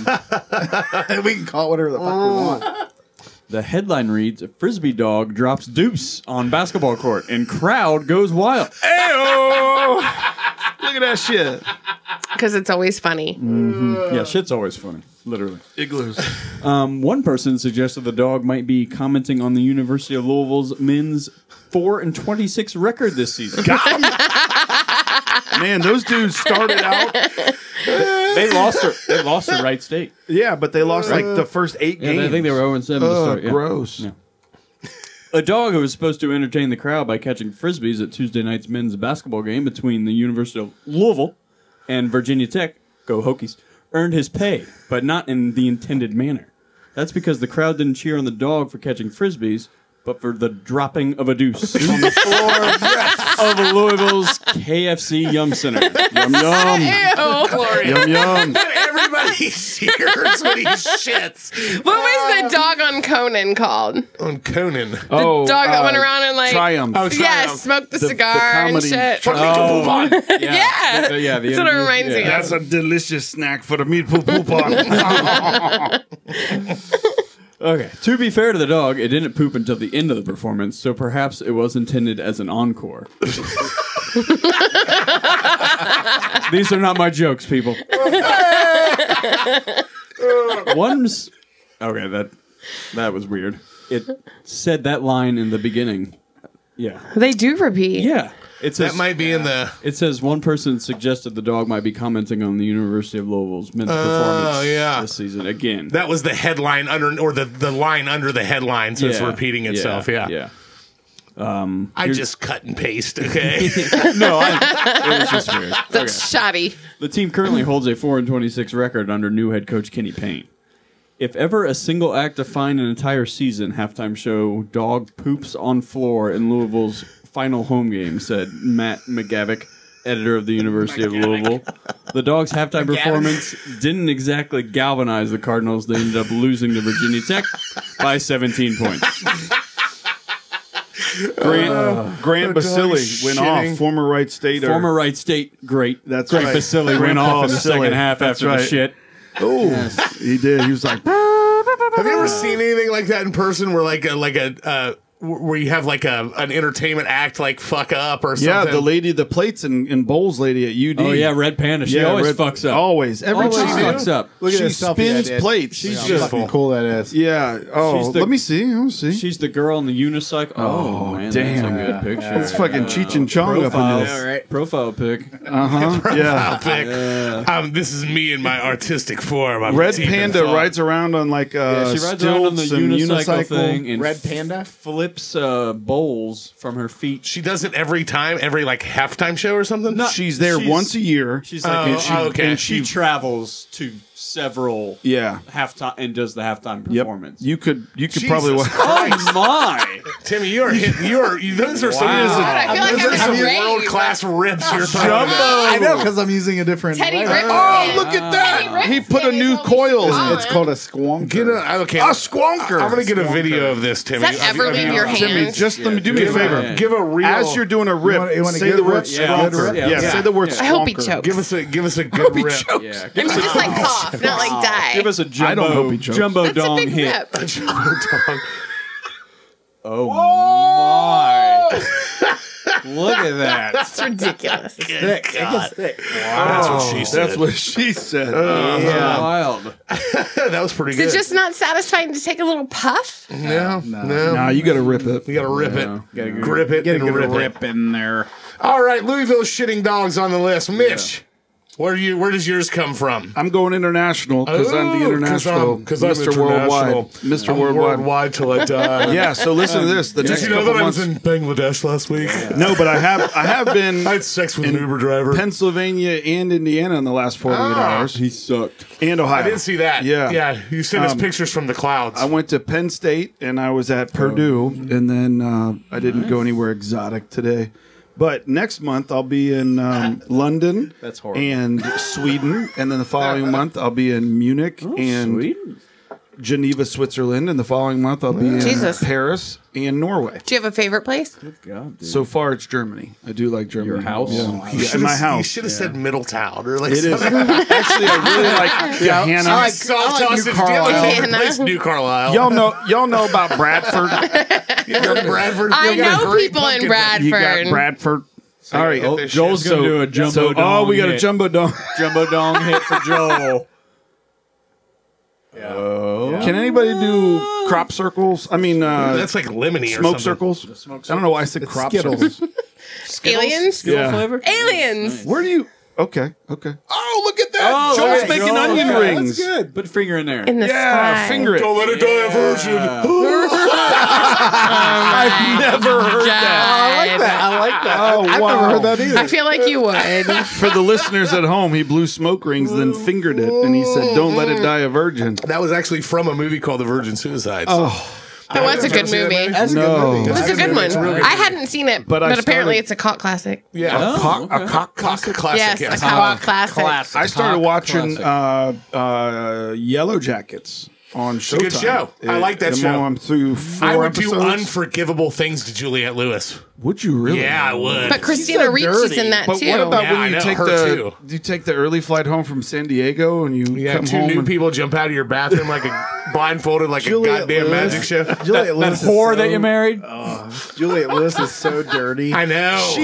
we can call it whatever the fuck we want. The headline reads: A frisbee dog drops deuce on basketball court, and crowd goes wild. Look at that shit. Because it's always funny. yeah, shit's always funny. Literally. Igloos. Um, one person suggested the dog might be commenting on the University of Louisville's men's four and twenty-six record this season. Man, those dudes started out. they lost their they lost their right state. Yeah, but they lost like the first eight Yeah, games. I think they were zero and seven. to Ugh, start, yeah. gross. Yeah. A dog who was supposed to entertain the crowd by catching frisbees at Tuesday night's men's basketball game between the University of Louisville and Virginia Tech, go Hokies, earned his pay, but not in the intended manner. That's because the crowd didn't cheer on the dog for catching frisbees, but for the dropping of a deuce on the floor of Louisville's KFC Yum Center. Yum yum. Ew. Yum yum. Everybody cheers when he shits. What was the dog on Conan called? The On Conan. Oh, dog that uh, went around and like, Triumph. Oh, yeah, Triumph. smoked the, The- the cigar and comedy shit. Triumph. Oh. Move on. Yeah, yeah, the that's what it interview- reminds me yeah. of. That's a delicious snack for the meat poo poo pong. Okay. To be fair to the dog, it didn't poop until the end of the performance, so perhaps it was intended as an encore. These are not my jokes, people. One's okay. That that was weird. It said that line in the beginning. Yeah. They do repeat. Yeah. It says That might be in the. it says one person suggested the dog might be commenting on the University of Louisville's men's performance Oh, yeah. this season again. That was the headline under, or the, the line under the headline, so it's Yeah. repeating itself. Yeah. Yeah. I just cut and paste, okay? No, I, it was just weird. That's shoddy. The team currently holds a 4 and 26 record under new head coach Kenny Payne. If ever a single act defined an entire season, halftime show dog poops on floor in Louisville's final home game, said Matt McGavick, editor of the University of Louisville. The dog's halftime performance didn't exactly galvanize the Cardinals. They ended up losing to Virginia Tech by 17 points. Grant, Grant Basile went off, former Wright Stater. Former Wright State great, That's great right. Basile went Grandpa off in the Basile. second half That's after the right. shit. Oh, he did. He was like, Have you ever seen anything like that in person where like a, like a uh, where you have like a an entertainment act like fuck up or Yeah, something. the lady, the plates and, and bowls lady at UD. Oh, yeah, Red Panda. She always fucks up. Always, every Always time. fucks up. Look at she that selfie I spins did. plates. She's She's just just fucking cool. That is. yeah. Oh, She's the- let me see. Let me see. She's the girl in the unicycle. Oh, man, damn. that's a good picture. It's fucking Cheech and Chong up profile, in this. profile pic. Uh huh. yeah. Thick. Um, this is me in my artistic form. I'm Red deep in Panda thought. rides around on like uh, Yeah, she rides around on the stilts and unicycle, thing and Red Panda? flips uh, bowls from her feet. She does it every time, every like halftime show or something. She's there She's- once a year. She's like, Oh, oh, okay. and she travels to several yeah. halftime and does the halftime Yep. performance. You could you could probably Jesus. watch. oh my! Timmy, you are hitting, you are you- those are some, those God, I are, feel like those are I'm some in a rave. world class rips you're throwing. I know because I'm using a different. Teddy light. Ripken. Oh, look at that! Teddy He put a Ruxpin new is what we coil. should in call it. It's called a squonk. Get a okay. A squonker. I'm gonna get a video of this, Timmy. Does that Of you- ever of you- leave your Timmy, hands? just let me do me a Give favor. a, give a real. As you're doing a rip, wanna- you wanna say get the a rip? word Yeah, squonker. good rip. Yeah, Yeah. say the word I hope he squonker. chokes. give us a give us a good rip. Yeah, I mean, just like cough, not like die. give us a jumbo, I don't hope he chokes. jumbo That's a dong big hit. rip. Oh my! Look at that. It's ridiculous. That's what she said. That's what she said. Yeah. Wild. that was pretty Is it good. just not satisfying to take a little puff? no, no, nah, you gotta rip it. You gotta rip it, grip it, Get a and good rip, rip it. in there. All right, Louisville shitting dogs on the list. Mitch, where do you where does yours come from? I'm going international because I'm the Ooh, Oh, 'cause international, I'm- 'cause I'm Mr. Worldwide, international. Mr. I'm Worldwide. worldwide till I die. Yeah. So listen to this. The Did next you know couple that I was months. in Bangladesh last week? no, but I have I have been I had sex with an In Uber driver. Pennsylvania and Indiana in the last 48 Ah. hours. He sucked. And Ohio. I did see that. Yeah. yeah. You sent us Um, pictures from the clouds. I went to Penn State and I was at Purdue, and then uh, I didn't go anywhere exotic today. But next month I'll be in um, London That's horrible. and Sweden, and then the following month I'll be in Munich Oh, and Geneva, Switzerland, and the following month I'll be in Jesus. Paris and Norway. Do you have a favorite place? So far it's Germany. I do like Germany. Your house? Yeah, Wow. Yeah, in my You house. should have said Middletown or like It is actually I really like Johanna. I like soft tossed and Carlisle. Dealing with New Carlisle. Y'all know, y'all know about Bradford. you got Bradford. I you got a know great people in pumpkin. Bradford. You got Bradford. All right, Oh, Joel's gonna do a jumbo So, oh, dong we got a hit. jumbo dong. Jumbo dong hit for Joel. Oh. Can anybody do crop circles? I mean, uh, That's like lemony smoke or something. circles. I don't know why I said crop Skittles. circles. Aliens? Yeah. flavor? Aliens! Where do you? Okay, okay. Oh, look at that! Oh, Joel's there you making go. onion Yeah, that's rings. good. Put a finger in there. In the Yeah, sky. finger it. Don't let it die a virgin. I've never heard that. I like that. I like that. Oh, I've never heard that either. I feel like you would. For the listeners at home, he blew smoke rings, then fingered it, and he said, "Don't let it die a virgin." That was actually from a movie called The Virgin Suicides. Oh, That was a good movie. That That's a good No. movie. was a good one. I hadn't seen it, But but, I apparently started- it's a cult classic. yeah, Oh, a cock, a okay. cock, cock classic. yes, yeah. a cult classic. I started Cock watching classic. uh, uh, Yellow Jackets on Showtime. good show. I like that the show. more I'm through four I would do episodes. unforgivable things to Juliette Lewis. would you really? Yeah, I would. But Christina Ricci's in that But too. what about Yeah, I when you know, take her the too. you take the early flight home from San Diego and you yeah, come two home new and people jump out of your bathroom like a blindfolded, like a Juliette goddamn Lewis. magic show. Juliet that, Lewis is Whore that so- you married? Juliet Lewis is so dirty. I know. She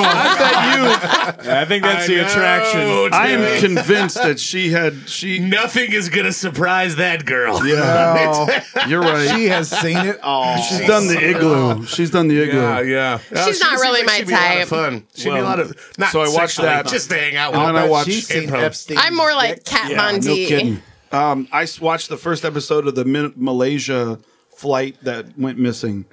I think that's the attraction. I am convinced that she had she. Nothing is gonna surprise that girl. Yeah, you're right. Oh, She has seen it all. She's done the igloo. She's done the igloo. Yeah, yeah. She's not really my she'd be A lot type. of fun. She'd be a lot of. Not so I watched sexually, that. just to hang out. And with then her. I watched- She's seen Improv. Epstein. I'm more like Kat Von no D. kidding. Um, I s- watched the first episode of the Min- Malaysia flight that went missing.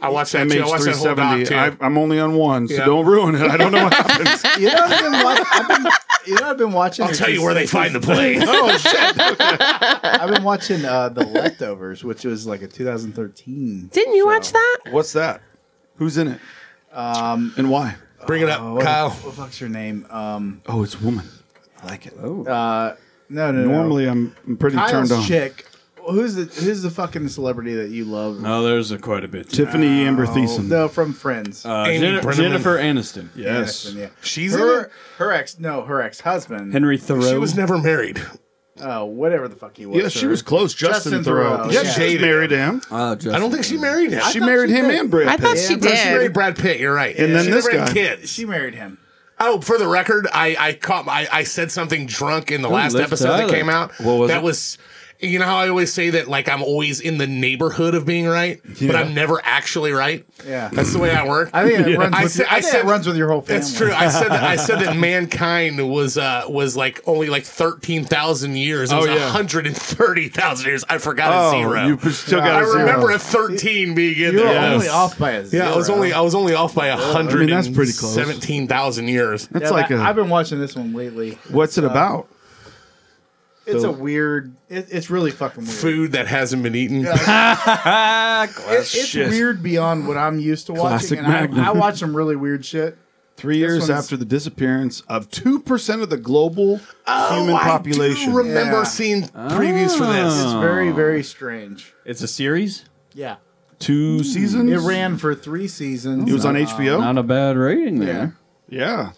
I watched that. Too. I watched that whole doc MH370. too. I, I'm only on one, so Yeah. don't ruin it. I don't know what happens. You know, I've been, watch- I've been, you know, I've been watching. I'll tell you where they find the plane. oh shit! I've been watching uh, the leftovers, which was like a 2013. Didn't you watch that? What's that? Who's in it? Um, and why? Bring it up, Oh, what, Kyle. what the fuck's her name? Um, Oh, it's a woman. I like it. Oh. no, no, no. Normally, I'm, I'm pretty Kyle's turned on. chick. Who's the who's the fucking celebrity that you love? No, Oh, there's a quite a bit. Tiffany Amber Thiessen. No, from Friends. Uh, Amy Jen- Brenneman. Jennifer Aniston. yes. Yeah. She's in Her it? her ex no her ex husband. Henry Thoreau. She was never married. uh, whatever the fuck he was. Yeah, she was close. Justin, Thoreau. Thoreau. Yeah, Yeah. she married him. Ah, Uh, I don't think she married him. she married him and Brad I Pitt. thought she No, Oh, she married did. Brad Pitt. You're right. And then She this never had guy. kids. She married him. Oh, for the record, I I caught I, I said something drunk in the last Liv episode that Tyler. came out. What was that it? was you know how I always say that like I'm always in the neighborhood of being right, but I'm never actually right. Yeah. That's the way I work. I think it runs. I with said- your, I I think said- it runs with your whole family. That's true. I said that, I said that mankind was uh was like only like thirteen thousand years. It was Oh, yeah. hundred and thirty thousand years. I forgot a zero. Oh, you p- still got I a zero. remember a thirteen being in You were there. only off by a zero. Yeah, I was only I was only off by a hundred. that's pretty close. Seventeen thousand years. That's Yeah, like I- a. I've been watching this one lately. what's it about? It's a weird. It, it's really fucking weird. Food that hasn't been eaten. Ah, It- it's weird beyond what I'm used to watching. Classic and Magnum. I, I watch some really weird shit. Three This years one's- after the disappearance of two percent of the global human population. I do remember Yeah. seeing Ah. Oh. previews for this. It's very very strange. It's a series. Yeah, Two seasons. it ran for three seasons. It was on HBO. Not a bad rating Yeah, there. yeah,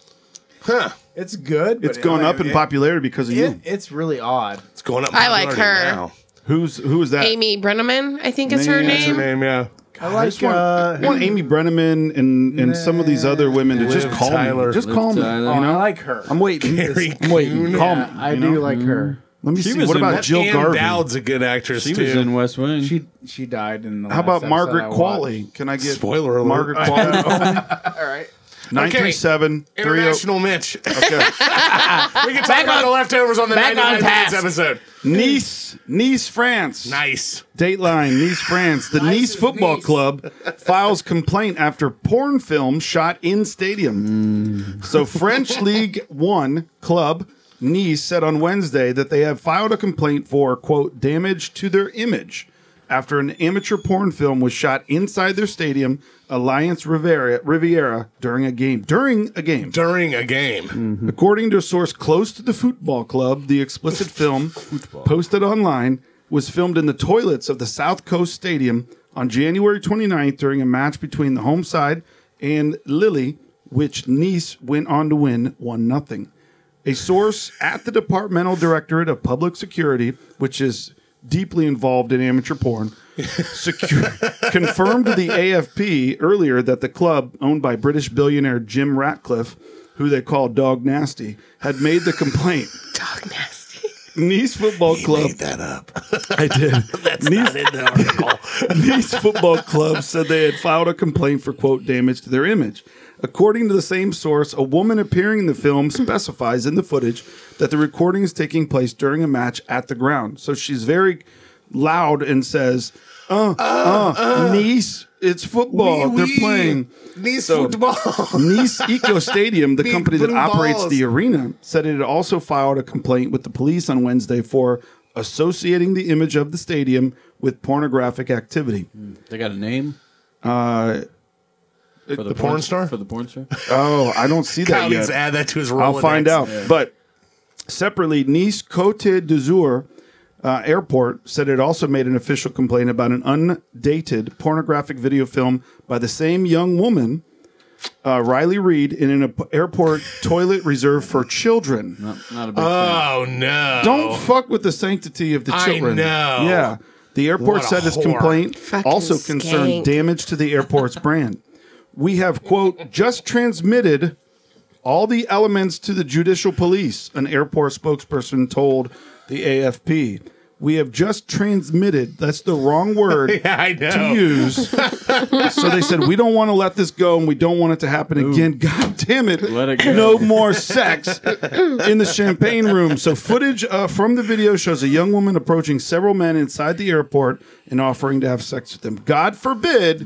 Huh. it's good. but it's gone like, up in it- popularity because of It, you. it's really odd. It's going up. I like popularity her. now. Who's who is that? Amy Brenneman, I think is her Man, that's name. Her name, yeah. I I like. just want, uh, I want Amy Brenneman and and some of these other women to just Liv call Tyler. me. Just Liv call me. Tyler. oh, You know, I like her. I'm waiting. Carrie I'm waiting. Coon. Call Yeah, me. I you do know? Mm-hmm. like her. Let me She see. was What in about that Jill Ann Garvey? Dowd's a good actress She too. was in West Wing. She she died in the. How about last episode I Margaret watched. Qualley? Can I get Spoiler alert. Margaret Qualley. All right. Nine three seven three zero. International Mitch. Okay. We can talk about the leftovers on the back on 99 minutes task. episode. Nice, Nice, France. Nice. Dateline, Nice, France. The Nice is Football Nice. Club files complaint after porn film shot in stadium. So, French League One club Nice said on Wednesday that they have filed a complaint for, quote, damage to their image after an amateur porn film was shot inside their stadium, Alliance Riviera, Riviera during a game. During a game. During a game. Mm-hmm. According to a source close to the football club, the explicit film posted online was filmed in the toilets of the South Coast Stadium on January 29th during a match between the home side and Lille, which Nice went on to win 1 nothing. A source at the Departmental Directorate of Public Security, which is deeply involved in amateur porn, secure, confirmed to the AFP earlier that the club, owned by British billionaire Jim Ratcliffe, who they call Dog Nasty, had made the complaint. Dog nasty. Nice Football Club. that up. I did. Nice, Nice Football Club said they had filed a complaint for quote damage to their image. According to the same source, a woman appearing in the film specifies in the footage that the recording is taking place during a match at the ground. So she's very loud and says, "Uh, uh, Nice, it's football. Wee, They're wee. playing." Nice So- football. Nice Eco Stadium, the Big company that blue operates balls. the arena, said it had also filed a complaint with the police on Wednesday for associating the image of the stadium with pornographic activity. They got a name. Uh, for the, porn star? For the porn star. Oh, I don't see that Kyle needs yet. to add that to his Rolodex. I'll find out. But separately, Nice Cote d'Azur uh, Airport said it also made an official complaint about an undated pornographic video film by the same young woman, uh, Riley Reed, in an ap- airport toilet reserved for children. Not, not a big fan. Oh, no. Don't fuck with the sanctity of the I children. know. Yeah. The airport What a said its whore. complaint Fucking also skank. concerned damage to the airport's brand. We have, quote, just transmitted all the elements to the judicial police, an airport spokesperson told the AFP. We have just transmitted, that's the wrong word Yeah, I know. to use. so they said, we don't want to let this go and we don't want it to happen again. God damn it. Let it go. No more sex in the champagne room. So footage uh, from the video shows a young woman approaching several men inside the airport and offering to have sex with them. God forbid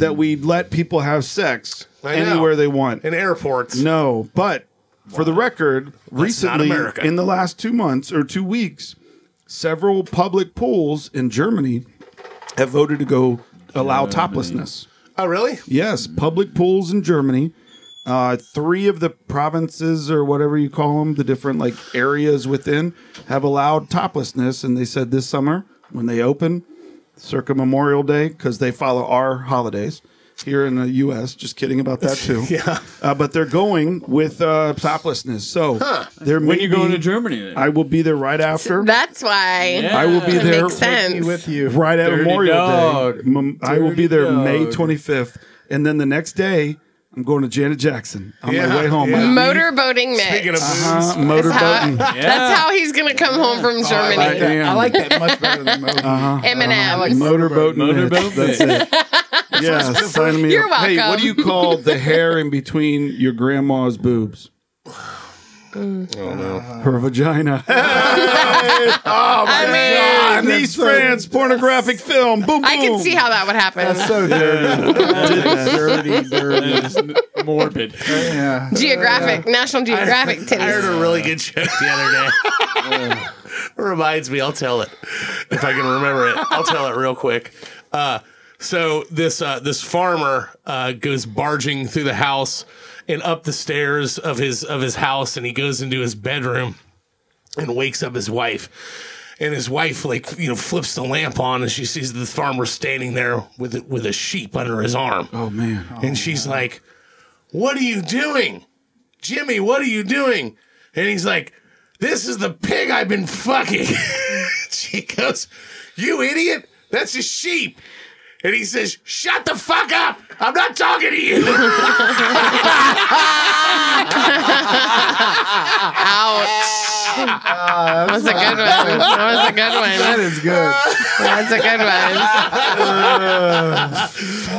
that we let people have sex I know. anywhere they want. In airports. No, but for the record, not recently America. in the last two months or two weeks, several public pools in Germany have voted to go allow toplessness. Oh, really? Yes, public pools in Germany. Uh, three of the provinces or whatever you call them, the different like areas within, have allowed toplessness, and they said this summer when they open, circa Memorial Day, because they follow our holidays, here in the U.S. Just kidding about that too. yeah, uh, but they're going with uh, toplessness. So there may When you going be- to Germany then? I will be there right after. That's why. Yeah. I will be That there makes sense. with you. right at Dirty Memorial dog. Day. Mem- I will be Dirty there dog. May 25th, and then the next day I'm going to Janet Jackson on Yeah, my way home. yeah. I leave- Motorboating Mitch. Speaking of uh-huh, moons, That's how, motorboating. that's how he's gonna come home from Germany. I am. I like that much better than Mo. Eminem. Motorboat Mitch. Motorboat That's it. yeah, sign me You're up. Hey, what welcome. do you call the hair in between your grandma's boobs? Oh no. Her vagina. I Ah, mean, niece France, pornographic film. Boom, boom. I can see how that would happen. So dirty. dirty, dirty. morbid. Yeah. Geographic, National Geographic I heard titties. a really good joke the other day. Reminds me, I'll tell it if I can remember it. I'll tell it real quick. Uh, so this uh, this farmer uh, goes barging through the house and up the stairs of his of his house, and he goes into his bedroom and wakes up his wife. And his wife, like you know, flips the lamp on, and she sees the farmer standing there with a- with a sheep under his arm. Oh man. And she's like, What are you doing? Jimmy, what are you doing? And he's like, This is the pig I've been fucking. she goes, You idiot. That's a sheep. And he says, Shut the fuck up. I'm not talking to you. Ouch. That was a good one. That was a good That one. is good. That's a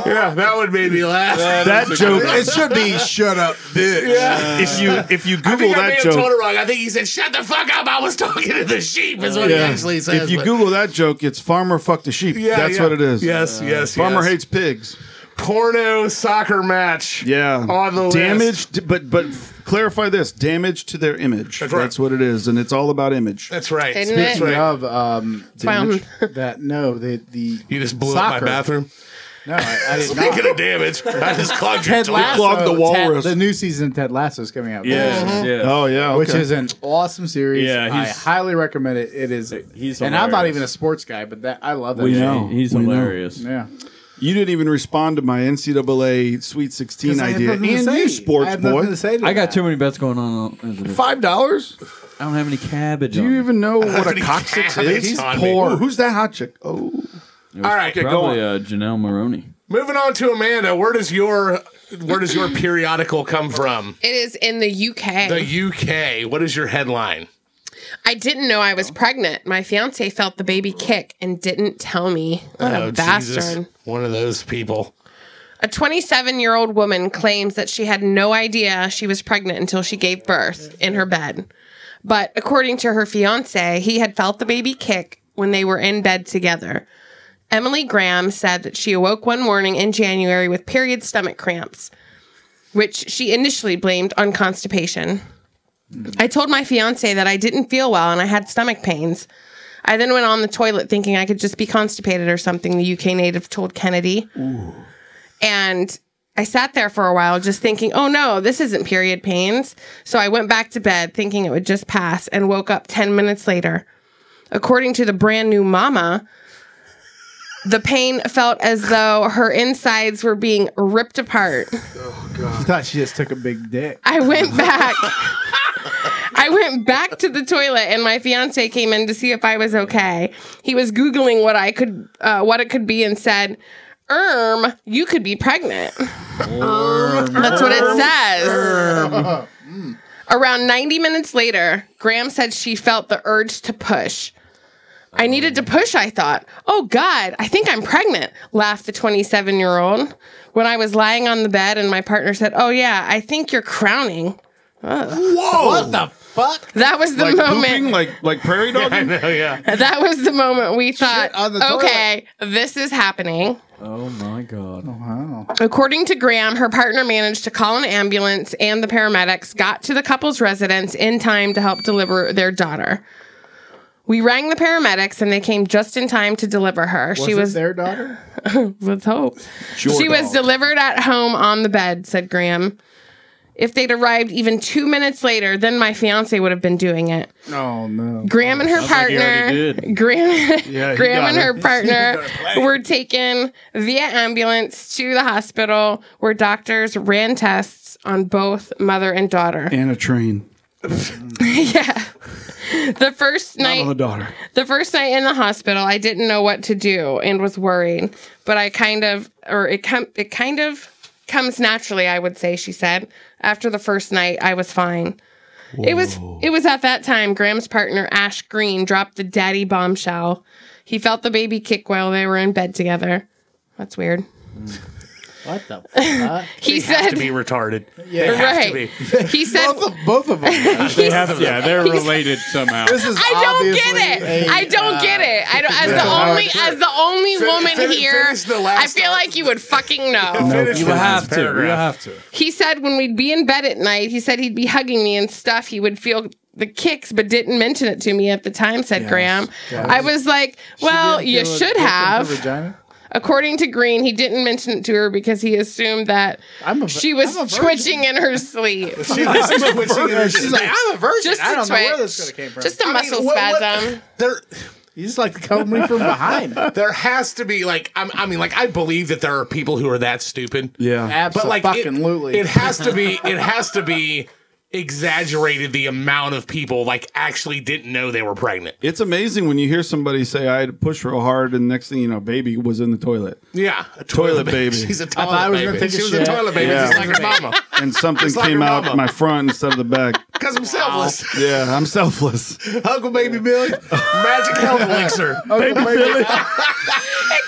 good one. yeah, that would make me laugh. That joke It should be shut up, bitch. if you if you I Google think I may that have joke. told it wrong. I think he said, "Shut the fuck up." I was talking to the sheep. Is what he Yeah. actually says. if you but- Google that joke, it's farmer fucked a sheep. Yeah, That's yeah. what it is. Yes, yes. Farmer yes. hates pigs. porno soccer match. Yeah. on the list. damage, but but clarify this: damage to their image. That's That's, right. what it is, and it's all about image. That's right. Isn't That's it? right. Speaking of um, why damage, that no, the the You just blew up Soccer. my bathroom. no, I, I did not. Speaking of damage, I just clogged your Ted toilet. Lasso, clogged the Ted- walrus. the new season of Ted Lasso is coming out. Yeah, yeah. Oh yeah, which okay. is an awesome series. Yeah, I he's- highly recommend it. It is. He's and I'm not hilarious. even a sports guy, but that I love that. We show. know he's We know. hilarious. Yeah. you didn't even respond to my NCAA Sweet Sixteen idea, and you sports boy. I got too many bets going on. I Five dollars? don't have any cabbage. Do you even know what a any coccyx cabbage is? He's on me. poor. who's that hot chick? Oh, All right, okay, go on. Probably uh, Janelle Maroney. Moving on to Amanda. Where does your where does your periodical come from? It is in the UK. The UK. What is your headline? I didn't know I was pregnant. My fiance felt the baby kick and didn't tell me. What a bastard. One of those people. A 27 year old woman claims that she had no idea she was pregnant until she gave birth in her bed. But according to her fiance, he had felt the baby kick when they were in bed together. Emily Graham said that she awoke one morning in January with period stomach cramps, which she initially blamed on constipation. I told my fiance that I didn't feel well and I had stomach pains. I then went on the toilet thinking I could just be constipated or something, the UK native told Kennedy. And I sat there for a while just thinking, oh no, this isn't period pains. So I went back to bed thinking it would just pass and woke up 10 minutes later. According to the brand new mama, the pain felt as though her insides were being ripped apart. I thought she just took a big dick. I went back. I went back to the toilet, and my fiance came in to see if I was okay. He was googling what I could, uh, what it could be, and said, "Erm, you could be pregnant." That's what it says. Around 90 minutes later, Graham said she felt the urge to push. I needed to push, I thought. Oh God, I think I'm pregnant, laughed the 27 year old. When I was lying on the bed and my partner said, Oh yeah, I think you're crowning. Whoa! What the fuck? That was the like pooping, moment. like like prairie dog. I know. Yeah. that was the moment we thought, on the toilet. okay, this is happening. Oh my god! Wow. According to Graham, her partner managed to call an ambulance and the paramedics got to the couple's residence in time to help deliver their daughter. We rang the paramedics and they came just in time to deliver her. she Was was it their daughter? let's hope. she was delivered at home on the bed, said Graham. If they'd arrived even two minutes later, then my fiance would have been doing it. Oh no. Graham and her like he already partner, did. Graham, Yeah, he Graham got and it. her partner were taken via ambulance to the hospital where doctors ran tests on both mother and daughter. and a train. yeah. The first night Oh, daughter. the first night in the hospital, I didn't know what to do and was worried, but I kind of, or it com- it kind of comes naturally, I would say. She said after the first night, I was fine. It was it was at that time Graham's partner Ash Green dropped the daddy bombshell. He felt the baby kick while they were in bed together. That's weird. What the fuck? He have to said, be retarded. Yeah. right. Have to be. He said, Both of, both of them. he said- yeah, they're related somehow. This is I don't get obviously it. a- uh, I don't get it. I don't. As the Yeah. only as the only Fin- woman fin- here, finish the last I feel like you would fucking know. Finish you this have to. You have to. He said when we'd be in bed at night, he said he'd be hugging me and stuff. He would feel the kicks, but didn't mention it to me at the time. Said Graham. I was like, well, Didn't you feel a should dick in her have. Vagina? According to Green, he didn't mention it to her because he assumed that I'm a, she was I'm a virgin. twitching in her sleep. She's like, I'm a virgin. Just I a don't know where twitch. this could have came from. Just a I mean, muscle what- what- spasm. There, you just like to cover me from behind. there has to be like I'm, I mean, like I believe that there are people who are that stupid. Yeah. but like it, Absolutely. it has to be it has to be exaggerated the amount of people like actually didn't know they were pregnant It's amazing when you hear somebody say, I had to push real hard, and next thing you know, baby was in the toilet. yeah a Toilet baby. she's a toilet I was baby gonna take a she was shit. a toilet baby Yeah. just like her mama And something like came your out mama. my front instead of the back. because i'm selfless Yeah, I'm selfless. uncle baby billy magic Oh, health elixir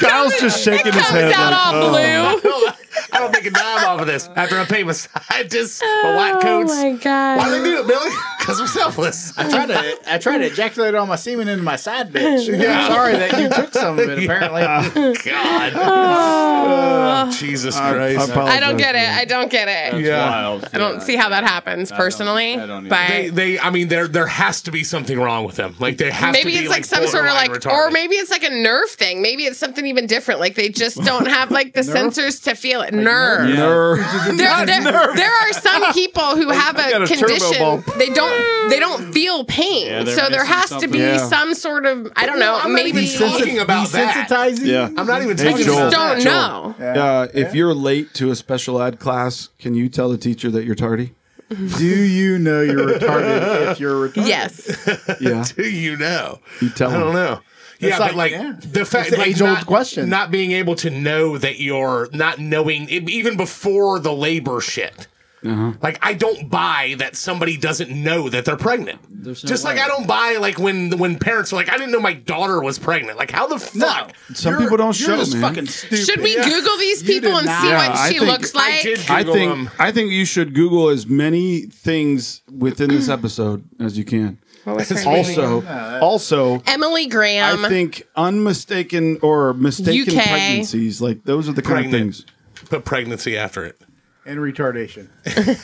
Kyle's just shaking his head. Comes out like, all oh. blue. i don't make a dime off of this after i pay my scientists my white coats Oh my god. why do they do it billy because i'm selfless I tried to I tried to ejaculate all my semen into my side bitch. Yeah. I'm sorry that you took some of it. Apparently, god Oh. jesus christ apologize. I don't get it. I don't get it. yeah Wild. I don't see how that happens personally. I don't either. but They, they, I mean, there, there has to be something wrong with them. Like they have. maybe to be, it's like, some sort of like, borderline or retarded. maybe it's like a nerve thing. Maybe it's something even different. Like they just don't have like the sensors to feel it. Nerve. Nerd. There, there, there are some people who have got a a turbo condition. bump. They don't. They don't feel pain. Yeah, they're so there missing has to be something. Yeah. some sort of I don't know. I'm not maybe even talking about that. desensitizing. Yeah. I'm not even Hey, talking Joel. about that. don't know. Uh, if you're late to a special ed class, can you tell the teacher that you're tardy? Do you know you're retarded if you're retarded? Yes. Yeah, Do you know? you tell I don't him. know. yeah, like- but like yeah. the fact, It's an like age-old not- question. not being able to know that you're not knowing e- even before the labor shit. Uh-huh. Like I don't buy that somebody doesn't know that they're pregnant. Just like I don't buy like when when parents are like, I didn't know my daughter was pregnant. Like how the fuck? Some You're- people don't you're show, just man. fucking stupid. Should we Google these You people did and not. see Yeah, what I she think- looks like? I did. Google I think them. I think you should Google as many things within this episode as you can. Also, also, Emily Graham. I think unmistaken or mistaken UK. pregnancies, like those are the kind Pregnant. of things. put pregnancy after it. And retardation.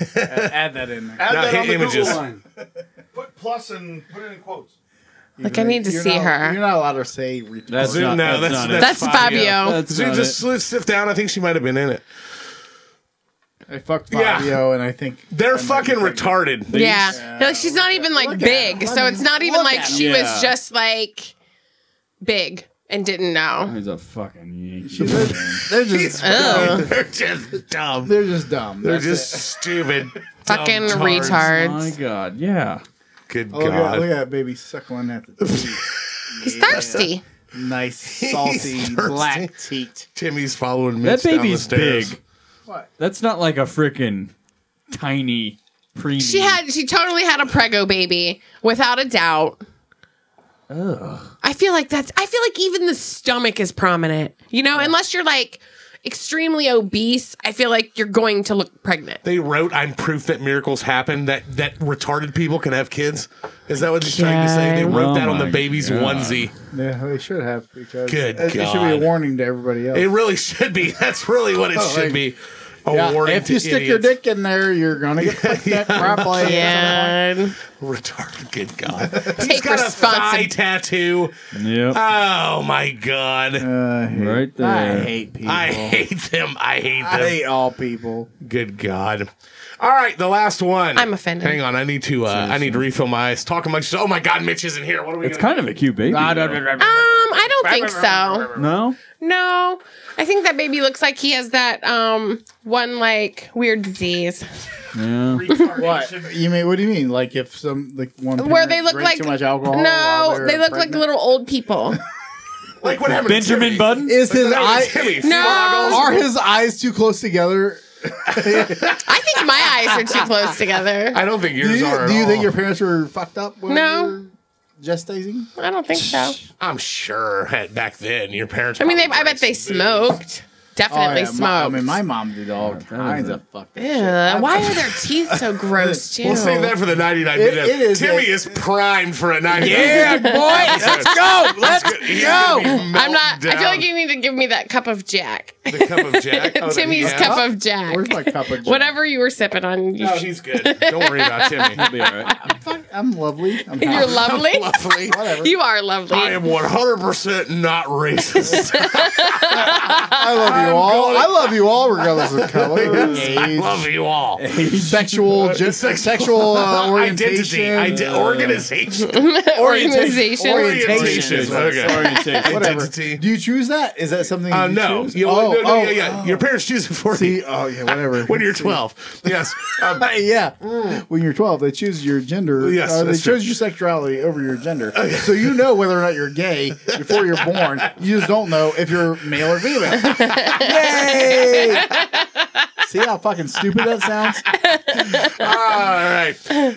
add, add that in there. Now hit images. Put plus and put it in quotes. Like, I need to You're see not- her. You're not allowed to say retarded. That's No, not, that's- that's, not that's- it. That's Fabio. That's Zoom not just it. sli- slipped down. I think she might have been in it. I fucked Yeah. Fabio, and I think They're fucking retarded. Yeah. Like she's not even like big. so it's not even like she was just like big and didn't know. He's a fucking Yankee. they're just Oh, They're just dumb. they're just dumb. They're That's just stupid. dumb fucking tards. My retards. God, yeah. Good it. Look at, look God. at that baby suckling at the teat. He's thirsty. nice salty thirsty. black teat. Timmy's following me. That baby's big. What? That's not like a freaking tiny preemie. She had she totally had a prego baby without a doubt. I feel like that's I feel like even the stomach is prominent. You know, unless you're like extremely obese, I feel like you're going to look pregnant. They wrote, "I'm proof that miracles happen. That that retarded people can have kids." Is that what they're trying to say? They wrote Oh that on the my baby's God. onesie. Yeah, they should have because Good it, it should be a God. warning to everybody else. It really should be. That's really what it should like- be. awarding Oh, if you to stick your idiots. dick in there, you're gonna get picked up probably. Yeah. retarded good god Take got a thigh responsibility. tattoo Yep. oh my god right there. I hate people. i hate them i hate them I hate all people. good god all right the last one I'm offended. hang on i need to uh, i need to refill my ice talk amongst yourselves. oh my god mitch isn't here what are we It's gonna kind of a cute baby. though. Um, I don't think so. No, No, I think that baby looks like he has that um one like weird disease yeah. What you mean? What do you mean? Like if some like one where parent they look drank like too much alcohol? while No, were they look like pregnant? little old people. like what happened Benjamin to Timmy? Button. Is his What happened to eye? Timmy? No, Are his eyes too close together? I think my eyes are too close together. i don't think Do yours you, are at do you all. think your parents were fucked up? When No. you were Gestating? I don't think so. i'm sure had- back then your parents I mean, they, probably I bet they drank some booze. smoked. Definitely smoked. Oh, My, I mean, my mom did all kinds of fucked up shit. Ugh, why are their teeth so gross too? We'll save that for the 99 It- minute. it is Timmy a- is primed for a 99 Yeah, boy, let's go. Let's go. I'm not. I feel like you need to give me that cup of Jack. the cup of Jack. Oh, the- Timmy's yeah. cup of Jack. Where's my cup of Jack? Whatever you were sipping on, you No, he's good. Don't worry about Timmy. Be all right. Fuck, I'm lovely. I'm You're happy. lovely. Lovely. Whatever. You are lovely. I am 100% not racist. I love you all. going- I love you all, regardless of color, I age, love you all. sexual, ju- Sexual- sexual uh, orientation, Identity. Ide- organization. Organization. Orientation. Okay. whatever. Identity. Do you choose that? Is that something? Uh, you no. choose? You, oh, no, no, oh, yeah, yeah. Your parents choose it for See, you oh yeah, whatever. when you're 12. Yes. Um, mm. yeah, when you're 12, they choose your gender. Yes, uh, they that's Oh, true. choose your sexuality over your gender. So you know whether or not you're gay before you're born. You just don't know if you're male or female. Yay! See how fucking stupid that sounds? All right.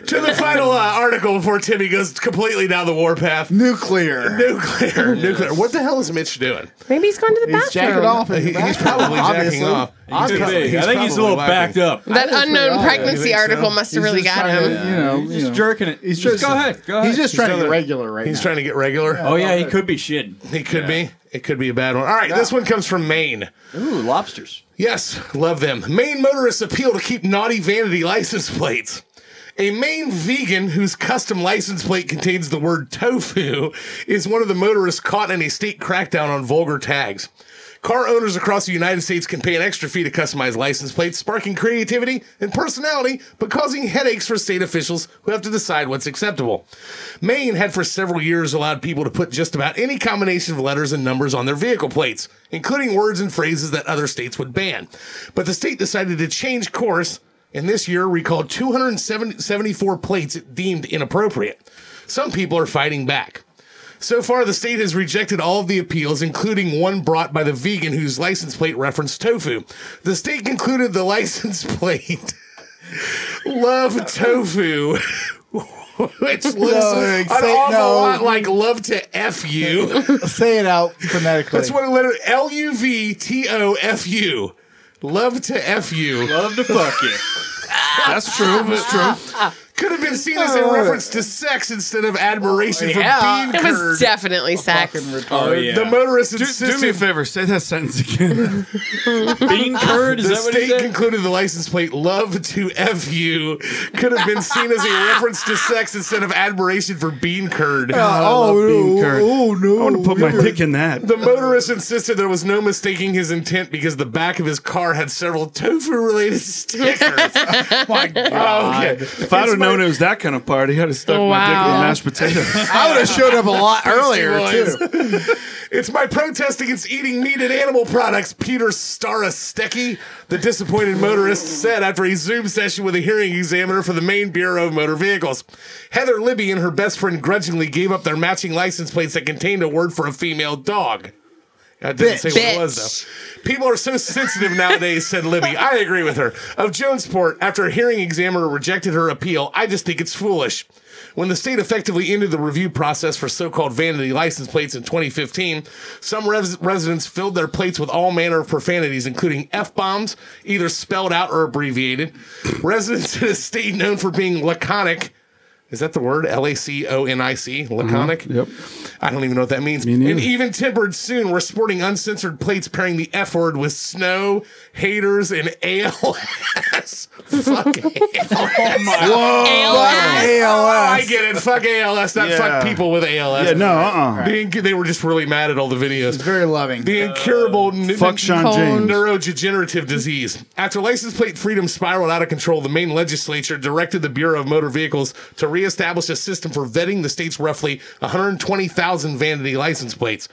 To the final uh, article before Timmy goes completely down the warpath. Nuclear. Nuclear. Nuclear. What the hell is Mitch doing? Maybe he's going to the He's bathroom. jacking off. in the He- he's bathroom, probably obviously. jacking off. He's too big. I think he's a probably little whacking. backed up. That unknown odd. You pregnancy think so? article must have He's really just got trying him. to, you know, you know. jerking it. He's just go ahead. Go ahead. He's just trying to another- get regular right He's now. trying to get regular. oh yeah, he could be shitting. He could be. It could be a bad one. All right. This one comes from Maine. Ooh, lobsters. Yes, love them. Maine motorists appeal to keep naughty vanity license plates. A Maine vegan whose custom license plate contains the word tofu is one of the motorists caught in a state crackdown on vulgar tags. Car owners across the United States can pay an extra fee to customize license plates, sparking creativity and personality, but causing headaches for state officials who have to decide what's acceptable. Maine had for several years allowed people to put just about any combination of letters and numbers on their vehicle plates, including words and phrases that other states would ban. But the state decided to change course and this year recalled 274 plates it deemed inappropriate. Some people are fighting back. So far, the state has rejected all of the appeals, including one brought by the vegan whose license plate referenced tofu. The state concluded the license plate love tofu. Which looks No, an say- awful no. lot like love to F you. Say it out phonetically. That's what a letter L U V T O F U. Love to F you. Love to fuck you. That's true. That's true. Could have been seen as a reference to sex instead of admiration for being It was curd. definitely sex. Oh yeah. The motorist Do, do me a insisted. favor. Say that sentence again. bean curd. Is the that what he state said? concluded the license plate "Love to F you" could have been seen as a reference to sex instead of admiration for bean curd. oh, bean curd. oh, no. I want to put my dick in that. The motorist insisted there was no mistaking his intent because the back of his car had several tofu-related stickers. my God! If I'd have known it was that kind of party, I'd have stuck my dick in Wow. the mashed potatoes. I would have showed up a lot earlier Boys. too. It's my protest against eating meat and animal products, Peter Starostecki, the disappointed motorist said after a Zoom session with a hearing examiner for the Maine Bureau of Motor Vehicles. Heather Libby and her best friend grudgingly gave up their matching license plates that contained a word for a female dog. I didn't say what it was, though. People are so sensitive nowadays, said Libby. I agree with her. Of Jonesport, after a hearing examiner rejected her appeal, I just think it's foolish. When the state effectively ended the review process for so called vanity license plates in 2015, some res- residents filled their plates with all manner of profanities, including F bombs, either spelled out or abbreviated. residents in a state known for being laconic Is that the word? L A C O N I C, laconic? Yep. I don't even know what that means. Mm-hmm. neither. and even tempered soon, we're sporting uncensored plates pairing the F word with snow, haters, and ALS. Fuck ALS. I get it. Fuck ALS, not fuck people with ALS. Yeah, no, uh-uh. The inc- they were just really mad at all the videos. Very loving. The incurable n- Uh, Fuck Sean Cold. James. neurodegenerative disease. After license plate freedom spiraled out of control, the Maine legislature directed the Bureau of Motor Vehicles to reestablish a system for vetting the state's roughly 120,000 vanity license plates.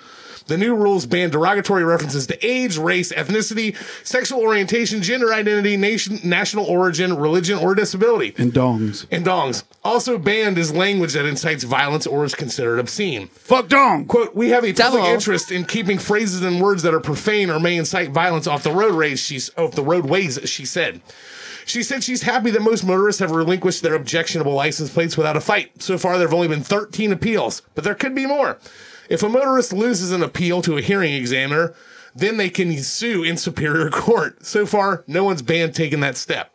The new rules ban derogatory references to age, race, ethnicity, sexual orientation, gender identity, nation, national origin, religion, or disability And dongs. and dongs. Also banned is language that incites violence or is considered obscene. Fuck dong. Quote, we have a public Double. interest in keeping phrases and words that are profane or may incite violence off the roadways, she's off the roadways, she said. She said she's happy that most motorists have relinquished their objectionable license plates without a fight. So far, there have only been 13 appeals, but there could be more. If a motorist loses an appeal to a hearing examiner, then they can sue in superior court. So far, no one's banned taking that step.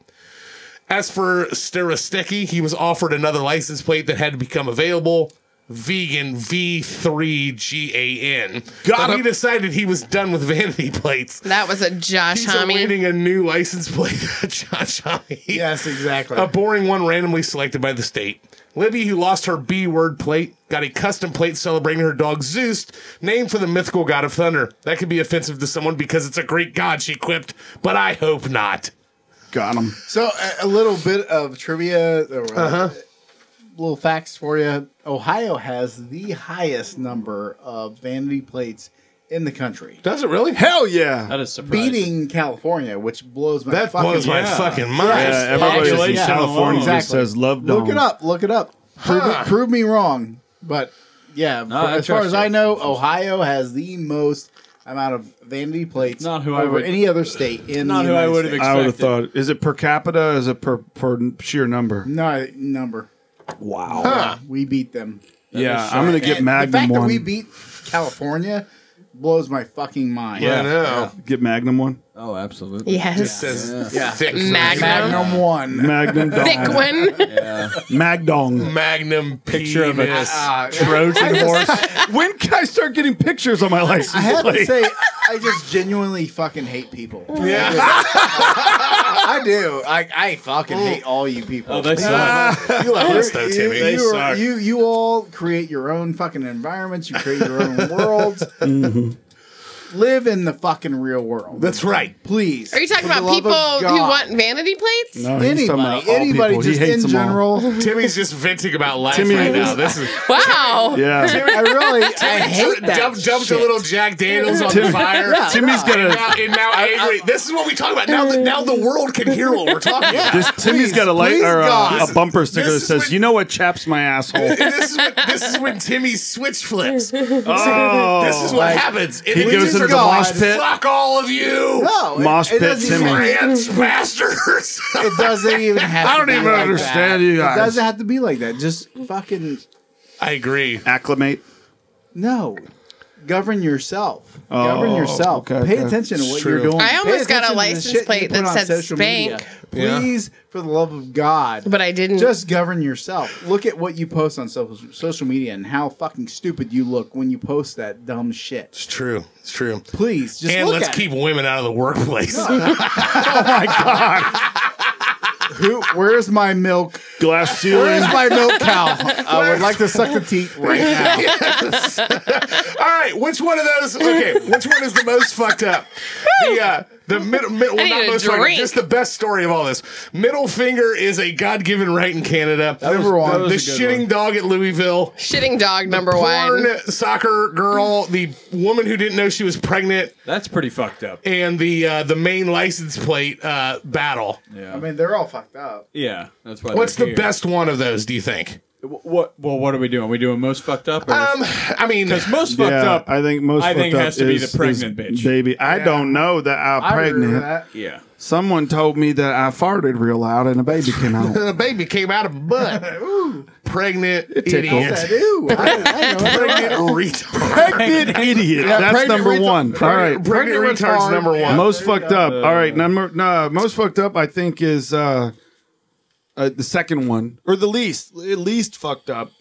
As for Starostecki, he was offered another license plate that had to become available. Vegan V3GAN. But he decided he was done with vanity plates. That was a Josh He's Homme. awaiting a new license plate. Josh Homme. Yes, exactly. A boring one randomly selected by the state. Libby, who lost her B word plate, got a custom plate celebrating her dog Zeus, named for the mythical god of thunder. That could be offensive to someone because it's a Greek god, she quipped, but I hope not. Got him. So a, a little bit of trivia, or, uh, Uh-huh. little facts for you. Ohio has the highest number of vanity plates in the country, Does it really? Hell yeah. That is surprising. beating California, which blows my That fucking blows my mind. fucking mind. Yeah, everybody in population alone. California just Exactly. says love dong. Look it up. Look it up. Prove, it- prove me wrong, but yeah, for- I as far trust as you. I know, Ohio has the most amount of vanity plates Not who I over would- any other state in Not the who I United would have States. I would have expected. thought, is it per capita? Or is it per, per sheer number? No Uh, number. Wow. We beat them. Yeah, I'm gonna get And Magnum The fact one. that we beat California blows my fucking mind. I know. get Magnum one. Oh, absolutely. Yes. Says Yeah. thick Magnum. Magnum one. Magnum dong. Thick one. Magdong. Magnum picture of Uh, a Trojan horse. when can I start getting pictures on my license I have to plate? say, I just genuinely fucking hate people. yeah. I do. I, I fucking hate all you people. Oh, they suck. you love us though, you, Timmy. you, are- you you all create your own fucking environments. You create your own worlds. Mm-hmm. Live in the fucking real world. That's right. please. Are you talking For the about love of people who God. want vanity plates? No, Oh, he's talking about Anybody, all anybody, people. He just hates in them all. general. Timmy's just venting about life Timmy right is- now. This is Wow. Yeah. I really, I hate that. dump, dumped a little Jack Daniels on the fire. Timmy's And got now, and now angry. This is what we talk about. Now the, now the world can hear what we're talking about. a this, Timmy's got a light please, or a, God. a bumper sticker that This is says, what- "You know what chaps my asshole." And this is when, this is when Timmy switch flips. This oh, is what happens. It He goes reaches into the God. mosh pit. Fuck all of you, No, it- Mosh it, pit doesn't Timmy. even- rants, bastards. It doesn't even have. I to don't be even like understand that. you It guys. doesn't have to be like that. Just fucking I agree. Acclimate. no. Govern yourself. Govern Oh, yourself. okay, Pay okay. attention to what True. you're doing. I Pay almost got a attention to the license shit you plate put that on said social media. spank. Yeah. Please, for the love of God, But I didn't. just govern yourself. Look at what you post on social social media and how fucking stupid you look when you post that dumb shit. It's true. It's true. Please, just and look let's at keep it. women out of the workplace. Who, where's my milk? Glass Where's ceiling. my milk cow? I would like to suck the teeth right now. All right, which one of those? Okay, which one is the most fucked up? The uh, the middle, middle well, need not a most fucked up, drink. just the best story of all this. Middle finger is a god given right in Canada. Number one. the shitting dog at Louisville, Shitting dog number porn one. soccer girl, the woman who didn't know she was pregnant, That's pretty fucked up. and the uh, the main license plate uh, battle. Yeah. I mean, they're all fucked up. yeah. That's why. What's they're the here. best one of those? Do you think? Wh- What? Well, what are we doing? we doing most fucked up? Or Um, I mean, most fucked Yeah, up. I think most. I fucked think it up has to be is- the pregnant is bitch. baby. I don't know that I'm I agree with pregnant. that. yeah. Someone told me that I farted real loud and a baby came out. the baby came out of her butt. Pregnant tickles. idiot. Ew, I, I know. Pregnant retard. pregnant idiot. That's pregnant number retard- one. All right. Pregnant retard's number one. most fucked up. All right, number no, most fucked up. I think is uh, uh, the second one, or the least, at least fucked up.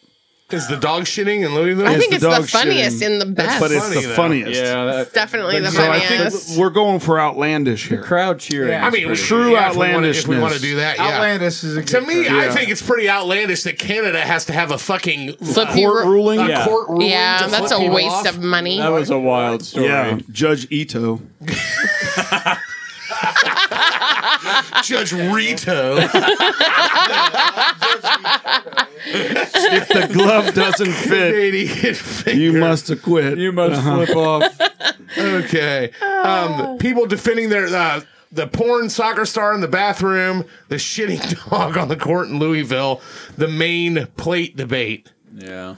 Is the dog shitting in Louisville? I think it's the dog funniest shitting. and the best. but it's Funny, the though. funniest. It's definitely the So I think funniest. we're going for outlandish here. Crowd cheering. I mean, is true yeah, if we wanna- If we want to outlandishness. do that, yeah. Outlandish is a To me, I Yeah. think it's pretty outlandish that Canada has to have a fucking Flip uh, you- Court ruling. a Yeah. court ruling. yeah, to that's flip a people waste off. of money. That was a wild story. Yeah, Judge Ito. Judge Rito. if the glove doesn't fit, you must acquit. You must flip off. Okay. Oh. Um, people defending their uh, the porn soccer star in the bathroom, the shitting dog on the court in Louisville, the main plate debate. Yeah.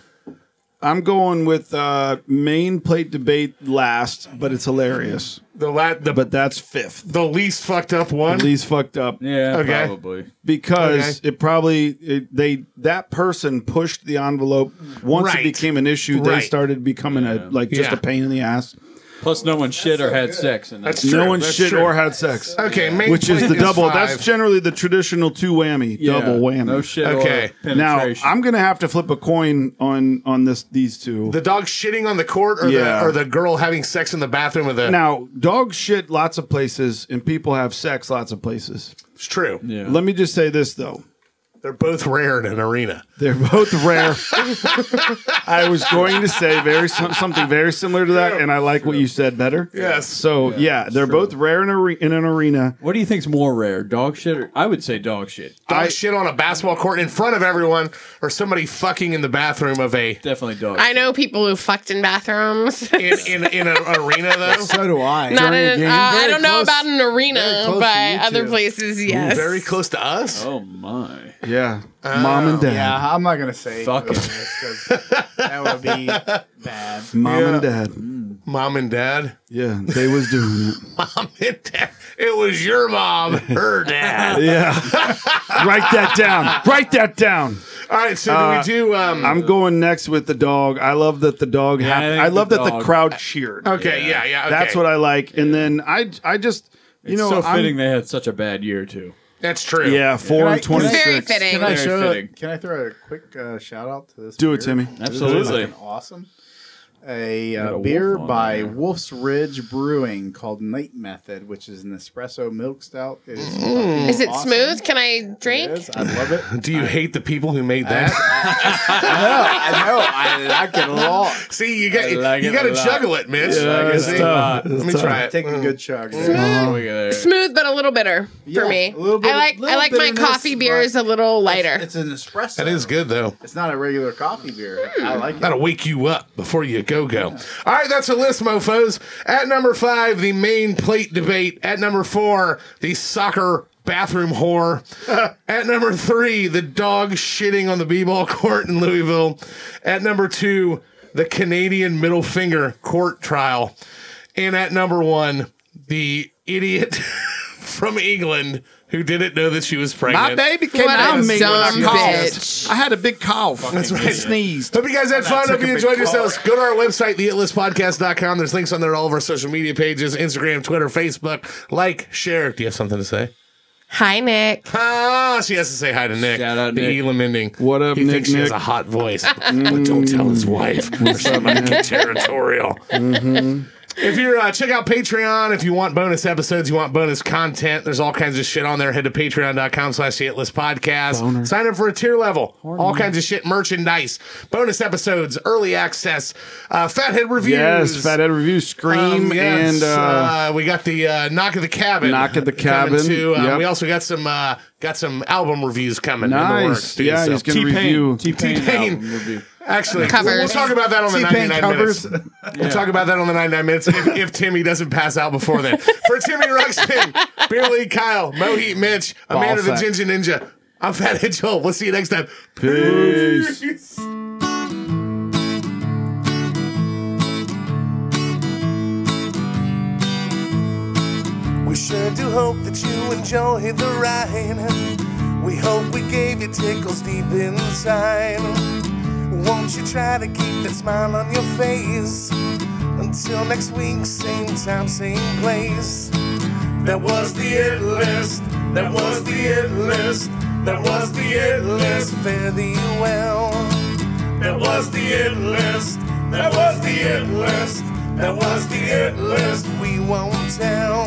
I'm going with uh, main plate debate last, but it's hilarious. The la- the But that's fifth. the least fucked up one. Least fucked up Yeah, Okay. probably. because Okay. it probably it, they that person pushed the envelope. Once Right. it became an issue, they Right. started becoming a like just Yeah. a pain in the ass. Plus, no one shit or had sex, and That's that's true. no one That's shit true. or had sex. Okay, main Which is plate the double? five. That's generally the traditional two whammy, double whammy. No shit. Okay. Or Now penetration. I'm gonna have to flip a coin on on this these two. the dog shitting on the court, or Yeah. the or the girl having sex in the bathroom with the. now dogs shit lots of places and people have sex lots of places. It's true. Yeah. Let me just say this though. They're both rare in an arena. They're both rare. I was going to say very som- something very similar to that, and I like what you said better. Yes. So yeah, they're both rare in, a re- in an arena. What do you think's more rare, dog shit? Or, I would say dog shit. Dog shit on a basketball court in front of everyone, or somebody fucking in the bathroom of a definitely dog. I know people who fucked in bathrooms. in in, in an arena though. So do I. Not in, a uh, game. I Very don't know close. about an very arena, close to but you other two. places, yes. Very close to us. oh my! Yeah, mom and dad, Yeah, I'm not gonna say Fuck it. because that would be bad. mom and dad. Mom and dad. Yeah, they was doing it. Mom and dad. It was your mom, her dad. Yeah, write that down. Write that down. All right, so Uh, do we do um I'm going next with the dog. I love that the dog. Yeah, I hap- think I love the that the dog- crowd cheered. Okay, yeah, yeah. okay. That's what I like. And then I, I just, you know, so I'm- fitting they had such a bad year too. That's true. yeah, four and Can I- twenty can It's I- very six. fitting. Can I Very show? a- fitting. Can I throw a quick uh, shout out to this? Do it, beer? Timmy. Absolutely. This is fucking awesome. A, Got uh, a wolf beer on by there. Wolf's Ridge Brewing called Night Method, which is an espresso milk stout. It is, Is it awesome. smooth? Can I It drink? is. I love it. Do you hate the people who made that? I know. I like it a lot. See, you got like you it got to a lot. juggle it, Mitch. it's See? tough. Let me try it. Take a good chug. Look at there. Smooth, but a little bitter Yeah, for me. a little bit- I like I little like my bitterness, coffee but beers a little lighter. It's an espresso. That is good though. It's not a regular coffee beer. I like it. That'll wake you up before you go go. All right, that's a list, mofos. At number five, the main plate debate. At number four, the soccer bathroom whore. At number three, the dog shitting on the b-ball court in Louisville. At number two, the Canadian middle finger court trial. And at number one, the idiot from England who didn't know that she was pregnant. baby came What a dumb coughed. bitch. I had a big cough. That's right. Sneezed. Hope you guys had fun. Hope a you big enjoyed call. yourselves. Go to our website, theitlistpodcast.com. There's links on there to all of our social media pages Instagram, Twitter, Facebook. Like, share. Do you have something to say? Hi, Nick. Ah, she has to say hi to Nick. Shout out, the Nick. Elam ending. What up, he Nick, thinks she has Nick? a hot voice, but don't tell his Mm. wife. Or she might get territorial. If you're uh, check out Patreon, if you want bonus episodes, you want bonus content, there's all kinds of shit on there. Head to patreon.com slash the Atlas Podcast. Sign up for a tier level. all kinds of shit, merchandise, bonus episodes, early access, uh, Fathead reviews. Yes, Fathead Review, Scream, Um, yes, and uh, uh, we got the uh, knock at the cabin. Knock at the coming Cabin, too. Um, yep. We also got some uh, got some album reviews coming. In the works nice. too, yeah, so. he's gonna review. T-Pain. T-Pain. album review. actually Covers. We'll, we'll talk about that on the T-Pain 99 covers. minutes. We'll talk about that on the 99 minutes if, if Timmy doesn't pass out before then. For Timmy Ruxpin, Beer League Kyle, Moheat Mitch, Amanda the Ballsack. Ginger Ninja. I'm Fathead Joel. We'll see you next time. Peace. We sure do hope that you enjoy the ride. We hope we gave you tickles deep inside. Won't you try to keep that smile on your face? Until next week, same time, same place. That was the it list. That was the it list. That was the it list. Fare thee well. That was the it list. That was the it list. That was the it list. We won't tell.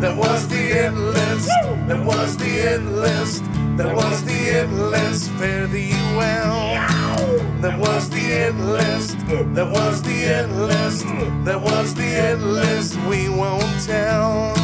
That was the it list. That was the it list. That was the it list. Fare thee well. That was the it list. That was the it list. That was the it list. We won't tell.